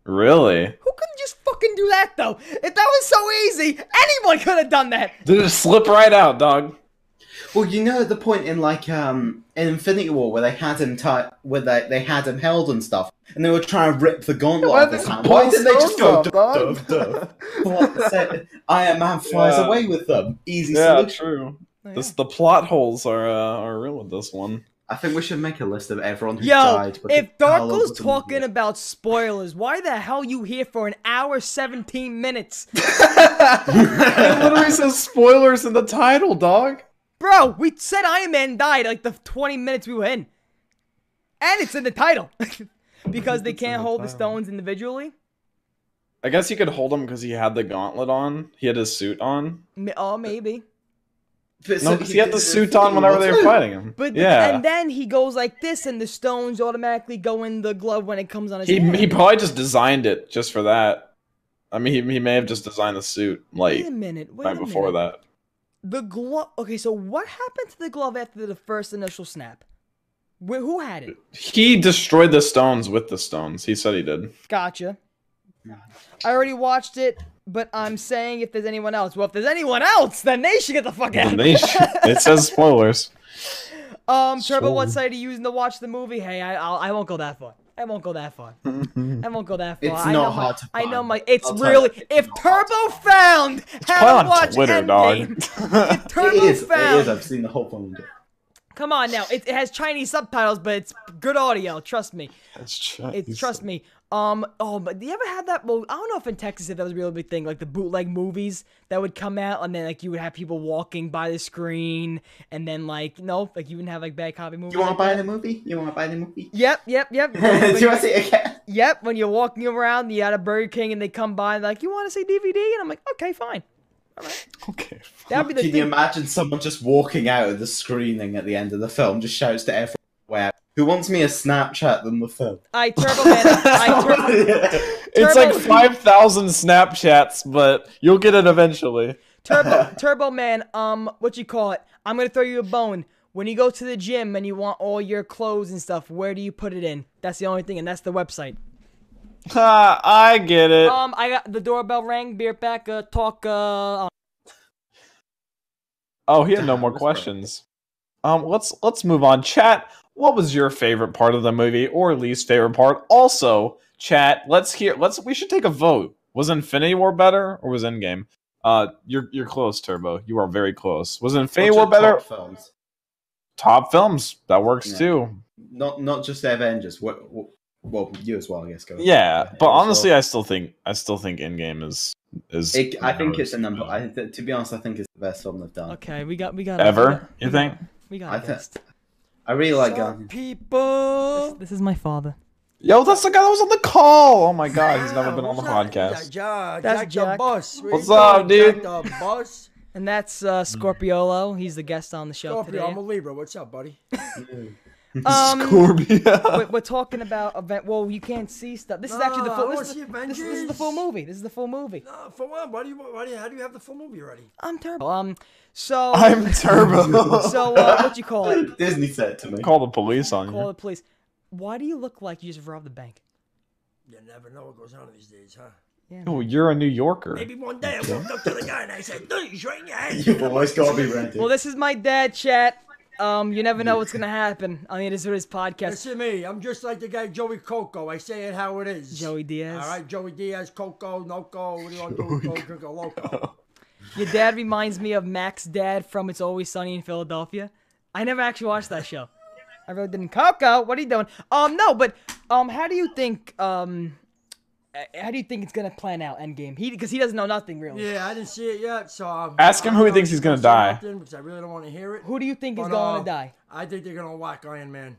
S2: really
S1: Who could just fucking do that though? If that was so easy, anyone could have done that.
S2: just slip right out, dog?
S3: Well, you know the point in like um in Infinity War where they had him tied, where they, they had him held and stuff, and they were trying to rip the gauntlet
S2: Why
S3: off his
S2: did
S3: hand.
S2: they
S3: Why
S2: pull
S3: didn't they just go
S2: stones
S3: duff,
S2: off,
S3: duff, duff? What? So Iron Man flies
S2: Yeah.
S3: away with them. Easy
S2: Yeah,
S3: solution.
S2: true.
S1: Oh,
S2: This the plot holes are uh, are real with this one.
S3: I think we should make a list of everyone who
S1: Yo,
S3: died. but
S1: if
S3: the color
S1: Darko's
S3: was in-
S1: talking about spoilers, why the hell you here for an hour seventeen minutes,
S2: *laughs* it literally says spoilers in the title, dog.
S1: bro? We said Iron Man died like the twenty minutes we were in, and it's in the title *laughs* because they
S2: It's in
S1: can't
S2: the
S1: hold the
S2: title.
S1: stones individually.
S2: I guess you could hold him because he had the gauntlet on. He had his suit on.
S1: M- Oh, maybe.
S3: But
S2: No,
S3: so
S2: 'cause he had the
S3: did it
S2: suit
S3: in
S2: on whenever they were
S3: Infinity War
S2: fighting him.
S1: But
S2: yeah,
S1: and then he goes like this, and the stones automatically go in the glove when it comes on his
S2: he
S1: hand.
S2: he probably just designed it just for that. I mean, he, he may have just designed the suit like
S1: wait a minute. Wait
S2: right
S1: a
S2: before
S1: minute.
S2: that.
S1: The glove. Okay, so what happened to the glove after the first initial snap? Wh- who had it?
S2: He destroyed the stones with the stones. He said he did.
S1: Gotcha. I already watched it. But I'm saying if there's anyone else. Well, if there's anyone else, then they should get the fuck out. *laughs*
S2: The nation- it says spoilers.
S1: Um, Turbo, what
S2: Spoiler.
S1: site are you using to watch the movie? Hey, I I'll, I won't go that far. I won't go that
S3: *laughs*
S1: far. I won't go that far.
S3: It's
S1: I know
S3: not
S1: my-
S3: hard to
S1: I know
S3: find.
S1: my. It's
S3: I'll tell you,
S1: really.
S3: it's
S1: If
S3: not hard
S1: Turbo found how to
S2: Probably
S1: watch
S2: on Twitter,
S1: Endgame,
S2: dog.
S3: *laughs*
S1: if Turbo
S3: It is.
S1: found.
S3: It is. I've seen the whole film.
S1: Come on now. It, it has Chinese subtitles, but it's good audio. Trust me.
S2: That's true.
S1: It, trust me. Um. Oh, but do you ever had that? Well, I don't know if in Texas if that was a real big thing, like the bootleg movies that would come out, and then like you would have people walking by the screen, and then like no, like you wouldn't have like bad copy movies.
S3: You want to
S1: like
S3: buy
S1: that?
S3: the movie? You want to buy the movie?
S1: Yep, yep, yep.
S3: *laughs* Do you want to see it again?
S1: Yep, when you're walking around, you at a Burger King, and they come by and like, "You want to see DVD?" And I'm like, "Okay, fine."
S2: *laughs* Okay.
S1: That'd be the
S3: Can you
S1: thing.
S3: imagine someone just walking out of the screening at the end of the film, just shouts to everyone, "Where? Who wants me a Snapchat than the film?"
S1: I Turbo Man.
S3: *laughs*
S1: I Turbo.
S2: It's
S1: Turbo-
S2: like 5,000 Snapchats, but you'll get it eventually. *laughs*
S1: Turbo, Turbo Man, um, what you call it? I'm gonna throw you a bone. When you go to the gym and you want all your clothes and stuff, where do you put it in? That's the only thing, and that's the website.
S2: Ha, I get it.
S1: Um, I got the doorbell rang, beer back, uh, talk, uh,
S2: Oh,
S3: *laughs*
S2: he had no more questions. Um, let's let's move on. Chat, what was your favorite part of the movie or least favorite part? Also, chat, let's hear let's we should take a vote. Was Infinity War better or was Endgame? Uh you're you're close, Turbo. You are very close. Was Infinity
S3: Not
S2: War
S3: just
S2: better?
S3: top films.
S2: Top films. That works
S3: Yeah.
S2: too.
S3: Not not just the Avengers. What, what, well, you as well, I guess. Go.
S2: Yeah. But
S3: Yeah, so-
S2: honestly, I still think I still think Endgame is is
S3: It, I think it's a number.
S2: better.
S3: I, th- to be honest, I think it's the best film they've done.
S1: okay, we got, we got
S2: ever, you think?
S1: We got,
S3: I
S1: we
S3: thi-
S1: got this.
S3: I really like Guardians. *laughs*
S1: This,
S6: people.
S1: this is my father.
S2: Yo, that's the guy that was on the call. Oh my god, he's never been on the podcast.
S1: That's
S6: That's
S1: Jack.
S6: Jack the boss.
S2: What's up, dude?
S6: Jack the boss. *laughs*
S1: And that's uh, Scorpiolo. He's the guest on the show
S6: Scorpio, I'm
S2: *laughs*
S6: a
S1: today.
S6: Libra. What's up, buddy?
S1: Um,
S2: *laughs* Scorpio.
S1: we're, we're talking about event. Well, you can't see stuff. This is actually the
S6: Ah, I
S1: full.
S6: wanna
S1: This is
S6: see
S1: the, this, is- this is the
S6: Avengers.
S1: full movie. This is the full movie.
S6: Uh, for one, why do you, why do you, how do you have the full movie already?
S1: I'm terrible. Um, so
S2: *laughs* I'm Turbo.
S1: so uh, what you call
S2: *laughs*
S1: it?
S3: Disney said it to me.
S2: Call the police on
S1: Call
S2: you.
S1: the police. Why do you look like you just robbed the bank?
S6: You never know what goes on these days, huh?
S2: Oh, you're a New Yorker. *laughs*
S6: Maybe one day I walked up to the guy and I said, dude, you ain't your
S3: *laughs*
S6: hand.
S3: You've always got to be ready.
S1: Well, this is my dad, chat. Um, you never know what's gonna happen on the It Is What It Is podcast.
S6: Listen to me. I'm just like the guy Joey Coco. I say it how it is.
S1: Joey Diaz.
S6: All right, Joey Diaz, Coco, Noco. What do you want to do? Go drink a loco.
S1: Your dad reminds me of Mac's dad from It's Always Sunny in Philadelphia. I never actually watched that show. I really didn't. Coco, what are you doing? Um, no, but um, how do you think um, uh, how do you think it's gonna plan out Endgame? He because he doesn't know nothing really.
S6: Yeah, I didn't see it yet, so um,
S2: Ask him
S6: I
S2: who he
S6: don't
S2: thinks he's gonna
S6: wanna say
S2: die.
S6: nothing Because I really don't want to hear it.
S1: Who do you think is
S6: But,
S1: going
S6: uh,
S1: to die?
S6: I think they're gonna whack Iron Man.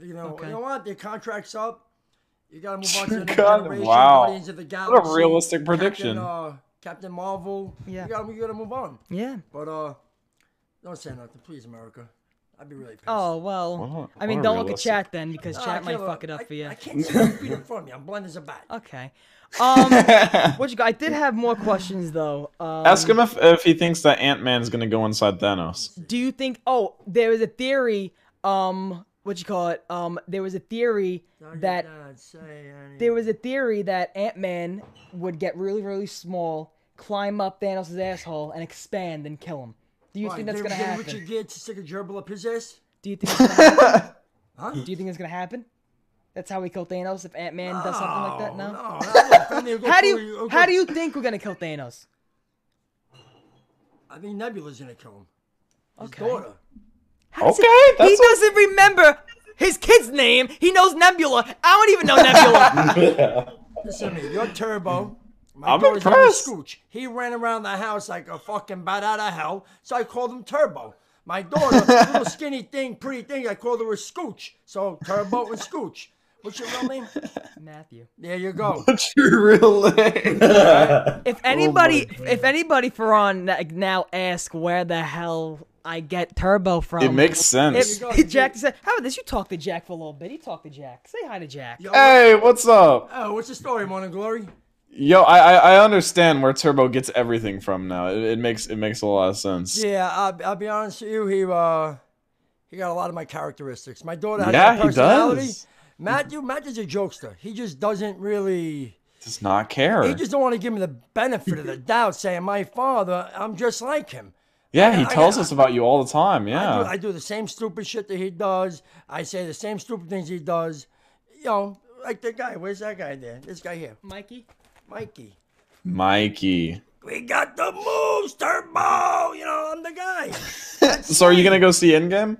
S6: You know,
S1: Okay.
S6: you know what? Their contract's up. You gotta move
S1: *laughs*
S6: on to the next
S2: God,
S6: generation.
S2: wow.
S6: Guardians of the Galaxy.
S2: What a realistic prediction.
S6: Captain, uh, Captain Marvel.
S1: Yeah.
S6: You gotta, you gotta move on.
S1: Yeah.
S6: But uh, don't say nothing, please, America. I'd be really pissed.
S1: Oh well.
S2: What a-
S1: I mean,
S2: what a
S1: don't look at
S2: realistic-
S1: chat then because
S6: No, I
S1: chat
S6: can't
S1: might
S6: look-
S1: fuck it up
S6: I,
S1: for you.
S6: I can't see my feet in front of me. I'm blind as a bat.
S1: Okay. Um,
S2: *laughs*
S1: what you got? I did have more questions though. Um,
S2: Ask him if, if he thinks that Ant Man's gonna go inside *laughs* Thanos.
S1: Do you think? Oh, there was a theory. Um, what you call it? Um, there was a theory *laughs*
S6: Don't
S1: that
S6: say anything.
S1: there was a theory that Ant Man would get really, really small, climb up Thanos' asshole, and expand and kill him. Do you
S6: Why,
S1: think that's
S6: did-
S1: gonna
S6: did
S1: happen?
S6: Richard Gere to stick a gerbil up his ass?
S1: Do you think? It's gonna happen?
S6: Huh?
S1: Do you think it's gonna happen? That's how we kill Thanos if Ant Man does something like that. No. *laughs*
S6: No. that would- then they'll go
S1: How do
S6: through- it'll
S1: you
S6: go-
S1: how do you think we're gonna kill Thanos?
S6: I think Nebula's gonna kill him. His
S1: Okay.
S6: daughter.
S1: How does
S2: Okay,
S1: he- he
S2: that's a-
S1: doesn't remember his kid's name. He knows Nebula. I don't even know
S2: *laughs*
S1: Nebula.
S6: Listen to me. You're Turbo. My
S2: Mm. I'm
S6: daughter's name
S2: impressed.
S6: is Scooch. He ran around the house like a fucking bat out of hell, so I called him Turbo.
S2: *laughs*
S6: My daughter, little skinny thing, pretty thing, I called her a Scooch. So Turbo and Scooch. What's your real name?
S1: Matthew.
S6: There you go.
S2: What's your real name? Oh,
S1: If anybody, if anybody for on that now ask where the hell I get Turbo from.
S2: It makes
S1: If-
S2: sense.
S6: go.
S1: Jack said, "How about this? You talk to Jack for a little bit. You talk to Jack. Say hi to Jack."
S6: Yo,
S2: Hey, what's up?
S6: Oh, what's the story, Morning Glory?
S2: Yo, I, I I understand where Turbo gets everything from now. It, it makes it makes a lot of sense.
S6: Yeah, I'll, I'll be honest with you. He uh, he got a lot of my characteristics. My daughter has
S2: Yeah,
S6: that
S2: he
S6: personality.
S2: does.
S6: Matthew, Matthew's a jokester. He just doesn't really.
S2: Does not care.
S6: He just don't want to give him the benefit of the doubt, saying, "My father, I'm just like him."
S2: yeah, he
S6: I- I-
S2: tells us about you all the time. Yeah.
S6: I do, I do the same stupid shit that he does. I say the same stupid things he does. You know, like the guy. Where's that guy there? This guy here,
S1: Mikey?
S6: Mikey.
S2: Mikey.
S6: We got the moves, Turbo. You know, I'm the guy.
S2: So are you gonna go see Endgame?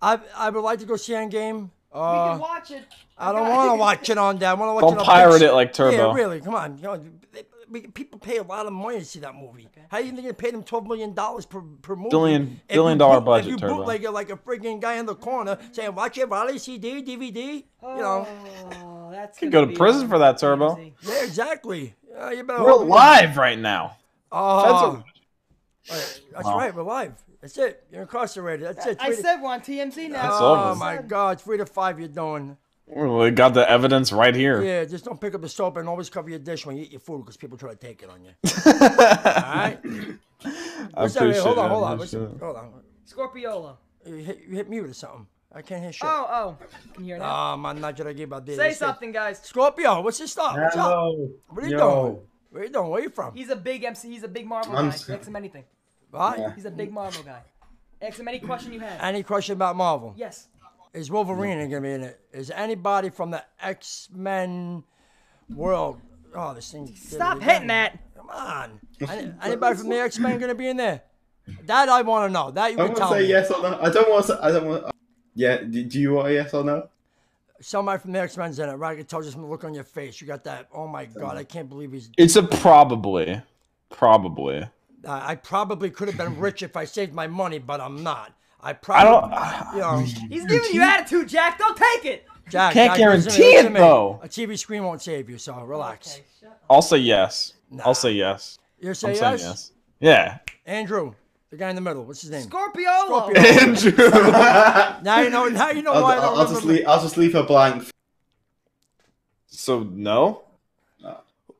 S6: I I would like to go see Endgame. Uh,
S1: watch it.
S6: I don't want to
S2: *laughs*
S6: watch it on that. I want to watch
S2: Don't
S6: it on
S2: pirate
S6: big-
S2: it like Turbo.
S6: Yeah, really. Come on. You know, they- we- people pay a lot of money to see that movie. How you think they paid him twelve million dollars per, per movie?
S2: Billion-
S6: If
S2: billion
S6: you
S2: dollar
S6: boot-
S2: budget,
S6: If you
S2: Turbo.
S6: bootleg it like a friggin' guy in the corner saying, "Watch it, Raleigh CD, DVD." You
S2: *sighs*
S6: know.
S1: Oh, that's
S2: Could
S1: gonna
S2: go to
S1: be
S2: prison
S1: a
S2: for that, Turbo.
S1: doozy.
S6: Yeah, exactly. Yeah, you better.
S2: We're
S6: hope-
S2: live right now.
S6: Oh, that's,
S2: Wow.
S6: right. We're live. That's it. You're incarcerated. That's it.
S1: I
S6: Three to-
S1: said one TMZ now.
S2: That's
S6: Oh
S2: over.
S6: my God! Three to five, you're doing.
S2: We got the evidence right here.
S6: Yeah, just don't pick up the soap and always cover your dish when you eat your food because people try to take it
S2: *laughs*
S6: on you. All
S2: I
S6: right. What's that? Wait,
S2: appreciate
S6: hold on,
S2: it.
S6: hold
S2: I
S6: on. What's
S2: appreciate it.
S6: hold on.
S1: Scorpiola.
S6: You hit, you hit mute or something. I can't hear shit.
S1: Oh, oh. Can you hear that?
S6: Ah, man, not gonna give about this.
S1: Say something, guys.
S6: Scorpio, what's your stuff? What's up? What are you doing? Where you doing? Where you from?
S1: He's a big MC. He's a big Marvel
S3: I'm
S1: guy.
S3: s-
S1: Ask him anything.
S6: What?
S3: Yeah.
S1: He's a big Marvel guy. Ask him any question you have.
S6: Any question about Marvel?
S1: Yes.
S6: Is Wolverine gonna be in it? Is anybody from the X Men world? Oh, this thing.
S1: Stop hitting that.
S6: Come on. Any- anybody from the X Men gonna be in there? That I want to know. That you
S3: I
S6: can
S3: want to
S6: tell
S3: say
S6: me.
S3: yes or no. I don't want to. I don't want. Yeah. Do, do you want a yes or no?
S6: Somebody from the X Men's in it, right? I can tell just from the look on your face. You got that. Oh my God! I can't believe he's
S2: It's a probably. Probably.
S6: I I probably could
S2: *laughs*
S6: have been rich if I saved my money, but I'm not. I
S2: I
S6: probably,
S2: don't. I *sighs*
S6: you know,
S1: He's giving you attitude, Jack. Don't take it.
S6: Jack,
S2: Can't
S6: Jack, listen to me,
S2: guarantee
S6: listen
S2: it,
S6: to me.
S2: though.
S6: A TV screen won't save you, so relax.
S1: Okay, shut up.
S2: I'll say yes. I'll say yes.
S6: You're
S2: I'm
S6: saying
S2: saying
S6: yes?
S2: yes. Yeah.
S6: Andrew, the guy in the middle. What's his name?
S1: Scorpiola.
S2: *laughs*
S6: Scorpio.
S2: Andrew.
S6: *laughs* now you know. Now you know
S3: I'll,
S6: why I don't
S3: I'll, I'll just
S6: remember.
S3: leave. I'll just leave her blank.
S2: so no.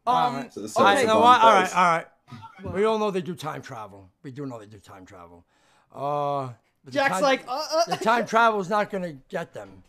S1: Um,
S3: So- so
S6: All right,
S3: it's a
S6: you
S1: okay.
S6: know
S3: blank
S6: what? All right,
S3: voice.
S6: all right. We all know they do time travel. We do know they do time travel. Uh, but the
S1: Jack's
S6: time-
S1: like, uh,
S6: the
S1: uh.
S6: time travel's not gonna get them.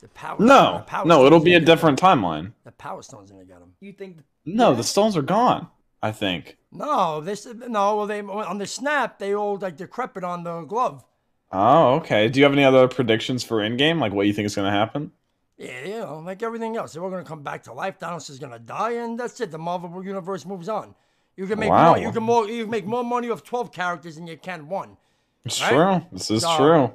S6: The power. the
S2: No.
S6: power
S2: No. It'll
S6: stone's
S2: be a
S6: gonna get 'em.
S2: different timeline.
S6: The power stone's gonna get them.
S1: You think
S2: No, the stones are gone. I think.
S6: No, this no. Well, they on the snap they all like decrepit on the glove.
S2: Oh, okay. Do you have any other predictions for Endgame? Like what you think is going to happen?
S6: Yeah, you know, like everything else, they're all gonna come back to life. Thanos is gonna die, and that's it. The Marvel universe moves on. You can make
S2: Wow.
S6: more. You can more. You can make more money off twelve characters than you can one.
S2: It's
S6: Right?
S2: true. This is
S6: No.
S2: true.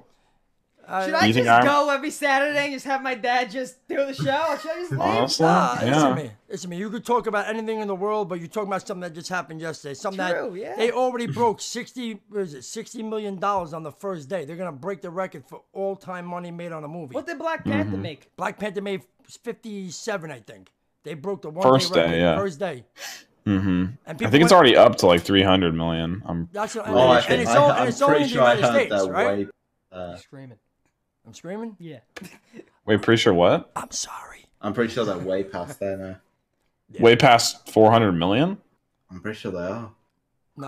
S1: should I
S2: You
S1: just
S2: think I'm-
S1: go every Saturday and just have my dad just do the show? Or should I just leave?
S2: Honestly,
S6: Ah, listen to
S2: yeah.
S6: me. Listen to me. You could talk about anything in the world, but you talk about something that just happened yesterday. Something
S1: True,
S6: that
S1: yeah.
S6: they already broke sixty. What is it? Sixty million dollars on the first day. They're gonna break the record for all time money made on a movie.
S1: What did Black Panther
S6: Mm-hmm.
S1: make?
S6: Black Panther made 57, I think. They broke the one
S2: First
S6: day,
S2: day,
S6: record,
S2: yeah.
S6: first day.
S2: Mm-hmm.
S6: And
S2: I think it's
S6: went-
S2: already up to like 300 million. I'm
S6: That's what, and,
S3: Oh, I
S6: and
S3: think
S6: it's,
S3: I,
S6: all,
S3: I'm
S6: and it's only
S3: pretty
S6: in the
S3: sure I
S6: United
S3: heard
S6: States,
S3: that
S6: right?
S3: way. Uh,
S1: Screaming.
S6: I'm screaming.
S1: Yeah.
S2: wait, pretty sure what?
S6: I'm sorry.
S3: I'm pretty sure they're way past there now.
S2: Way past 400 million?
S3: I'm pretty sure they are.
S6: No,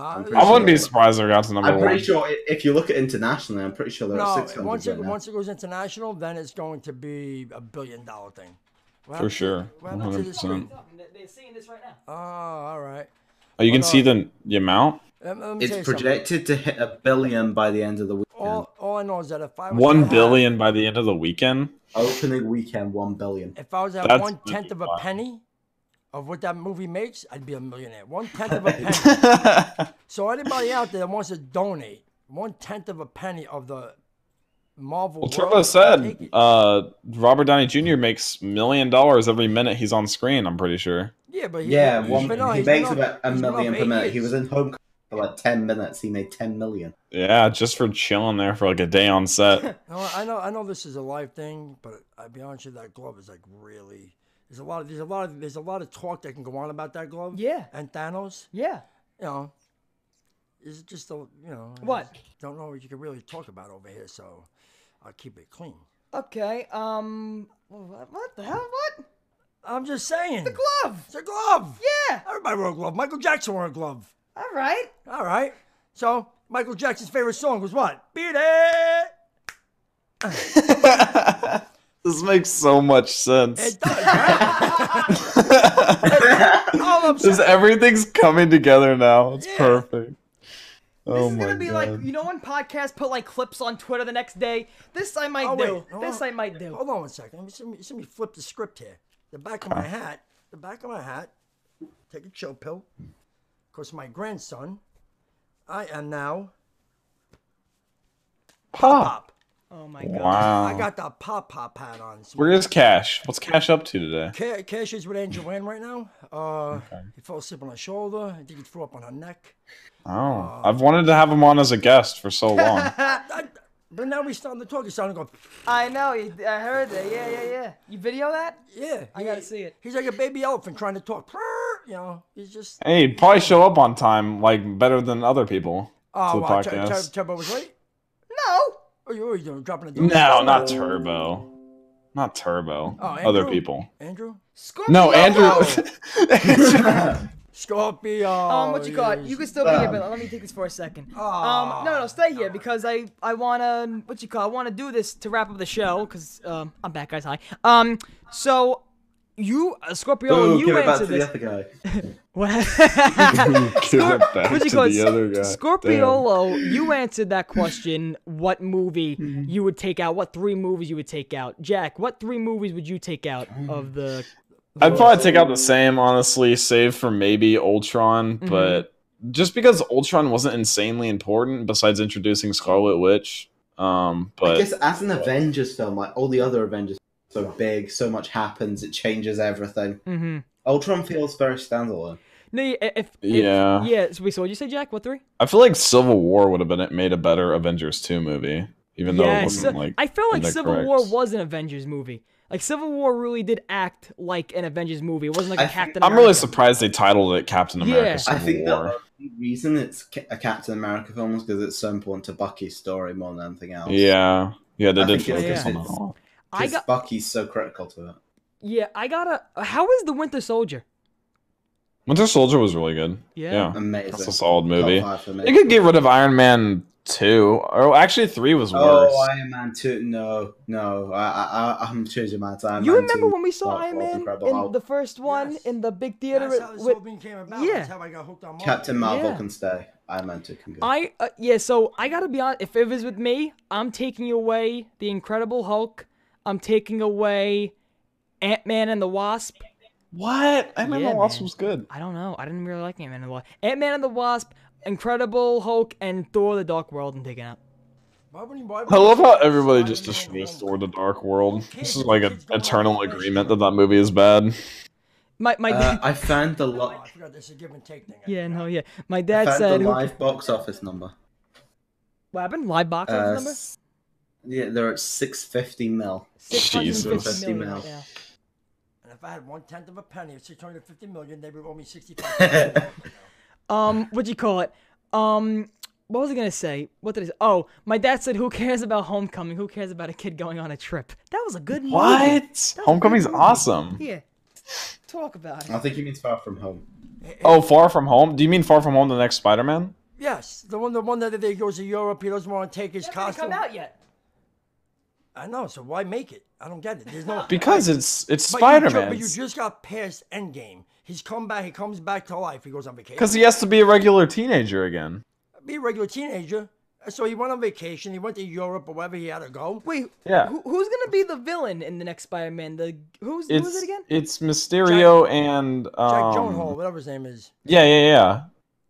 S3: pretty
S2: I
S6: it's-
S3: sure-
S2: wouldn't be surprised if I got to number
S3: I'm
S2: one.
S3: pretty sure i- if you look at internationally, I'm pretty sure they're at
S6: no.
S3: 600
S6: Once
S3: right
S6: it
S3: now.
S6: once it goes international, then it's going to be a billion dollar thing. What
S2: For
S6: happened to-
S2: sure.
S6: what happened to this
S2: 100%.
S6: thing?
S1: They're seeing this right now.
S6: Oh, all right.
S2: Oh, you can
S6: Hold
S2: see the, the amount?
S6: Let- let me tell you
S3: It's
S6: something. Oh.
S3: projected to hit a billion by the end of the weekend.
S6: All, all I know is that if I was to
S2: 1
S6: have-
S2: billion by the end of the weekend?
S3: Opening weekend, one billion.
S6: if I was at
S2: That's
S6: one tenth of a
S2: wild.
S6: penny of what that movie makes, I'd be a millionaire. One
S2: *laughs*
S6: tenth of a penny. So anybody out there that wants to donate one tenth of a penny of the Marvel,
S2: Well,
S6: world,
S2: Turbo
S6: take
S2: said
S6: it.
S2: uh, Robert Downey Jr. makes million dollars every minute he's on screen, I'm pretty sure.
S6: "Yeah, but he,
S3: Yeah,
S6: he's
S3: one,
S6: been on-
S3: he
S6: he's been
S3: makes
S6: on-
S3: about a
S6: he's been on
S3: million
S6: for
S3: per
S6: eight
S3: minute. He
S6: years.
S3: was in home for like 10 minutes. He made 10 million.
S2: Yeah, just for chilling there for like a day on *laughs* set.
S6: No, I know, I know, this is a live thing, but I'll be honest with you, that glove is like really. There's a lot of there's a lot of there's a lot of talk that can go on about that glove.
S1: Yeah.
S6: and Thanos,
S1: Yeah.
S6: you know, is just a you know I
S1: What?
S6: just Don't know what you can really talk about over here, so I'll keep it clean.
S1: Okay. Um. What, what the hell? What?
S6: I'm just saying, the
S1: Glove.
S6: It's a glove.
S1: Yeah.
S6: Everybody wore a glove. Michael Jackson wore a glove.
S1: All right.
S6: All right. So Michael Jackson's favorite song was what? Beat it.
S4: This makes so much sense.
S6: It does, right? All I'm
S4: Just
S6: saying-
S4: everything's coming together now. It's
S6: Yeah.
S4: perfect.
S1: This
S4: Oh
S1: is
S4: my
S1: gonna be like
S4: god.
S1: you know when podcasts put like clips on Twitter the next day. This I might
S6: Oh, wait,
S1: do.
S6: hold
S1: this
S6: on.
S1: I
S6: Oh.
S1: might do.
S6: Hold on one second. Let me, let me, let me flip the script here. The back of my hat. The back of my hat. Take a chill pill. Of course, my grandson. I am now
S4: Pop.
S6: pop.
S1: Oh my god.
S4: Wow.
S6: I got the pop pop hat on. So
S2: Uh-huh. Where is Cash? What's Cash up to today?
S6: Ca- Cash is with Angel Wynn right now. Uh, He fell asleep on her shoulder. I think he threw up on her neck.
S2: Oh, I've wanted to have him on as a guest for so *laughs* long.
S6: I- but now we starting to talk. He's starting to go.
S1: I know. You, I heard that. Yeah, yeah, yeah. You video that?
S6: Yeah,
S1: I gotta see it.
S6: He's like a baby elephant trying to talk. *laughs* You know, he's just.
S2: Hey, he'd probably show up on time, like better than other people to
S6: Oh,
S2: the
S6: wow. Tur- Tur-
S2: podcast.
S6: Turbo was late.
S1: No.
S6: Oh, you are doing dropping a dime?
S2: no, not Turbo. Not Turbo.
S6: Oh,
S2: other
S6: Andrew?
S2: people.
S6: Andrew?
S1: Scorpio.
S2: No,
S1: *laughs*
S2: Andrew. *laughs*
S6: Scorpio. *laughs*
S1: Um, what you call it?
S6: yes.
S1: You can still be here, but let me take this for a second. Um, no, no, stay here because I I wanna what you call I wanna do this to wrap up the show because um I'm back, guys. Hi. Um, so you uh, Scorpio,
S3: Ooh,
S1: you
S3: give it back
S1: answer
S3: to the
S1: this. *laughs*
S3: other guy.
S1: What? *laughs*
S4: Give it back
S1: What do
S4: to
S1: you call it?
S4: the other guy.
S1: Scorpiolo, you answered that question. What
S2: *laughs*
S1: movie
S2: Mm-hmm.
S1: you would take out? What three movies you would take out? Jack, what three movies would you take out of the?
S2: I'd probably take out the same, honestly, save for maybe Ultron,
S1: Mm-hmm.
S2: but just because Ultron wasn't insanely important, besides introducing Scarlet Witch. Um, *laughs*
S3: I
S2: but
S3: guess as an Avengers film, like all the other Avengers, so big, so much happens, it changes everything.
S1: Mhm.
S3: Ultron feels very standalone.
S1: No, if, if
S2: Yeah.
S1: yeah. So wait, so what you say, Jack? What three?
S2: I feel like Civil War would have been made a better Avengers two movie, even though it wasn't
S1: so-
S2: like
S1: I felt like
S2: that
S1: Civil
S2: correct?
S1: War was an Avengers movie. Like Civil War really did act like an Avengers movie. It wasn't like a
S3: I think-
S1: Captain.
S2: I'm really
S1: America.
S2: surprised they titled it Captain America
S1: Yeah.
S2: Civil
S3: I
S2: War.
S3: think the only reason it's ca- a Captain America film is because it's so important to Bucky's story more than anything else.
S2: Yeah. Yeah, they
S3: I
S2: did
S3: think
S1: it
S2: focus
S1: is.
S2: on that a lot.
S1: I
S3: Because
S1: got
S3: Bucky's so critical to it.
S1: yeah. I gotta. How is the Winter Soldier?
S2: Winter Soldier was really good.
S1: Yeah.
S2: Yeah.
S3: Amazing.
S2: That's a solid movie.
S3: Top five for me.
S2: You could get rid of Iron Man 2. Or actually 3 was worse.
S3: Oh, Iron Man two. No, no, I, I, I- I'm choosing my time.
S1: You
S3: Man
S1: remember
S3: 2.
S1: when we saw
S3: Hulk,
S1: Iron
S3: Hulk,
S1: Man
S3: Incredible
S1: in
S3: Hulk.
S1: the first one
S6: Yes.
S1: in the big theater
S6: That's how this
S1: with
S6: whole thing came about.
S1: yeah.
S6: That's how I got hooked on Marvel.
S3: Captain Marvel
S1: Yeah.
S3: can stay? Iron Man two can go.
S1: I uh, yeah, so I gotta be honest. If it was with me, I'm taking away the Incredible Hulk. I'm taking away Ant Man and the Wasp.
S2: What? Iron Man
S1: Yeah,
S2: the Wasp
S1: man.
S2: was good.
S1: I don't know. I didn't really like Ant Man and the Wasp. Ant Man and the Wasp, Incredible Hulk, and Thor: The Dark World. I'm taking out.
S6: Why would you- why would
S2: I
S6: you-
S2: love how
S6: why
S2: everybody
S6: would
S2: just
S6: you-
S2: destroys Thor the Dark World. This is like an eternal agreement that that movie is bad.
S1: My my
S3: uh,
S1: dad.
S3: I found the
S6: Oh, I
S3: lot.
S6: forgot this is a give and take thing.
S1: *laughs* Yeah, no, yeah. My
S3: I
S1: dad
S3: found
S1: said,
S3: the
S1: who,
S3: live box office number.
S1: "What happened? Live box
S3: Uh,
S1: office number?
S3: s- yeah, they're at six fifty mil.
S2: Jesus.
S1: 650 million right
S3: Fifty
S1: now.
S6: And if I had one tenth of a penny of 650 million, they would owe me 65. million dollars right now.
S1: Um, what'd you call it? Um, what was I gonna say? What did I say? Oh, my dad said, "Who cares about homecoming? Who cares about a kid going on a trip?" That was a good movie.
S2: What? Homecoming's awesome.
S1: Yeah. Talk about it.
S3: I think he means Far From Home.
S2: Oh, Far From Home? Do you mean Far From Home the next Spider-Man?
S6: Yes, the one, the one that he goes to Europe, he doesn't want to take his costume.
S1: yet.
S6: I know, so why make it? I don't get it. There's no.
S2: Because it's it's
S6: But you ju-
S2: Spider-Man.
S6: But you just got past Endgame. He's come back. He comes back to life. He goes on vacation.
S2: Because he has to be a regular teenager again.
S6: be a regular teenager. So he went on vacation. He went to Europe or wherever he had to go.
S1: Wait,
S2: Yeah.
S1: who, who's gonna be the villain in the next Spider-Man? The who's who
S2: It's
S1: is it again?
S2: it's Mysterio and
S6: Jack
S2: um,
S6: Gyllenhaal, whatever his name is.
S2: Yeah, yeah, yeah.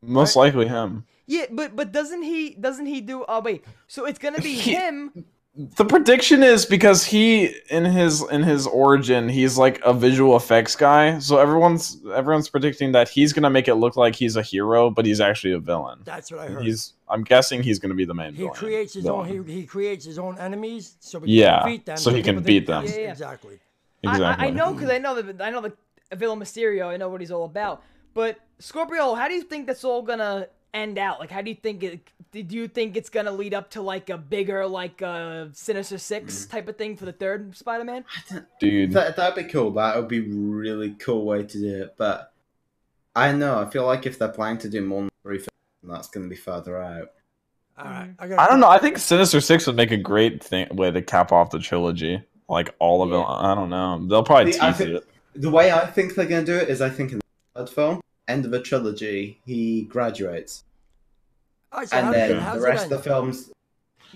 S2: Most likely him.
S1: Yeah, but but doesn't he doesn't he do? Oh wait, so it's gonna be him.
S2: The prediction is because he in his in his origin, he's like a visual effects guy. So everyone's everyone's predicting that he's gonna make it look like he's a hero, but he's actually a villain.
S6: That's what I heard.
S2: He's I'm guessing he's gonna be the main
S6: he
S2: villain.
S6: creates his
S2: villain.
S6: own. He, he creates his own enemies, so we
S2: Yeah,
S6: can beat them.
S2: so he
S6: people
S2: can
S6: think-
S2: beat them.
S6: Yes,
S1: Yeah, yeah.
S6: Exactly.
S1: I-
S2: exactly.
S1: I, I know because I know that I know the villain Mysterio. I know what he's all about. But Scorpio, how do you think that's all gonna end out? Like, how do you think it? Did you think it's gonna lead up to like a bigger like uh, Sinister Six type of thing for the third Spider-Man?
S2: Dude.
S3: That that'd be cool. That would be really cool way to do it. But I don't know. I feel like if they're planning to do more than three, films, that's going to be further out.
S6: All right.
S2: I don't know. I think Sinister Six would make a great thing way to cap off the trilogy. like all of it. I don't know. They'll probably
S3: See, I
S2: tease
S3: think-
S2: it.
S3: The way I think they're going to do it is I think in the third film, end of a trilogy, he graduates.
S6: All right, so how
S3: And
S6: does it-
S3: then
S6: how's
S3: the
S6: it
S3: rest of
S6: end?
S3: the films.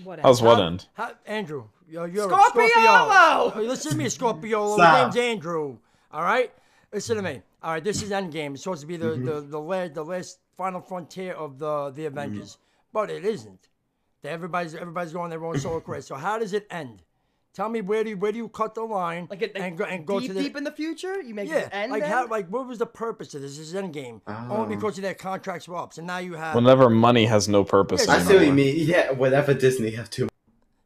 S1: Whatever.
S2: How's what end?
S6: How, Andrew, you're, you're
S1: Scorpiolo!
S6: Scorpiolo. Hey, Listen to me, Scorpiolo. My
S3: Sam.
S6: name's Andrew. All right, listen to me. All right, this is Endgame. It's supposed to be the the the, la- the last final frontier of the the Avengers, but it isn't. Everybody's everybody's going their own solo career. So how does it end? Tell me where do you, where do you cut the line
S1: Like it,
S6: and go and go
S1: deep,
S6: to the
S1: deep in the future, you make
S6: yeah
S1: it end.
S6: like
S1: then?
S6: how like what was the purpose of this? This is Endgame only
S3: Oh.
S6: because of their contracts were up. So now you have
S2: Whenever money has no purpose.
S6: Yeah,
S3: I see what you
S2: anymore.
S3: mean. Yeah, whenever Disney have too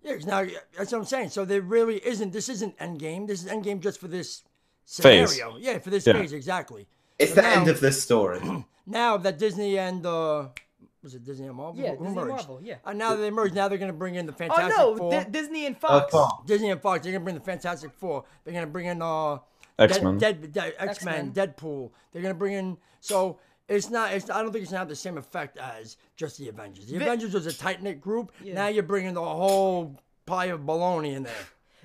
S6: Yeah, 'cause now that's what I'm saying. So there really isn't. This isn't Endgame. This is Endgame just for this
S2: Phase.
S6: scenario. Yeah, for this
S2: Yeah.
S6: phase exactly.
S3: It's
S6: So
S3: the
S6: now-
S3: end of this *clears throat* story.
S6: Now that Disney and uh, was it Disney and Marvel?
S1: Yeah,
S6: Who
S1: Disney
S6: merged?
S1: Marvel, yeah.
S6: And now that they merged, now they're gonna bring in the
S1: Oh
S6: Fantastic
S1: no,
S6: Four.
S1: Di- Disney and
S3: Uh,
S1: Fox.
S3: Paul,
S6: Disney and Fox. They're gonna bring the Fantastic Four. They're gonna bring in uh,
S2: X-Men.
S6: Dead, Dead, Dead, X Men,
S1: X-Men.
S6: Deadpool. They're gonna bring in so. It's not. It's. I don't think it's gonna have the same effect as just the Avengers. The Avengers was a tight knit group. Now you're bringing the whole pie of baloney in there.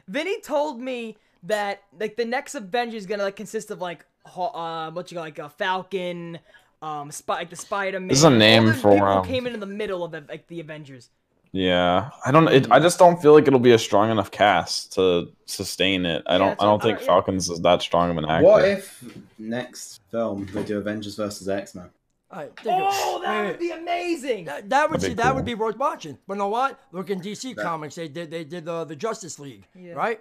S1: Vinny told me that like the next Avengers is gonna like consist of like ho- uh, what you got like a Falcon, um, spy, like the Spider Man.
S2: There's a name for um,
S1: people who
S2: him.
S1: came in in the middle of the, like the Avengers.
S2: Yeah, I don't. It, I just don't feel like it'll be a strong enough cast to sustain it. I don't.
S1: that's
S2: I don't
S1: what-
S2: think
S1: uh, yeah.
S2: Falcons is that strong of an actor.
S3: What if next film they do Avengers versus X Men?
S6: All right, think of it.
S1: Oh,
S6: Wait,
S1: that
S6: wait.
S1: would be amazing.
S6: That, that would
S2: That'd
S6: see,
S2: be
S6: that would
S2: cool.
S6: be worth watching. But you know what? Look in DC Comics, they did they did uh, the the Justice League, right?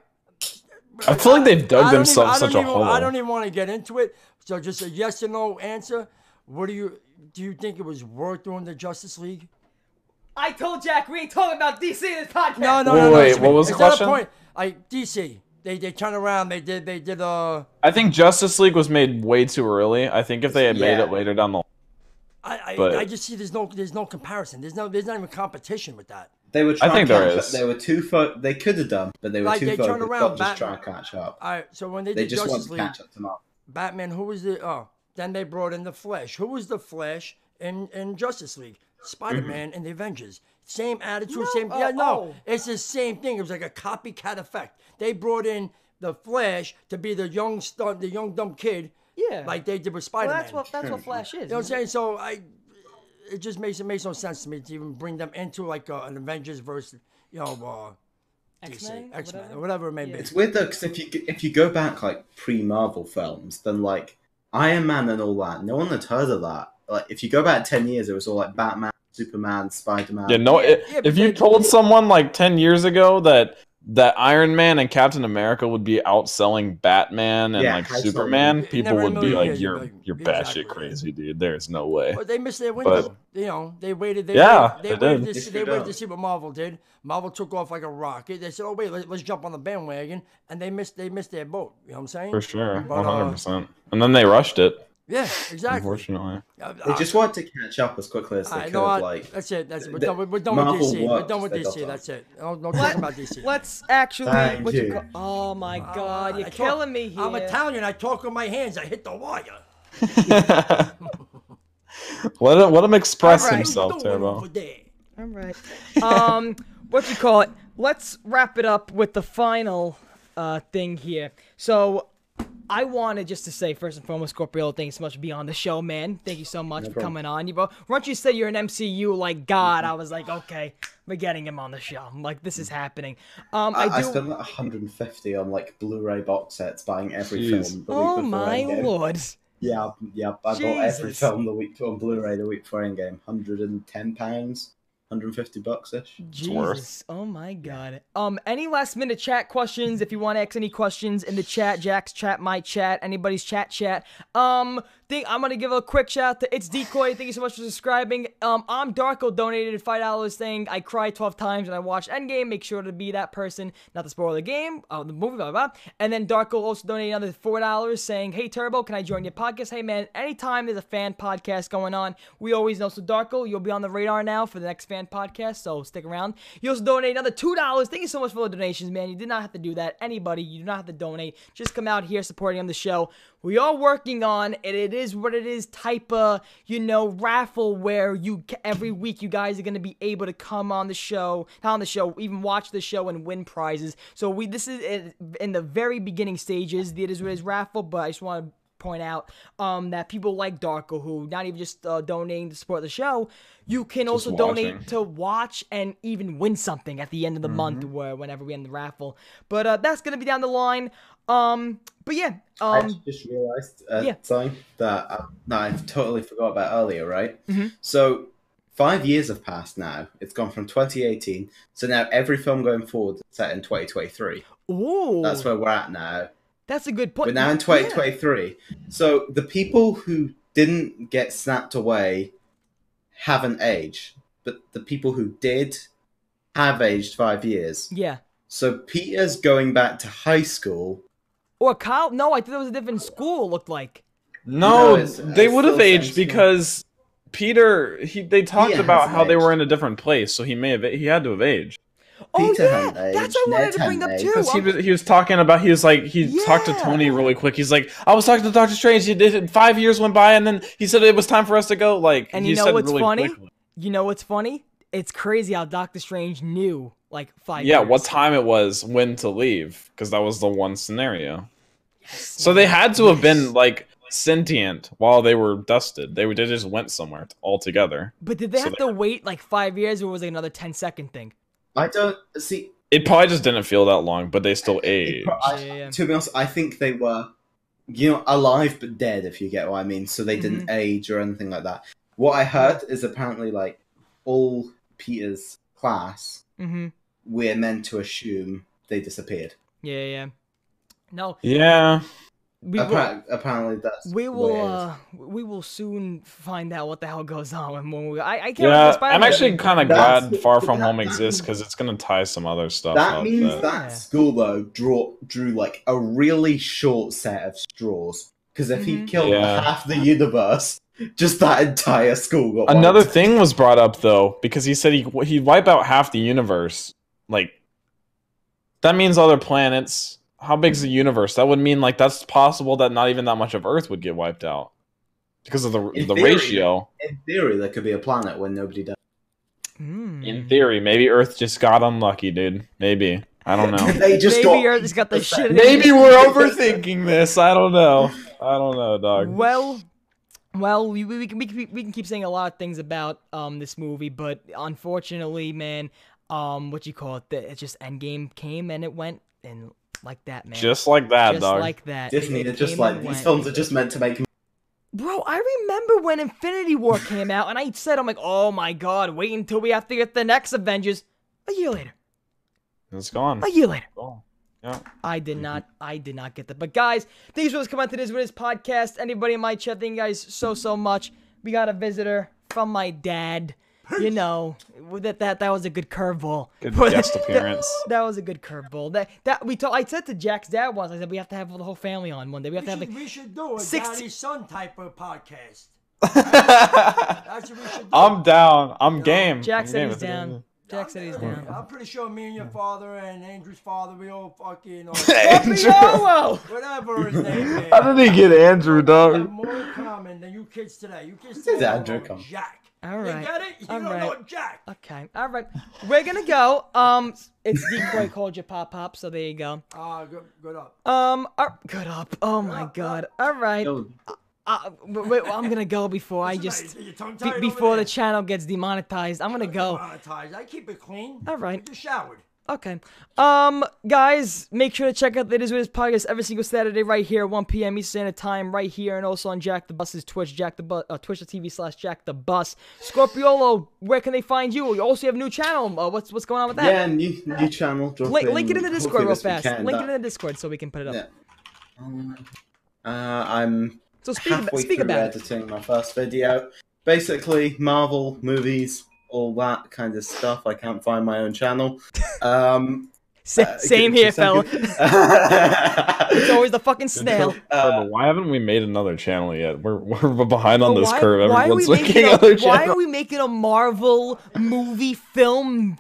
S2: I feel like they've dug
S6: I don't even- I
S2: themselves
S6: don't
S2: such a
S6: even-
S2: hole.
S6: I don't even want to get into it. So just a yes or no answer. What do you do? You think it was worth doing the Justice League?
S1: I told Jack we ain't talking about DC in this podcast.
S6: No, no,
S2: Wait,
S6: no. no,
S2: wait,
S6: it's-
S2: what was the
S6: it's not a
S2: question?
S6: Point. Like DC, they they turn around. They did they did uh.
S2: I think Justice League was made way too early. I think if they had made
S3: Yeah.
S2: it later down the
S6: I I,
S2: But-
S6: I just see there's no there's no comparison. There's no there's not even competition with that.
S3: They were. Trying
S2: think
S3: to
S2: there
S3: catch up-
S2: is.
S3: They were too. Fo- they could have done, but they were
S6: Like,
S3: too
S6: they
S3: focused.
S6: turned around
S3: not just try
S6: back-
S3: and catch up.
S6: All right. So when they
S3: They
S6: did
S3: just wanted
S6: Justice
S3: to
S6: League,
S3: catch up to Marvel.
S6: Batman. Who was the? Oh, then they brought in the Flash. Who was the Flash in in Justice League? Spider Man and the Avengers. Same attitude, same.
S1: oh,
S6: yeah, no,
S1: oh.
S6: it's the same thing. It was like a copycat effect. They brought in the Flash to be the young stunt, the young dumb kid,
S1: Yeah.
S6: like they did with Spider
S1: well,
S6: Man.
S1: that's what that's what Flash is.
S6: you know what I'm saying? So I, it just makes it makes no sense to me to even bring them into like uh, an Avengers versus you know uh,
S1: X-Men,
S6: DC, X Men,
S1: whatever.
S6: whatever it may
S1: Yeah.
S6: be.
S3: It's weird though, because if you if you go back like pre Marvel films, then like Iron Man and all that, no one had heard of that. Like if you go back ten years, it was all like Batman, Superman, Spider Man.
S2: Yeah, no.
S6: Yeah,
S2: it-
S6: yeah,
S2: if
S6: but
S2: you
S6: they-
S2: told someone like ten years ago that that Iron Man and Captain America would be outselling Batman and
S3: Yeah,
S2: like
S3: absolutely.
S2: Superman,
S6: Never
S2: people
S6: in a
S2: would be
S6: million
S2: like,
S6: years,
S2: "You're
S6: like,
S2: you're
S6: exactly.
S2: batshit crazy, dude. There's no way."
S6: But they missed their
S2: But-
S6: window. you know, they waited. They
S2: Yeah,
S6: waited, they,
S2: they
S6: waited
S2: did.
S6: to
S3: They
S6: see, they
S3: screwed
S6: waited to
S3: up.
S6: see what Marvel did. Marvel took off like a rocket. They said, "Oh wait, let, us jump on the bandwagon," and they missed. They missed their boat. You know what I'm saying?
S2: For sure,
S6: But, uh,
S2: one hundred percent. And then they rushed it.
S6: Yeah, exactly.
S2: Unfortunately, *laughs*
S6: I,
S3: They just wanted to catch up as quickly as they could. like
S6: that's it. That's it. We're
S3: the-
S6: done. with- We're done
S3: Marvel
S6: with DC. We're
S3: works,
S6: done with
S3: they got
S6: DC.
S3: that.
S6: That's it. No, no talking about DC.
S1: Let's actually.
S3: Thank
S1: what you
S3: you.
S1: call- oh my
S6: I
S1: God, you're
S6: talk-
S1: killing me here.
S6: I'm Italian. I talk with my hands. I hit the wire.
S2: let him let him express
S6: All right,
S2: himself,
S6: doing
S2: Turbo.
S6: over there?
S1: All right. um, what you call it? Let's wrap it up with the final uh, thing here. So, I wanted just to say first and foremost, Scorpio, thanks so much for being on the show, man. Thank you so much for coming on. You bro, once you said you're an MCU like God, I was like, okay, we're getting him on the show. I'm like, this is happening. Um, I,
S3: I,
S1: do.
S3: I spent like 150 on like Blu-ray box sets, buying every
S2: Jeez.
S3: film. The week
S1: oh
S3: before
S1: my
S3: Endgame.
S1: lord.
S3: Yeah, I- yeah, I bought every
S1: Jesus.
S3: film the week on Blu-ray the week before Endgame. 110 pounds, 150 bucks ish.
S2: worth.
S1: Jesus. Oh my god. Um any last minute chat questions if you want to ask any questions in the chat, Jack's chat, my chat, anybody's chat chat. Um think I'm gonna give a quick shout out to It's Decoy. Thank you so much for subscribing. Um I'm Darko donated five dollars saying I cried twelve times and I watched Endgame. Make sure to be that person, not to spoil the game, uh, the movie, blah blah blah. And then Darko also donated another four dollars saying, Hey Turbo, can I join your podcast? Hey man, anytime there's a fan podcast going on, we always know. So Darko, you'll be on the radar now for the next fan podcast, so stick around. You also donate another two dollars. Thank you so much for the donations, man. You did not have to do that. Anybody, you do not have to donate. Just come out here supporting on the show. We are working on it. It is what it is type of you know raffle where you c- every week you guys are gonna be able to come on the show, not on the show, even watch the show and win prizes. So we this is in, in the very beginning stages. The it is what it is raffle, but I just want to point out um, that people like Darko, who not even just uh, donating to support the show, you can also donate
S2: watching.
S1: to watch and even win something at the end of the month,
S3: Mm-hmm.
S1: where whenever we end the raffle. But uh, that's gonna be down the line. Um, but yeah,
S3: I
S1: um,
S3: actually just realized uh,
S1: yeah.
S3: something that I, that I totally forgot about earlier, right?
S1: Mm-hmm.
S3: So, five years have passed now. It's gone from 2018. So now every film going forward is set in 2023.
S1: ooh,
S3: That's
S1: that's,
S3: where we're at now.
S1: a good point.
S3: We're now in
S1: Yeah.
S3: 2023. So the people who didn't get snapped away haven't aged, but the people who did have aged five years.
S1: Yeah.
S3: So Peter's going back to high school.
S1: Or Kyle? No, I think that was a different school. it Looked like.
S2: No,
S3: No, it's-
S2: they
S3: it's
S2: would have
S3: still the same
S2: aged
S3: school.
S2: because Peter. He they talked
S3: Peter
S2: about
S3: hasn't
S2: how they were in
S3: aged.
S2: a different place, so he may have he had to have aged
S1: Oh
S3: Peter
S1: yeah,
S3: hadn't
S1: that's
S3: aged,
S1: what I wanted
S3: Ned
S1: to bring up
S3: hadn't aged.
S1: too.
S2: because he
S1: I'm-
S2: was he was talking about he was like he talked to
S1: Yeah.
S2: Tony really quick. He's like, I was talking to Doctor Strange. He did it. Five years went by, and then he said it was time for us to go. Like,
S1: And
S2: he
S1: you know
S2: said
S1: what's
S2: really
S1: funny?
S2: quickly.
S1: You know what's funny? It's crazy how Doctor Strange knew like five.
S2: Yeah,
S1: years.
S2: what time it was when to leave because that was the one scenario. So they had to have been like sentient while they were dusted. They, were- they just went somewhere altogether.
S1: But did they
S2: So
S1: have
S2: they-
S1: to wait like five years, or was it another 10 second thing?
S3: I don't see.
S2: It probably just didn't feel that long, but
S1: *laughs*
S2: they still aged.
S3: I-
S1: Yeah, yeah.
S3: To be honest, I think they were, you know, alive but dead. If you get what I mean, so they
S1: Mm-hmm.
S3: didn't age or anything like that. What I heard is apparently like all Peter's class,
S1: Mm-hmm.
S3: we're meant to assume they disappeared.
S1: Yeah, yeah. No,
S2: Yeah,
S1: we will,
S3: Appar- apparently, that's
S1: we will,
S3: weird.
S1: uh, we will soon find out what the hell goes on when, when we. I, I can't. remember
S2: yeah.
S1: Spider-Man.
S2: I'm actually kind of
S3: That's-
S2: glad Far From
S3: *laughs* that-
S2: Home
S3: that-
S2: exists because it's gonna tie some other stuff.
S3: that
S2: up
S3: means
S2: that-
S3: that school though draw drew like a really short set of straws because if he
S1: Mhm.
S3: killed
S2: Yeah.
S3: half the universe, just that entire school got wiped.
S2: Another thing was brought up though, because he said he he'd wipe out half the universe. Like that means other planets. How big's the universe? That would mean like that's possible that not even that much of Earth would get wiped out because of the
S3: In
S2: the
S3: theory.
S2: ratio.
S3: In theory, there could be a planet where nobody died.
S1: Mm.
S2: In theory, maybe Earth just got unlucky, dude. Maybe I don't know.
S3: *laughs* They just
S1: Maybe
S3: got
S1: Earth has got the shit. in it.
S2: maybe we're overthinking this. I don't know. I don't know, dog.
S1: Well, well, we, we, we can we, can- we can keep saying a lot of things about um this movie, but unfortunately, man, um, what you call it? The, it's just Endgame came and it went and like that, man.
S2: Just like that,
S1: Just
S2: dog.
S1: like that.
S3: Disney.
S1: It
S3: They're just
S1: came
S3: like
S1: and
S3: these
S1: went.
S3: films are just meant to make.
S1: Bro, I remember when Infinity War came out, and I said, I'm like, oh my god, wait until we have to get the next Avengers. A year later.
S2: it's gone.
S1: A year later.
S2: Gone.
S3: *laughs*
S2: Yeah.
S1: I
S2: Mm-hmm.
S1: did not. I did not get that. But guys, thanks for listening coming out to this with this podcast. Anybody in my chat, thank you guys so so much. We got a visitor from my dad. You know with that that that was a good curveball.
S2: Good
S1: But-
S2: guest
S1: that-
S2: appearance.
S1: *laughs* That was a good curveball. That that we told. I said to Jack's dad once. I said we have to have the whole family on one day. We have
S6: We
S1: to have like
S2: Mm-hmm.
S6: should, we should do a
S1: six-
S6: daddy son type of podcast. That's what we should do.
S2: I'm down. I'm game.
S1: Jack
S2: I'm
S1: said
S2: game.
S1: he's
S2: It's a good
S1: down.
S2: idea.
S1: Jack said he's
S6: I'm-
S1: down.
S6: *laughs* I'm pretty sure me and your father and Andrew's father, we all
S3: *laughs*
S6: fucking all,
S4: *laughs* Andrew.
S1: Piolo!
S6: whatever his name is.
S4: How did he get Andrew,
S6: We
S4: dog?
S6: have more in common than you kids today. You kids today
S3: that
S6: don't know
S3: Andrew come?
S6: Jack.
S1: All
S6: You
S1: right.
S6: get it? You
S1: All
S6: don't
S1: right.
S6: know Jack.
S1: Okay. All right. We're gonna go. Um, it's decoy called you pop pop. So there you go.
S6: Ah, good, good up.
S1: Um, uh, good up. Oh
S6: Uh,
S1: my god. All right. Uh, wait, wait, I'm gonna go before I just
S6: Your tongue
S1: be-
S6: tied over
S1: before the
S6: there?
S1: channel gets demonetized. I'm gonna
S6: *laughs*
S1: go.
S6: Monetized. I keep it clean.
S1: All right.
S6: You showered.
S1: Okay. Um, guys, make sure to check out the It Is What It Is podcast every single Saturday right here, 1 p.m. Eastern Standard Time, right here, and also on Jack the Bus's Twitch, Jack the Bus, uh, Twitch.tv slash Jack the Bus. Scorpiolo, where can they find you? You also have a new channel. Uh, what's what's going on with that?
S3: Yeah, new new channel. Drop
S1: Link, link it in the
S3: hopefully
S1: Discord real
S3: this
S1: fast.
S3: weekend.
S1: Link
S3: Uh,
S1: it in the Discord so we can put it up.
S3: Yeah. Uh, I'm
S1: So speak, ab-
S3: halfway
S1: speak
S3: through
S1: about it.
S3: editing my first video. Basically, Marvel movies, all that kind of stuff. I can't find my own
S1: *laughs*
S3: channel. Um,
S1: Sa-
S3: uh,
S1: same
S3: give
S1: here,
S3: it
S1: fella.
S3: a *laughs* second.
S1: *laughs* It's always the fucking snail.
S3: *laughs* Uh,
S2: But why haven't we made another channel yet? We're we're behind on
S1: But
S2: this
S1: why,
S2: curve.
S1: why are we
S2: Everyone's making
S1: making a,
S2: other
S1: Why are
S2: channels.
S1: we making a Marvel movie film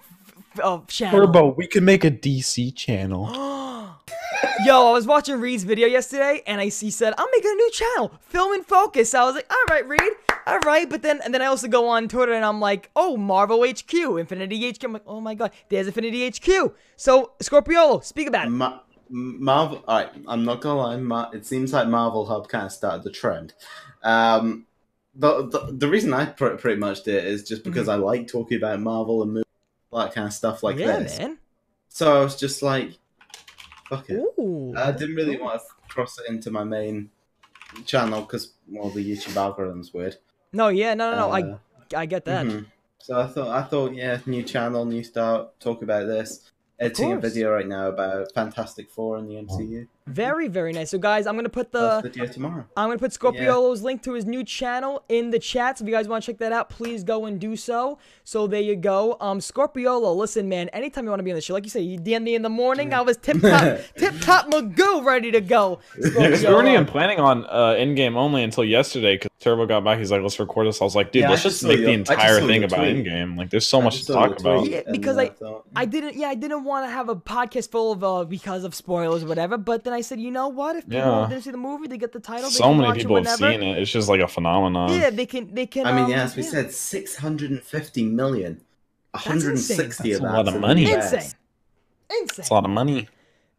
S1: f- uh, channel? *gasps*
S2: Turbo, we can make a DC channel.
S1: Yo, I was watching Reed's video yesterday, and I he said I'm making a new channel, Film and Focus. I was like, all right, Reed, all right. But then and then I also go on Twitter and I'm like, oh, Marvel HQ, Infinity HQ. I'm like, oh my god, there's Infinity HQ. So Scorpiolo, speak about it.
S3: Ma- M- Marvel. All right, I'm not gonna lie. Mar- it seems like Marvel Hub kind of started the trend. Um, the, the the reason I pr- pretty much did it is just
S1: Mm-hmm.
S3: because I like talking about Marvel and movies, that kind of stuff like
S1: yeah,
S3: this.
S1: man.
S3: So I was just like, fuck it.
S1: Ooh.
S3: I didn't really want to cross it into my main channel because well, the YouTube algorithm's weird.
S1: No, yeah, no, no, no.
S3: Uh,
S1: I I get that.
S3: Mhm. So I thought, I thought, yeah, new channel, new start. Talk about this. Editing a
S1: course.
S3: video right now about Fantastic Four and the MCU.
S1: Very, very nice. So guys, I'm gonna put the
S3: First video tomorrow.
S1: I'm gonna put Scorpiolo's link to his new channel in the chat. So if you guys want to check that out, please go and do so. So there you go. Um, Scorpiolo, listen, man. Anytime you want to be on the show, like you said, you DM me in the morning. I was tip top,
S3: *laughs*
S1: tip top Magoo, ready to go.
S2: Because we weren't
S1: Scorpiolo.
S2: even planning on uh, Endgame only until yesterday. Because Turbo got back, he's like, "Let's record this." I was like, "Dude,
S3: Yeah, I
S2: let's just
S3: just saw
S2: make
S3: your-
S2: the
S3: I just
S2: entire
S3: saw
S2: thing
S3: your
S2: about
S3: tweet.
S2: Endgame. Like, there's so
S3: I
S2: much
S3: just
S2: to
S3: saw the
S2: talk about."
S3: tweet
S1: Yeah,
S3: and
S1: because
S3: I
S1: I-
S3: thought,
S1: I didn't. Yeah, I didn't want to have a podcast full of uh, because of spoilers, or whatever. But then I said, you know what? If people
S2: Yeah.
S1: didn't see the movie, they get the title. they
S2: So
S1: can
S2: many
S1: watch
S2: people
S1: it
S2: have
S1: whenever.
S2: seen it. It's just like a phenomenon.
S1: Yeah, they can. They can.
S3: I mean,
S1: um,
S3: yeah, as we
S1: yeah.
S3: said, 650 million.
S1: insane.
S3: 160
S2: That's
S3: of
S2: a
S3: that.
S2: lot of money.
S1: insane, insane,
S2: It's a lot of money.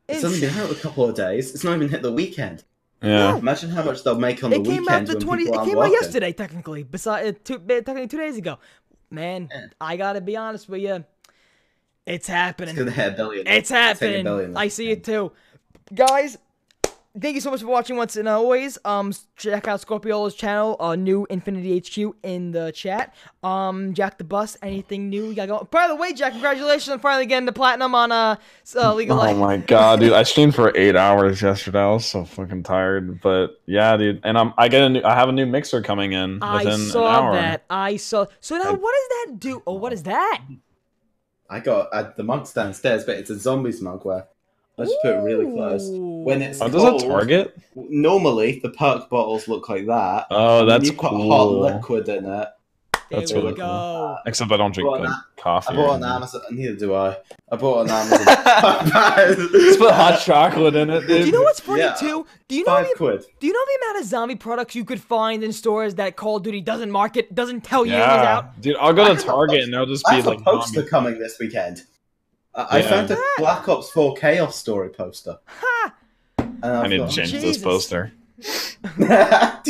S3: It's only been
S1: insane.
S3: out a couple of days. It's not even hit the weekend.
S2: Yeah.
S3: Imagine how much they'll make on
S1: It
S3: the
S1: came out
S3: weekend
S1: the
S3: when
S1: twenty. It
S3: people aren't
S1: came out
S3: working.
S1: yesterday, technically. Besides, uh, two, ba- technically two days ago. Man, I gotta be honest with you. It's happening.
S3: It's gonna hit a billion.
S1: It's
S3: It's hitting a
S1: happening.
S3: billion.
S1: I see it too. Guys, thank you so much for watching once and always. Um check out Scorpiolo's channel, uh new Infinity HQ in the chat. Um Jack the Bus, anything new we got going. By the way, Jack, congratulations on finally getting the platinum on uh, s- uh League of
S2: Oh
S1: Legends.
S2: my god, dude! I streamed for eight hours yesterday. I was so fucking tired, but yeah, dude. And I'm I get a new I have a new mixer coming in within
S1: I
S2: an
S1: saw
S2: hour.
S1: that. I saw. So now,
S2: I-
S1: what does that do? Oh, what is that?
S3: I got uh, the monks downstairs, but it's a zombies mug where I just put it really close. When it's
S2: Oh, does that
S3: cold,
S2: target?
S3: Normally, the perk bottles look like that.
S2: Oh,
S3: When
S2: that's
S3: you put hot
S2: cool.
S3: liquid in it.
S1: There
S2: That's
S1: we
S2: really cool.
S1: go.
S2: Except I don't drink
S3: Bought
S2: like,
S3: an-
S2: coffee.
S3: I
S2: or
S3: bought on
S2: anything.
S3: Amazon. Neither do I. I
S1: *laughs*
S3: bought on *laughs* Amazon.
S2: Just put hot chocolate in it, dude.
S1: Do you know what's funny
S3: Yeah.
S1: too? Do you know
S3: Five
S1: the,
S3: quid.
S1: do you know the amount of zombie products you could find in stores that Call of Duty doesn't market, doesn't tell you it was out?
S2: Yeah, dude. I'll
S3: I
S2: go
S3: have
S2: to
S3: a
S2: Target
S3: post-
S2: and they'll just
S3: I
S2: be
S3: have a
S2: like,
S3: poster
S2: "Mommy."
S3: coming this weekend. I, I
S2: Yeah.
S3: found a Black Ops 4 Chaos Story poster. And I've
S2: I need to
S3: *laughs* got-
S2: change this
S1: Jesus.
S2: poster.
S3: Do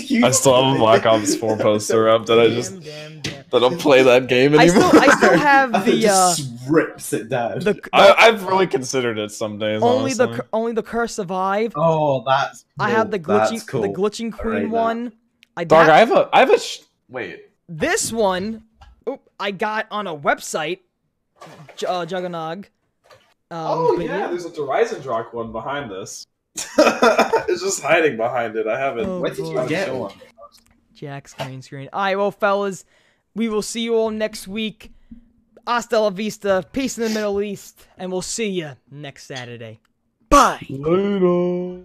S3: you-
S2: I still
S3: *laughs*
S2: have a Black Ops 4 poster up that I just
S1: Damn, damn, damn.
S4: I don't play that game
S1: I
S4: anymore.
S1: still, *laughs* I
S2: *laughs*
S1: still
S3: I
S1: have
S3: think it
S1: the uh,
S3: just rips it down.
S1: the c-
S2: I, I've really considered it some days.
S1: only the
S2: honestly.
S1: cur- only the curse survive.
S3: oh, that's.
S1: I have the
S3: cool. That's
S1: glitching
S3: cool.
S1: the glitching queen
S3: Alright, now.
S1: one. I
S2: dog.
S1: that-
S2: I have a. I have a. Sh- Wait.
S1: this one. oop, I got on a website, J- uh, Juggernog. Um,
S3: Oh,
S1: but
S2: Oh, there's a Horizon Rock one behind this. *laughs* it's just hiding behind it. I haven't.
S1: Oh,
S3: Where did you
S1: boy.
S3: get one?
S1: Jack's green screen. All right, well, fellas, we will see you all next week. Hasta la vista. Peace in the Middle East, and we'll see you next Saturday. Bye.
S2: Later.